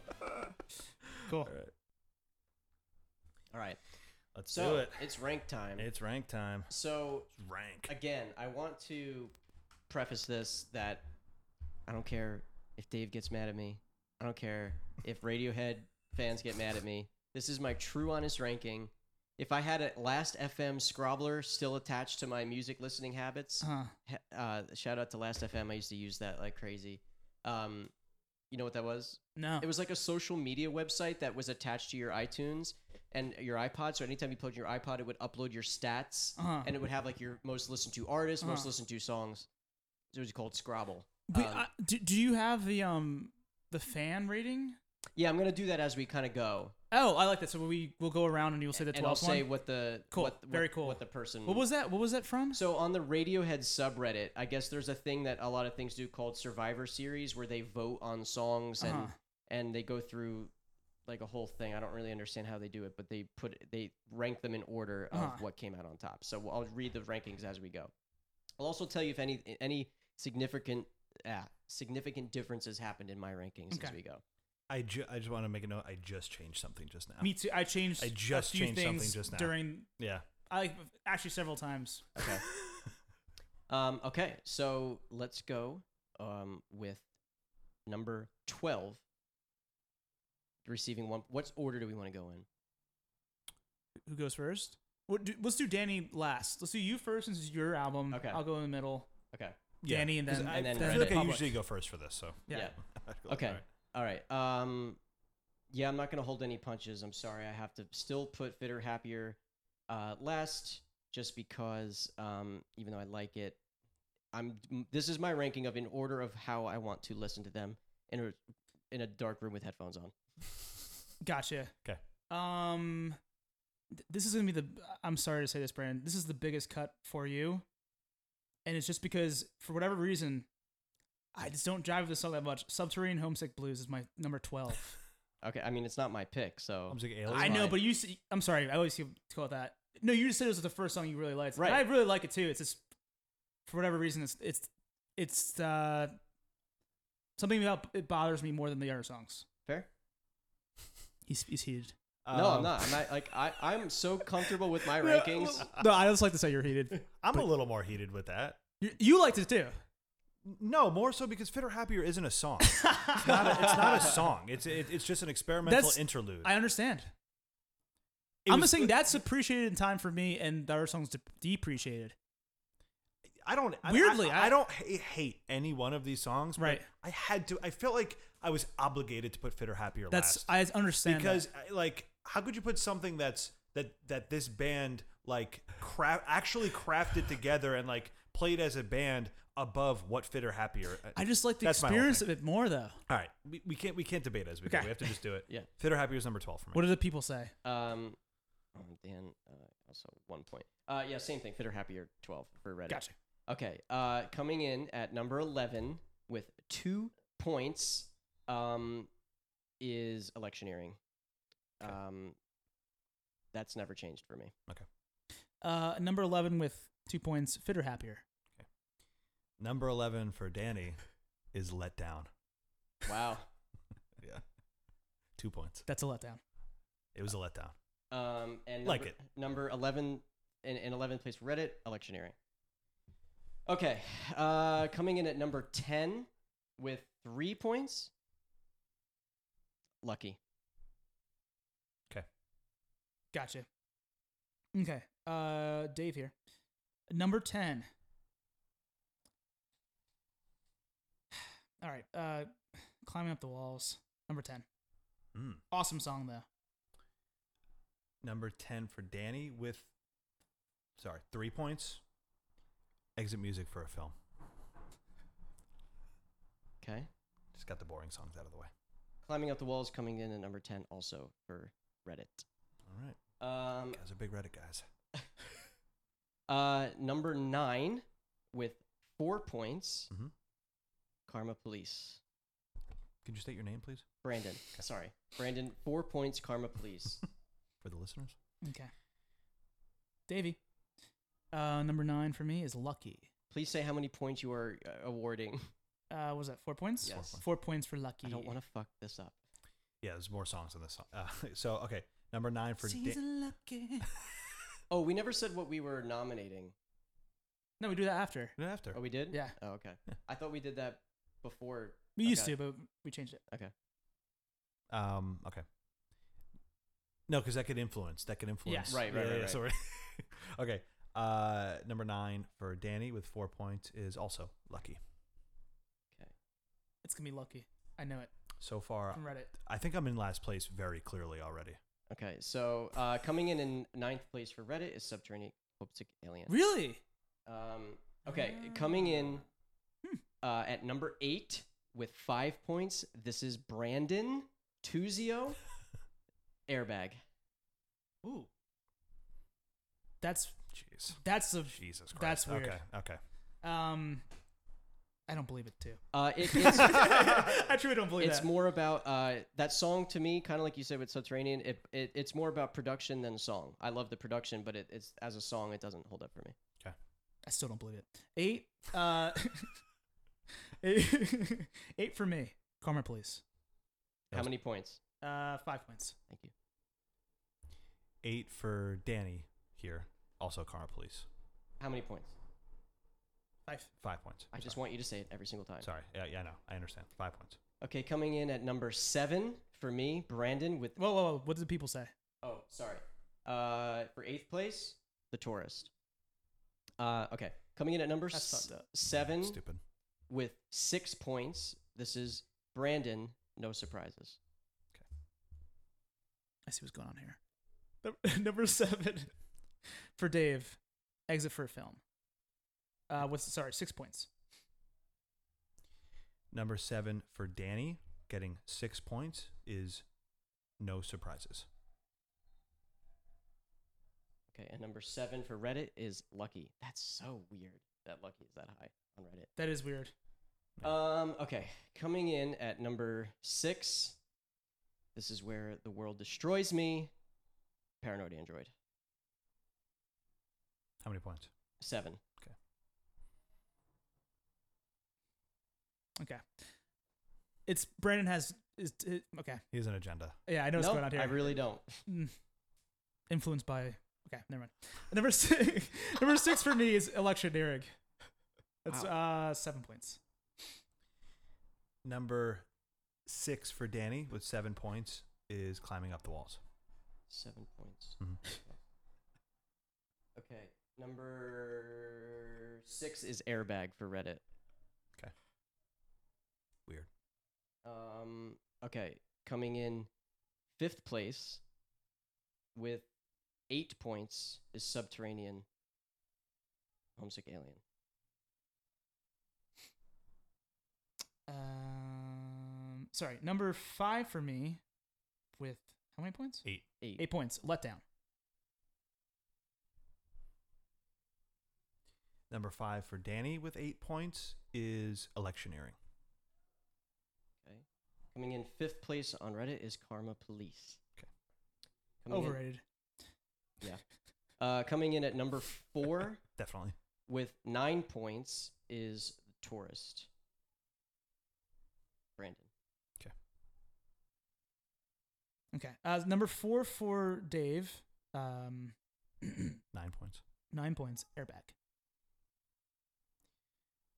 Cool.
right,
All right.
let's
So
do it.
it's rank time.
It's rank time.
so
Rank.
again, I want to preface this that I don't care if Dave gets mad at me. I don't care if Radiohead fans get mad at me. This is my true honest ranking. If I had a Last FM Scrobbler still attached to my music listening habits,
Uh,
he- uh, shout out to Last FM. I used to use that like crazy. Um, you know what that was?
no.
It was like a social media website that was attached to your iTunes and your iPod. So anytime you plugged in your iPod, it would upload your stats,
Uh-huh.
and it would have like your most listened to artists, most
Uh-huh.
listened to songs. It was called Scrabble.
Wait,
Um,
I- do, do you have the um the fan rating?
yeah, I'm gonna do that as we kind of go,
Oh, I like that. So we we'll go around and you'll say the
and I'll
twelfth
say
one.
what the
Cool.
what, what-
Very cool.
what the person
What was that? What was that from?
So on the Radiohead subreddit, I guess there's a thing that a lot of things do called Survivor Series, where they vote on songs and
Uh-huh.
and they go through like a whole thing. I don't really understand how they do it, but they put they rank them in order of
Uh-huh.
what came out on top. So I'll read the rankings as we go. I'll also tell you if any any significant ah, significant differences happened in my rankings as
Okay.
we go.
I, ju- I just want to make a note. I just changed something just now.
Me too. I changed.
I just
a few
changed something
things
just now.
during.
Yeah.
I like actually several times.
Okay. um, okay. So let's go um, with number 12. Receiving one. What order do we want to go in?
Who goes first? What do, let's do Danny last. Let's do you first since it's your album.
Okay.
I'll go in the middle.
Okay.
Yeah.
Danny and
'Cause
then
I,
and then
I
Reddit.
feel like I
Public.
usually go first for this, so.
Yeah.
Okay. All right. Um, yeah, I'm not going to hold any punches. I'm sorry. I have to still put Fitter Happier uh, last. just because um, even though I like it, I'm m- this is my ranking of in order of how I want to listen to them in a in a dark room with headphones on.
Gotcha.
'Kay.
Um, th- this is gonna be the. I'm sorry to say this, Brandon. This is the biggest cut for you, and it's just because for whatever reason, I just don't drive this song that much. Subterranean Homesick Blues is my number twelve.
Okay, I mean it's not my pick, so
I'm just like,
That's
I
alien.
know,
fine.
but you. s- I'm sorry. I always call it that. No, you just said it was the first song you really liked,
Right.
And I really like it too. It's just for whatever reason, it's it's it's uh something about it bothers me more than the other songs.
fair.
He's he's heated.
no, I'm
Um,
not. I'm not like I I'm so comfortable with my rankings.
No, I just like to say you're heated.
I'm a little more heated with that.
You, you liked it too.
No, more so because "Fitter Happier" isn't a song. it's, not a, it's not a song. It's it, it's just an experimental
That's-
interlude.
I understand.
It
I'm
was-
just saying that's appreciated in time for me, and the other song's de- depreciated.
I don't I-
Weirdly,
I, I,
I-
don't ha- hate any one of these songs. but
Right.
I had to. I felt like I was obligated to put "Fitter Happier"
That's
last.
I understand that.
because I- like how could you put something that's that that this band like craft actually crafted together and like played as a band above what fit or happier uh,
I just like the
That's my whole
experience
thing.
of it more though.
all right we, we can't we can't debate as we go
Okay.
we have to just do it
Yeah.
fit or happier is number 12 for me
What do the people say?
Um, um, Dan uh, also one point. Uh, yeah, same thing. Fitter happier twelve for Reddit.
Gotcha.
Okay. Uh, coming in at number 11 with two points um, is electioneering. Um, that's never changed for me.
Uh, number eleven with two points. Fitter happier.
number 11 for danny is let down
Wow.
yeah two points
That's a letdown.
it was a letdown
um, and number,
Like it.
Number 11 in, in 11th place, Reddit, electioneering. Okay. Uh, coming in at number 10 with three points. Lucky.
Gotcha. Okay. Uh, Dave here. Number ten. All right. Uh, climbing up the walls. Number ten.
mm.
Awesome song though.
number 10 for danny with sorry three points exit music for a film
Okay.
just got the boring songs out of the way
Climbing Up the Walls coming in at number 10 also for Reddit.
all right
Um,
Guys are big Reddit guys.
Uh, number nine with four points.
Mhm.
Karma Police.
Could you state your name, please,
Brandon, sorry, Brandon. Four points. Karma Police.
for the listeners?
Okay. Davey. Uh, number nine for me is Lucky.
Please say how many points you are uh, awarding.
Uh, what was that four points?
Yes. Four
Four points for Lucky.
I don't want to fuck this up.
Yeah, there's more songs in this song. Uh, so, okay, number nine for
She's
Dan-
lucky.
Oh, we never said what we were nominating.
no, we do that after.
No, after.
Oh, we did.
Yeah.
Oh, okay. I thought we did that before.
We used
Okay.
to, but we changed it.
Okay.
Um, okay. No, because that could influence. That could influence.
Right, right,
Yeah,
right,
yeah,
right.
so we're- okay. Uh, number nine for Danny with four points is also lucky.
It's gonna be Lucky. I know it
So far,
from
Mm.
Reddit.
I think I'm in last place very clearly already.
Okay. So uh, coming in in ninth place for Reddit is Subterranean Coptic Alien.
Really?
Um, okay, coming in uh, at number eight with five points. This is Brandon Tuzio, airbag.
Ooh. That's
Jeez.
that's a
Jesus Christ.
That's weird.
Okay. Okay.
um. I don't believe it too.
Uh, it, it's,
I truly don't believe
it's
that.
more about uh, that song to me, kind of like you said with Subterranean. It, it, it's more about production than song. I love the production, but it, it's as a song, it doesn't hold up for me.
I still don't believe it. Eight. Uh. eight, eight for me. Karma, please.
That
How
was
many points?
Uh, five points.
Thank you.
Eight for Danny here. Also, Karma Police.
How many points?
Five.
Five points.
I
Sorry.
just want you to say it every single time.
Sorry. Yeah, yeah, I know. I understand. Five points.
Okay, coming in at number seven for me, Brandon with.
Whoa, whoa, whoa! What did the people say?
Oh, sorry. Uh, for eighth place, The Tourist. Uh, okay. Coming in at number
That's
s-
fucked up.
seven
Stupid.
with six points. This is Brandon. No surprises.
I see what's going on here. Number seven for Dave Exit for a film. Uh, what's sorry? Six points.
Number seven for Danny, getting six points is no surprises.
Okay, and number seven for Reddit is Lucky. That's so weird that Lucky is that high on Reddit.
That is weird.
Um, okay, coming in at number six. This is where the world destroys me. Paranoid Android.
How many points?
Seven.
Okay. It's Brandon has is it, okay.
Here's an agenda.
Yeah, I know what's
Nope,
going on here.
I really don't.
Mm. influenced by okay, never mind. Number six, number six for me is electioneering. That's uh seven points.
Number six for Danny with seven points is climbing up the walls.
Seven points.
Mm-hmm.
Mhm.
Okay, number six is Airbag for Reddit.
Weird.
Um, okay, coming in fifth place with eight points is Subterranean Homesick Alien.
Um, sorry, number five for me, with how many points?
Eight.
Eight.
Eight points. Letdown.
Number five for Danny with eight points is electioneering.
Okay. Coming in fifth place on Reddit is Karma Police.
'Kay.
Coming in-
Overrated.
uh, coming in at number four
Definitely.
with nine points is the Tourist. Brandon.
Okay. Uh, number four for Dave. Um,
Nine points.
nine points. Airbag.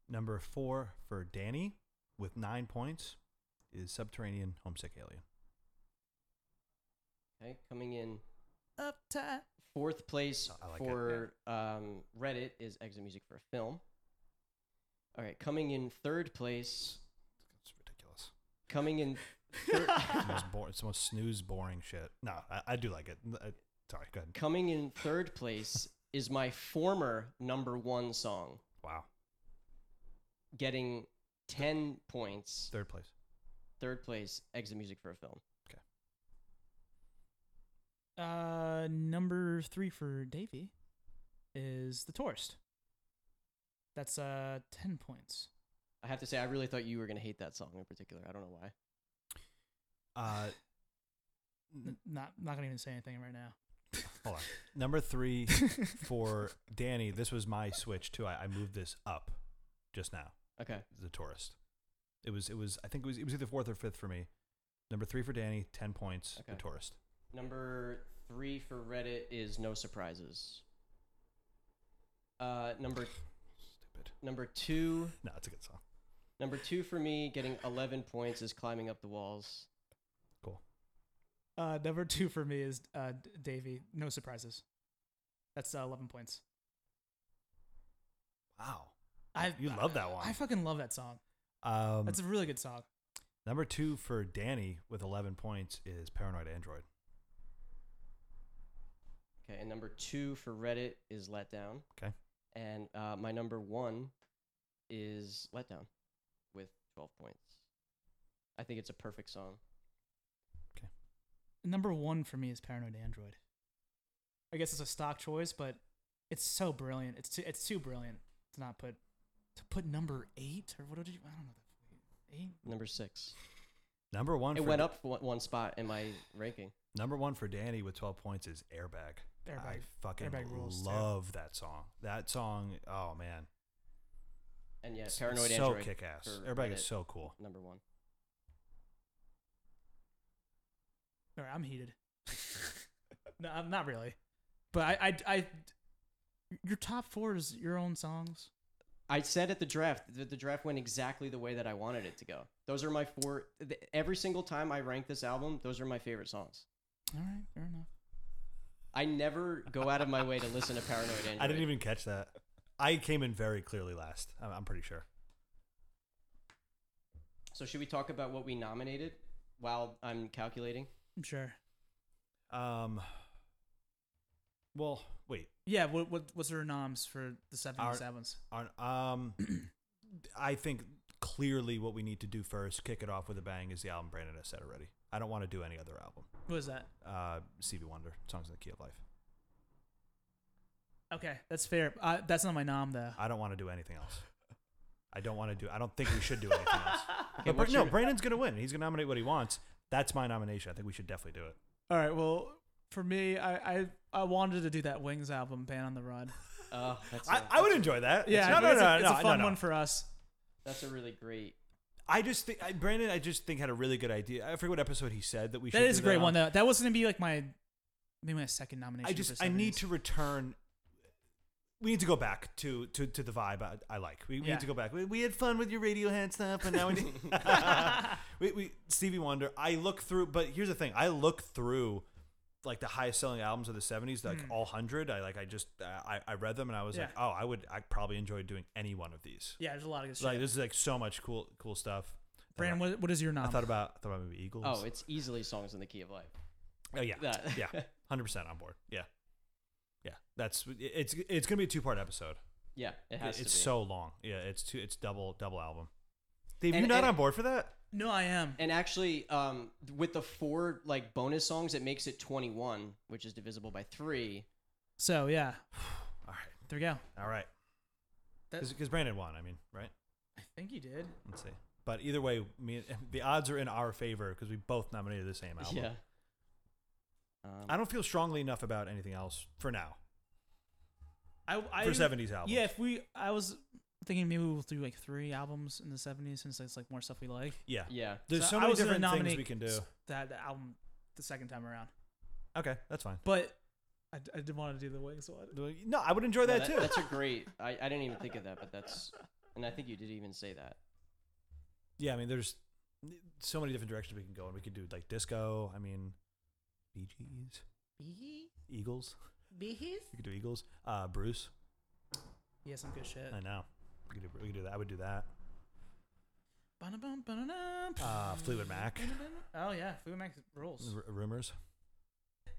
Number four for Danny with nine points is subterranean homesick alien.
Okay. Coming in
Uptight.
fourth place
Oh, I like it, yeah.
for um, Reddit is Exit Music for a Film. All right. Coming in third place.
It's ridiculous.
Coming in. Thir-
It's the most, bor- it's the most snooze boring shit. No, I, I do like it. N- I- sorry, go ahead.
coming in third place is my former number one song,
Wow.
getting ten points.
Third place.
Third place, Exit Music for a Film.
Uh, number three for Davey is the tourist. That's uh ten points.
I have to say, I really thought you were gonna hate that song in particular. I don't know why.
Uh,
N- not not gonna even say anything right now.
hold on. Number three for Danny. This was my switch too. I, I moved this up just now.
Okay,
The tourist. It was. It was. I think it was. It was either fourth or fifth for me. Number three for Danny. Ten points. The
Okay.
tourist.
number three for Reddit is No Surprises. Uh, number
Stupid.
number two,
No, it's a good song.
number two for me, getting eleven points is climbing up the walls.
Cool.
Uh, number two for me is uh D- Davey. No surprises. That's uh, eleven points.
Wow.
I
You love that one.
I fucking love that song.
Um,
That's a really good song.
number two for Danny with eleven points is Paranoid Android.
Okay, and number two for Reddit is Letdown.
Okay.
And uh, my number one is Letdown with 12 points. I think it's a perfect song.
Number one for me is Paranoid Android. I guess it's a stock choice, but it's so brilliant. It's too it's too brilliant to not put to put number eight or what did you? I don't know. the- Eight.
Number six.
Number one.
It
for
went up one, one spot in my ranking.
Number one for Danny with 12 points is Airbag. I
Airbag.
fucking
Airbag rules, too.
love that song. That song, oh man.
And yeah,
It's
Paranoid
so
Android.
kick ass.
for
Airbag is
Reddit,
so cool.
Number one.
All right, I'm heated. no, I'm not really. But I, I, I, your top four is your own songs.
I said at the draft that the draft went exactly the way that I wanted it to go. Those are my four. th- Every single time I rank this album, those are my favorite songs.
All right, fair enough.
I never go out of my way to listen to Paranoid Android.
I didn't even catch that. I came in very clearly last. I'm, I'm pretty sure.
So should we talk about what we nominated while I'm calculating?
I'm sure.
Um, well, wait.
Yeah, what what what's her noms for the seventies albums?
On, um, I think clearly what we need to do first, kick it off with a bang, is the album Brandon has said already. I don't want to do any other album.
What was that?
Uh, Stevie Wonder, Songs in the Key of Life.
Okay, that's fair. Uh, that's not my nom though.
I don't want to do anything else. I don't want to do. I don't think we should do anything else.
Okay,
but
what's
no,
your-
Brandon's gonna win. He's gonna nominate what he wants. That's my nomination. I think we should definitely do it.
All right, well, for me, I I, I wanted to do that Wings album, Ban on the Rod.
Oh, that's
Uh, I,
a-
I would enjoy that.
Yeah,
no, no,
it's,
no,
a, it's
no,
a
no,
fun
no.
one for us.
That's a really great.
I just think I, Brandon. I just think had a really good idea. I forget what episode he said that we.
That
should
is
do
a great
on.
one though. That was gonna be like my maybe my second nomination.
I
for
just I need
70s.
to return. We need to go back to to, to the vibe I, I like. We, we
Yeah.
need to go back. We, we had fun with your Radiohead stuff, and now we, need, we we Stevie Wonder. I look through, but here's the thing: I look through like the highest selling albums of the '70s, like all hundred. I like I just uh, I I read them and I was like,
Hmm. Yeah.
oh, I would I probably enjoy doing any one of these.
Yeah, there's a lot of good
Like
shit.
this is like so much cool cool stuff.
Brandon, what, what is your nom?
I thought about I thought about maybe Eagles.
Um, Oh, it's easily songs in the key of life.
Oh yeah,
That-
yeah, hundred percent on board. Yeah, yeah. That's it's it's gonna be a two part episode.
Yeah, it has
It's
to be.
so long. Yeah, it's two. It's double double album. Dave, you
And-
not
and-
on board for that?
no, I am.
And actually, um, with the four like bonus songs, it makes it twenty-one, which is divisible by three.
So yeah,
All
there we go.
right, all right.
Uh,
That-
Because Brandon won. I mean, right?
I think you did.
Let's see. But either way, me the odds are in our favor because we both nominated the same album.
Yeah. Um,
I don't feel strongly enough about anything else for now.
I, I
For 70s albums.
Yeah, if we, I was thinking maybe we'll do like three albums in the seventies since it's like more stuff we like.
Yeah,
Yeah.
There's so,
I
many
was gonna
different things
nominate
we can do.
s- That the album the second time around,
Okay, that's fine.
but I, I did want to do the Wings one.
No, I would enjoy
No,
that,
that-
too.
That's a great. I, I didn't even think of that, but that's. And I think you did even say that.
yeah, I mean, there's so many different directions we can go, and we could do like disco. I mean, Bee Gees, Eagles. Bee We could do Eagles. Uh, Bruce.
He has some good shit.
I know. We could do, we could do that. I would do that.
Ba-da-bum, ba-da-dum,
Uh, Fleetwood Mac.
Oh yeah, Fleetwood Mac rules.
R- rumors.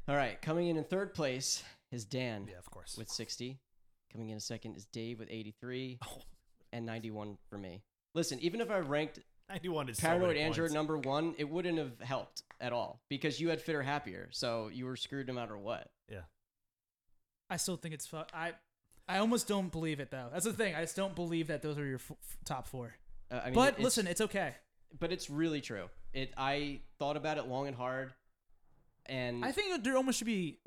All right, coming in in third place is Dan
Yeah, of course.
Mm. with sixty. Coming in in second is Dave with eighty-three
Oh,
and ninety-one for me. Listen, even if I ranked
91 is so
Paranoid
many
Android
points.
number one, it wouldn't have helped at all because you had Fitter Happier, so you were screwed no matter what.
Yeah.
I still think it's fu- I, I almost don't believe it though. That's the thing. I just don't believe that those are your f- f- top four.
Uh, I mean,
but
it's-
listen, it's okay.
but it's really true. It. I thought about it long and hard, and
I think there almost should be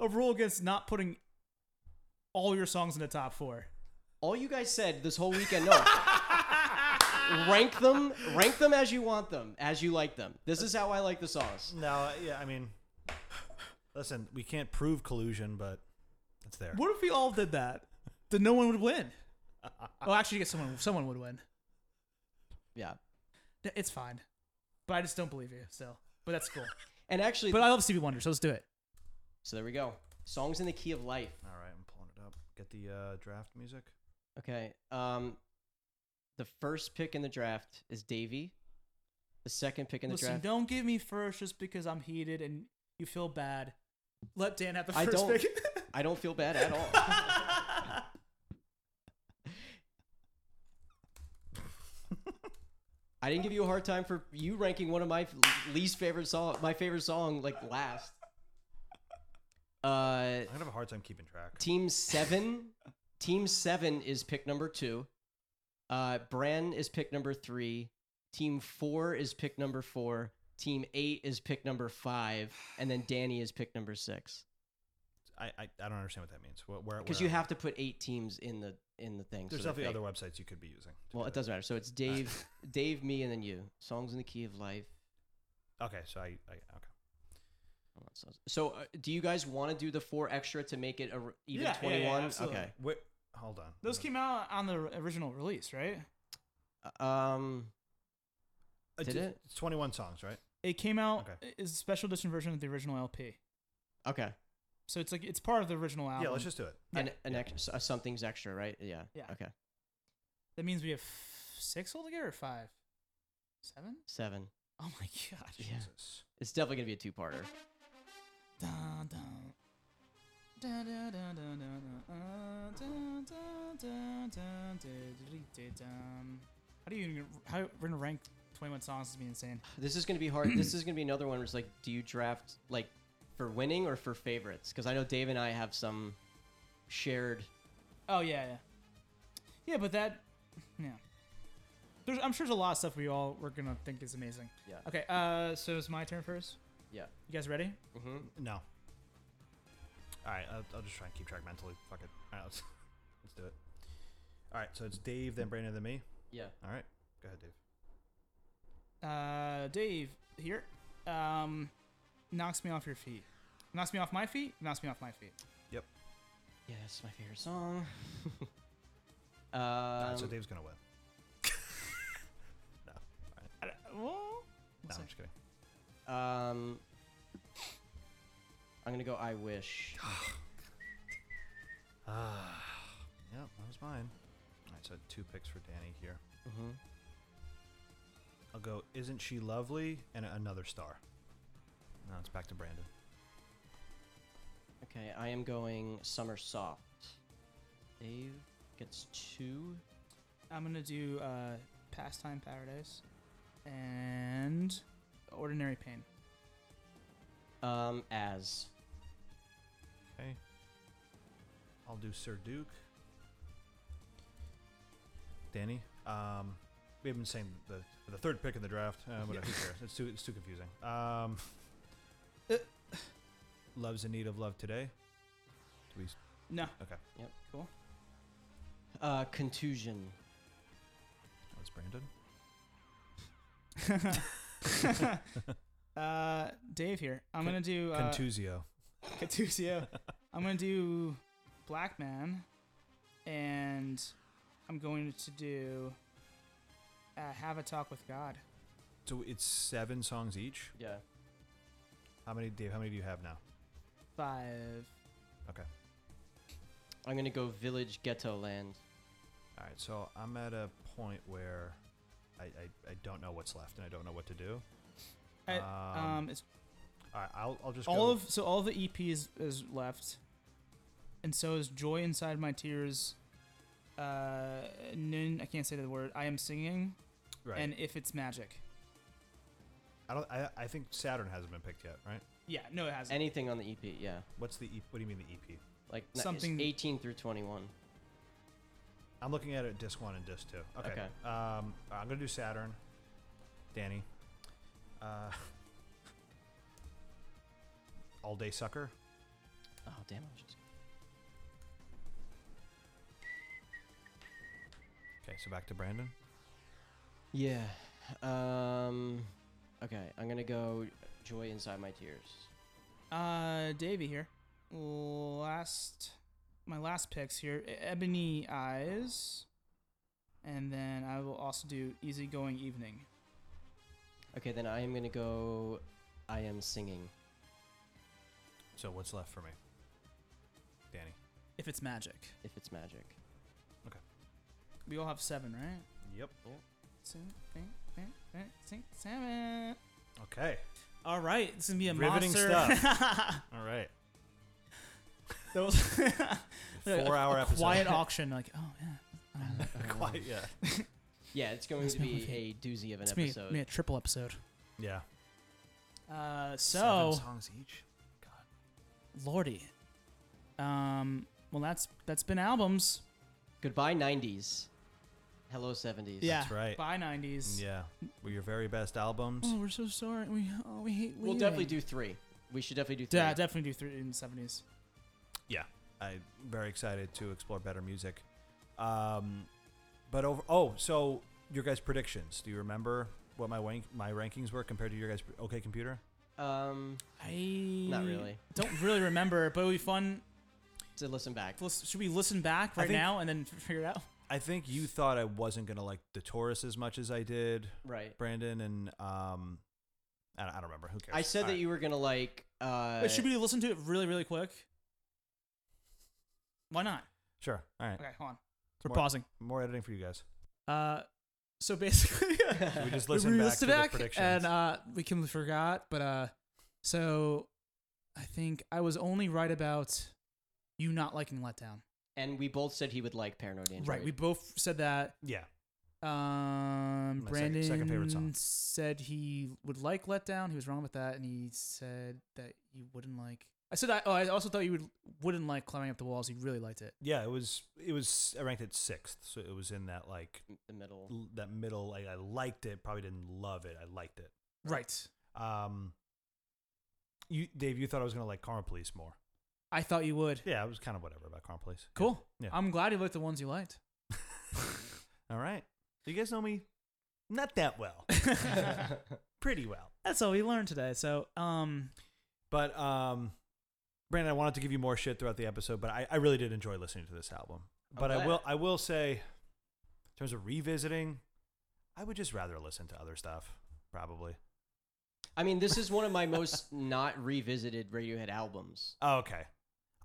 a rule against not putting all your songs in the top four.
all you guys said this whole weekend no rank them rank them as you want them as you like them this is how i like the songs
No, uh, yeah, I mean, listen, we can't prove collusion, but it's there.
What if we all did that? Then no one would win. Oh, actually, yes, someone someone would win.
yeah
Th- It's fine, but I just don't believe you still. But that's cool.
and actually
But I love Stevie Wonder, so let's do it.
so there we go songs in the key of life
All right, I'm pulling it up. Get the uh, draft music.
okay um the first pick in the draft is davey the second pick in the
Listen,
draft
don't give me first just because I'm heated and you feel bad. Let Dan have the
I
first
don't-
pick.
i don't feel bad at all i didn't give you a hard time for you ranking one of my f- least favorite song my favorite song like last uh
I'm going to have a hard time keeping track.
Team seven, team seven is pick number two. Uh, Bran is pick number three. Team four is pick number four. Team eight is pick number five, and then Danny is pick number six.
I, I, I don't understand what that means. Where, where,
Because
where
you
are
have to put eight teams in the in the thing.
we? There's
so they're
definitely
fake.
other websites you could be using. to
Well,
do
it
that.
doesn't matter. So it's Dave, Dave, me, and then you. Songs in the Key of Life.
Okay, so I, I okay.
Hold on, So, so, uh, do you guys want to do the four extra to make it a, r- even
Yeah, yeah, yeah,
twenty-one?
absolutely.
okay.
Wait, hold on.
Those came out on the original release, right?
Um,
Uh,
did
d-
it?
It's 21 songs, right?
It came out
Okay.
is a special edition version of the original LP.
okay.
So it's like it's part of the original album.
Yeah, let's just do it.
An, an ex- uh, something's extra, right? Yeah.
Yeah.
Okay.
That means we have f- six altogether or five? Seven?
Seven.
Oh my gosh.
Yeah.
Jesus.
It's definitely gonna be a two-parter.
Dun, dun. How do you even, how we're gonna rank 21 songs is be insane.
This is going to be hard. this is going to be another one where it's like, do you draft like for winning or for favorites? Because I know Dave and I have some shared.
Oh yeah, yeah, yeah. But that, yeah. There's, I'm sure there's a lot of stuff we all were gonna think is amazing.
Yeah.
Okay. Uh, so it's my turn first.
Yeah.
You guys ready?
Mm-hmm.
No. All right, I'll, I'll just try and keep track mentally. Fuck it. All right, let's, let's do it. All right, so it's Dave, then Brandon, then me.
Yeah.
All right, go ahead, Dave.
Uh, Dave here. Um, knocks me off your feet. Knocks me off my feet. Knocks me off my feet.
Yeah, that's my favorite song. um,
All right, so Dave's gonna win. no,
I don't- well,
no,
Let's
I'm
see.
just kidding.
um, I'm going to go I Wish.
Yep, that was mine. All right, so two picks for Danny here.
hmm
I'll go. Isn't she lovely? And another star. Now it's back to Brandon.
Okay, I am going Summer Soft. Dave gets two.
I'm gonna do uh, pastime paradise, and ordinary pain.
Um, as.
Okay. I'll do Sir Duke. Danny. Um, we've been saying the the third pick in the draft. Uh, whatever, who cares? It's too it's too confusing. Um,
Uh.
love's in need of love today. Do we? s-
No.
Okay.
Uh, contusion.
That's Brandon.
uh, Dave here. I'm
Con-
gonna do uh,
Contusio.
Contusio. I'm gonna do Black Man, and I'm going to do uh, Have a Talk with God.
So it's seven songs each.
Yeah.
How many, Dave? How many do you have now?
Five.
Okay.
I'm going to go Village Ghetto Land.
All right. So I'm at a point where I I, I don't know what's left and I don't know what to do.
I-
Um,
Um, it's
all right. I'll I'll just
all
go.
of so all the EP is, is left, and so is Joy Inside My Tears. Uh, noon. I can't say the word. I am singing,
right.
and if it's magic.
I don't. I, I think Saturn hasn't been picked yet, right?
Yeah. No, it hasn't.
Anything on the EP, yeah.
What's the? E- what do you mean the EP?
Like n- it's
Something-
18 through 21.
I'm looking at it at disc one and disc two. Okay.
Okay.
Um, I'm gonna do Saturn. Danny. Uh, all day sucker.
Oh, damn. I was just-
Okay, so back to Brandon.
Yeah. Um, okay, I'm going to go Joy Inside My Tears.
Uh, Davey here. Last, my last picks here: E- Ebony Eyes, and then I will also do Easygoing Evening.
Okay, then I am going to go I Am Singing.
So what's left for me? Danny.
If it's magic,
If it's magic.
we all have seven, right?
Yep.
Seven, eight, eight, eight, six, seven.
Okay.
All right, this is gonna be a
Riveting
monster.
stuff. All right.
that was a-
Four hour
a
episode.
quiet auction. Like, oh yeah, uh,
Quiet. Yeah.
Yeah, it's going
That's
to
my
be a
favorite.
doozy of an
it's me,
episode.
me a triple episode.
Yeah.
Uh,
Seven
so
songs each. God.
Lordy, um, well that's that's been albums.
Goodbye 90s. Hello 70s.
Yeah,
That's right.
By nineties.
Yeah. Were your very best albums.
Oh, we're so sorry. We oh, we hate.
We'll definitely do 3. We should definitely do 3.
Yeah, definitely do three in the seventies.
yeah, I'm very excited to explore better music. Um, but over, oh, so your guys' predictions? Do you remember what my wank, my rankings were compared to your guys' pre- OK Computer?
um,
I
not really.
Don't really remember, but it would be fun.
To listen back.
to lis- Should we listen back
I
right
think-
now and then figure it out?
I think you thought I wasn't gonna like the Taurus as much as I did,
Right.
Brandon, and um, I don't, I don't remember. Who cares?
I said that you were going to like uh
Wait, should we listen to it really, really quick? Why not?
sure. All right,
Okay, hold on. We're
More-
pausing.
more editing for you guys.
Uh, so basically,
Should we just
we
listen back to
listened
the predictions?
and uh, we can forgot, but uh, so I think I was only right about you not liking Letdown.
And we both said he would like Paranoid Android.
Right. We both said that.
Yeah.
Um,
My
Brandon
second- second favorite song.
said he would like Letdown. He was wrong about that, and he said that you wouldn't like. I said I, oh, I also thought you would wouldn't like climbing up the walls. You really liked it.
Yeah, it was it was I ranked it sixth, so it was in that like
the middle.
l- that middle. Like, I liked it, probably didn't love it. I liked it.
Right.
Um, you Dave, you thought I was gonna like Karma Police more.
I thought you would.
Yeah, it was kind of whatever about Karma Police. Yeah.
Cool.
Yeah.
I'm glad you liked the ones you liked.
All right. So you guys know me not that well, pretty well.
That's all we learned today. So, um,
But um, Brandon, I wanted to give you more shit throughout the episode, but I, I really did enjoy listening to this album.
I'm
But I
glad.
will I will say, in terms of revisiting, I would just rather listen to other stuff. Probably.
I mean, this is one of my most not revisited Radiohead albums.
Oh, okay.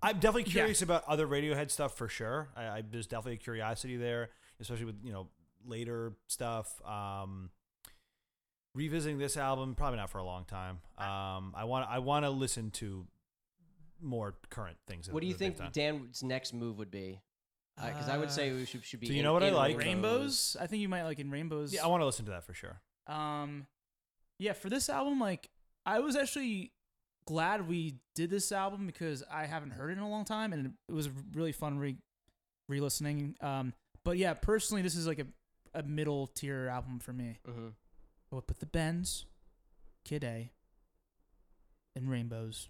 I'm definitely
Yeah.
curious about other Radiohead stuff for sure. I, I there's definitely a curiosity there, especially with you know later stuff. Um, revisiting this album probably not for a long time. Um, I want I want to listen to more current things. that-
What do you
that they've
think
done.
Dan's next move would be? Because I would say we should, should be.
Uh, do you
in-
know what I
in
like?
rainbows. I think you might like in rainbows.
Yeah, I want to listen to that for sure.
Um, yeah, for this album, like I was actually glad we did this album because I haven't heard it in a long time, and it was really fun re re-listening. Um, but yeah, personally, this is like a a middle tier album for me.
Mhm.
I would put the Bends, Kid A, and Rainbows,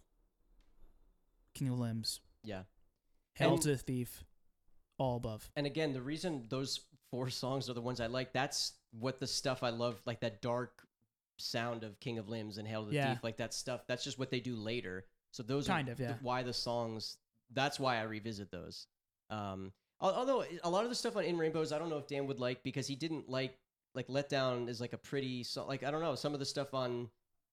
King of Limbs,
Yeah.
Hell
And-
to the Thief, all above.
And again, the reason those four songs are the ones I like, that's what the stuff I love, like that dark sound of King of Limbs and Hail to the
Yeah.
Thief, like that stuff. That's just what they do later. So those
Kind
are
of,
the,
yeah.
why the songs. That's why I revisit those. Um, al- although a lot of the stuff on In Rainbows, I don't know if Dan would like because he didn't like like Let Down is like a pretty song. Like I don't know, some of the stuff on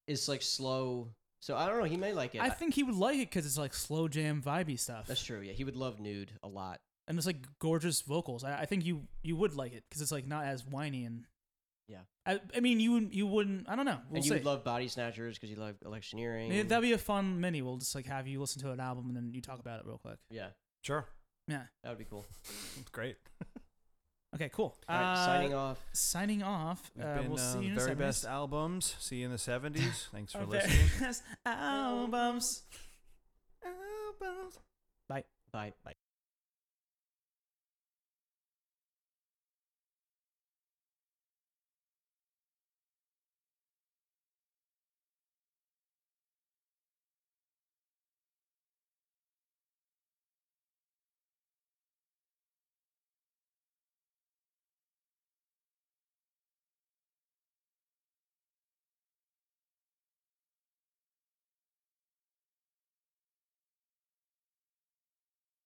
is like slow. So I don't know. He may like it.
I think he would like it because it's like slow jam vibey stuff.
that's true. Yeah, he would love Nude a lot.
and it's like gorgeous vocals. I, I think you you would like it because it's like not as whiny and
Yeah.
I, I mean you wouldn't- you wouldn't I don't know. We'll
and you
see.
would love Body Snatchers because you love electioneering.
Yeah, that'd be a fun mini. We'll just like have you listen to an album and then you talk about it real quick.
yeah.
Sure,
Yeah.
That would be cool.
great.
Okay. Cool.
All right,
Uh,
signing off.
Signing off.
We've
Uh,
been
we'll
uh,
see you in
the
the
very
70s.
best albums. See you in the seventies. Thanks for
Our very
listening.
best albums.
Albums.
Bye.
Bye.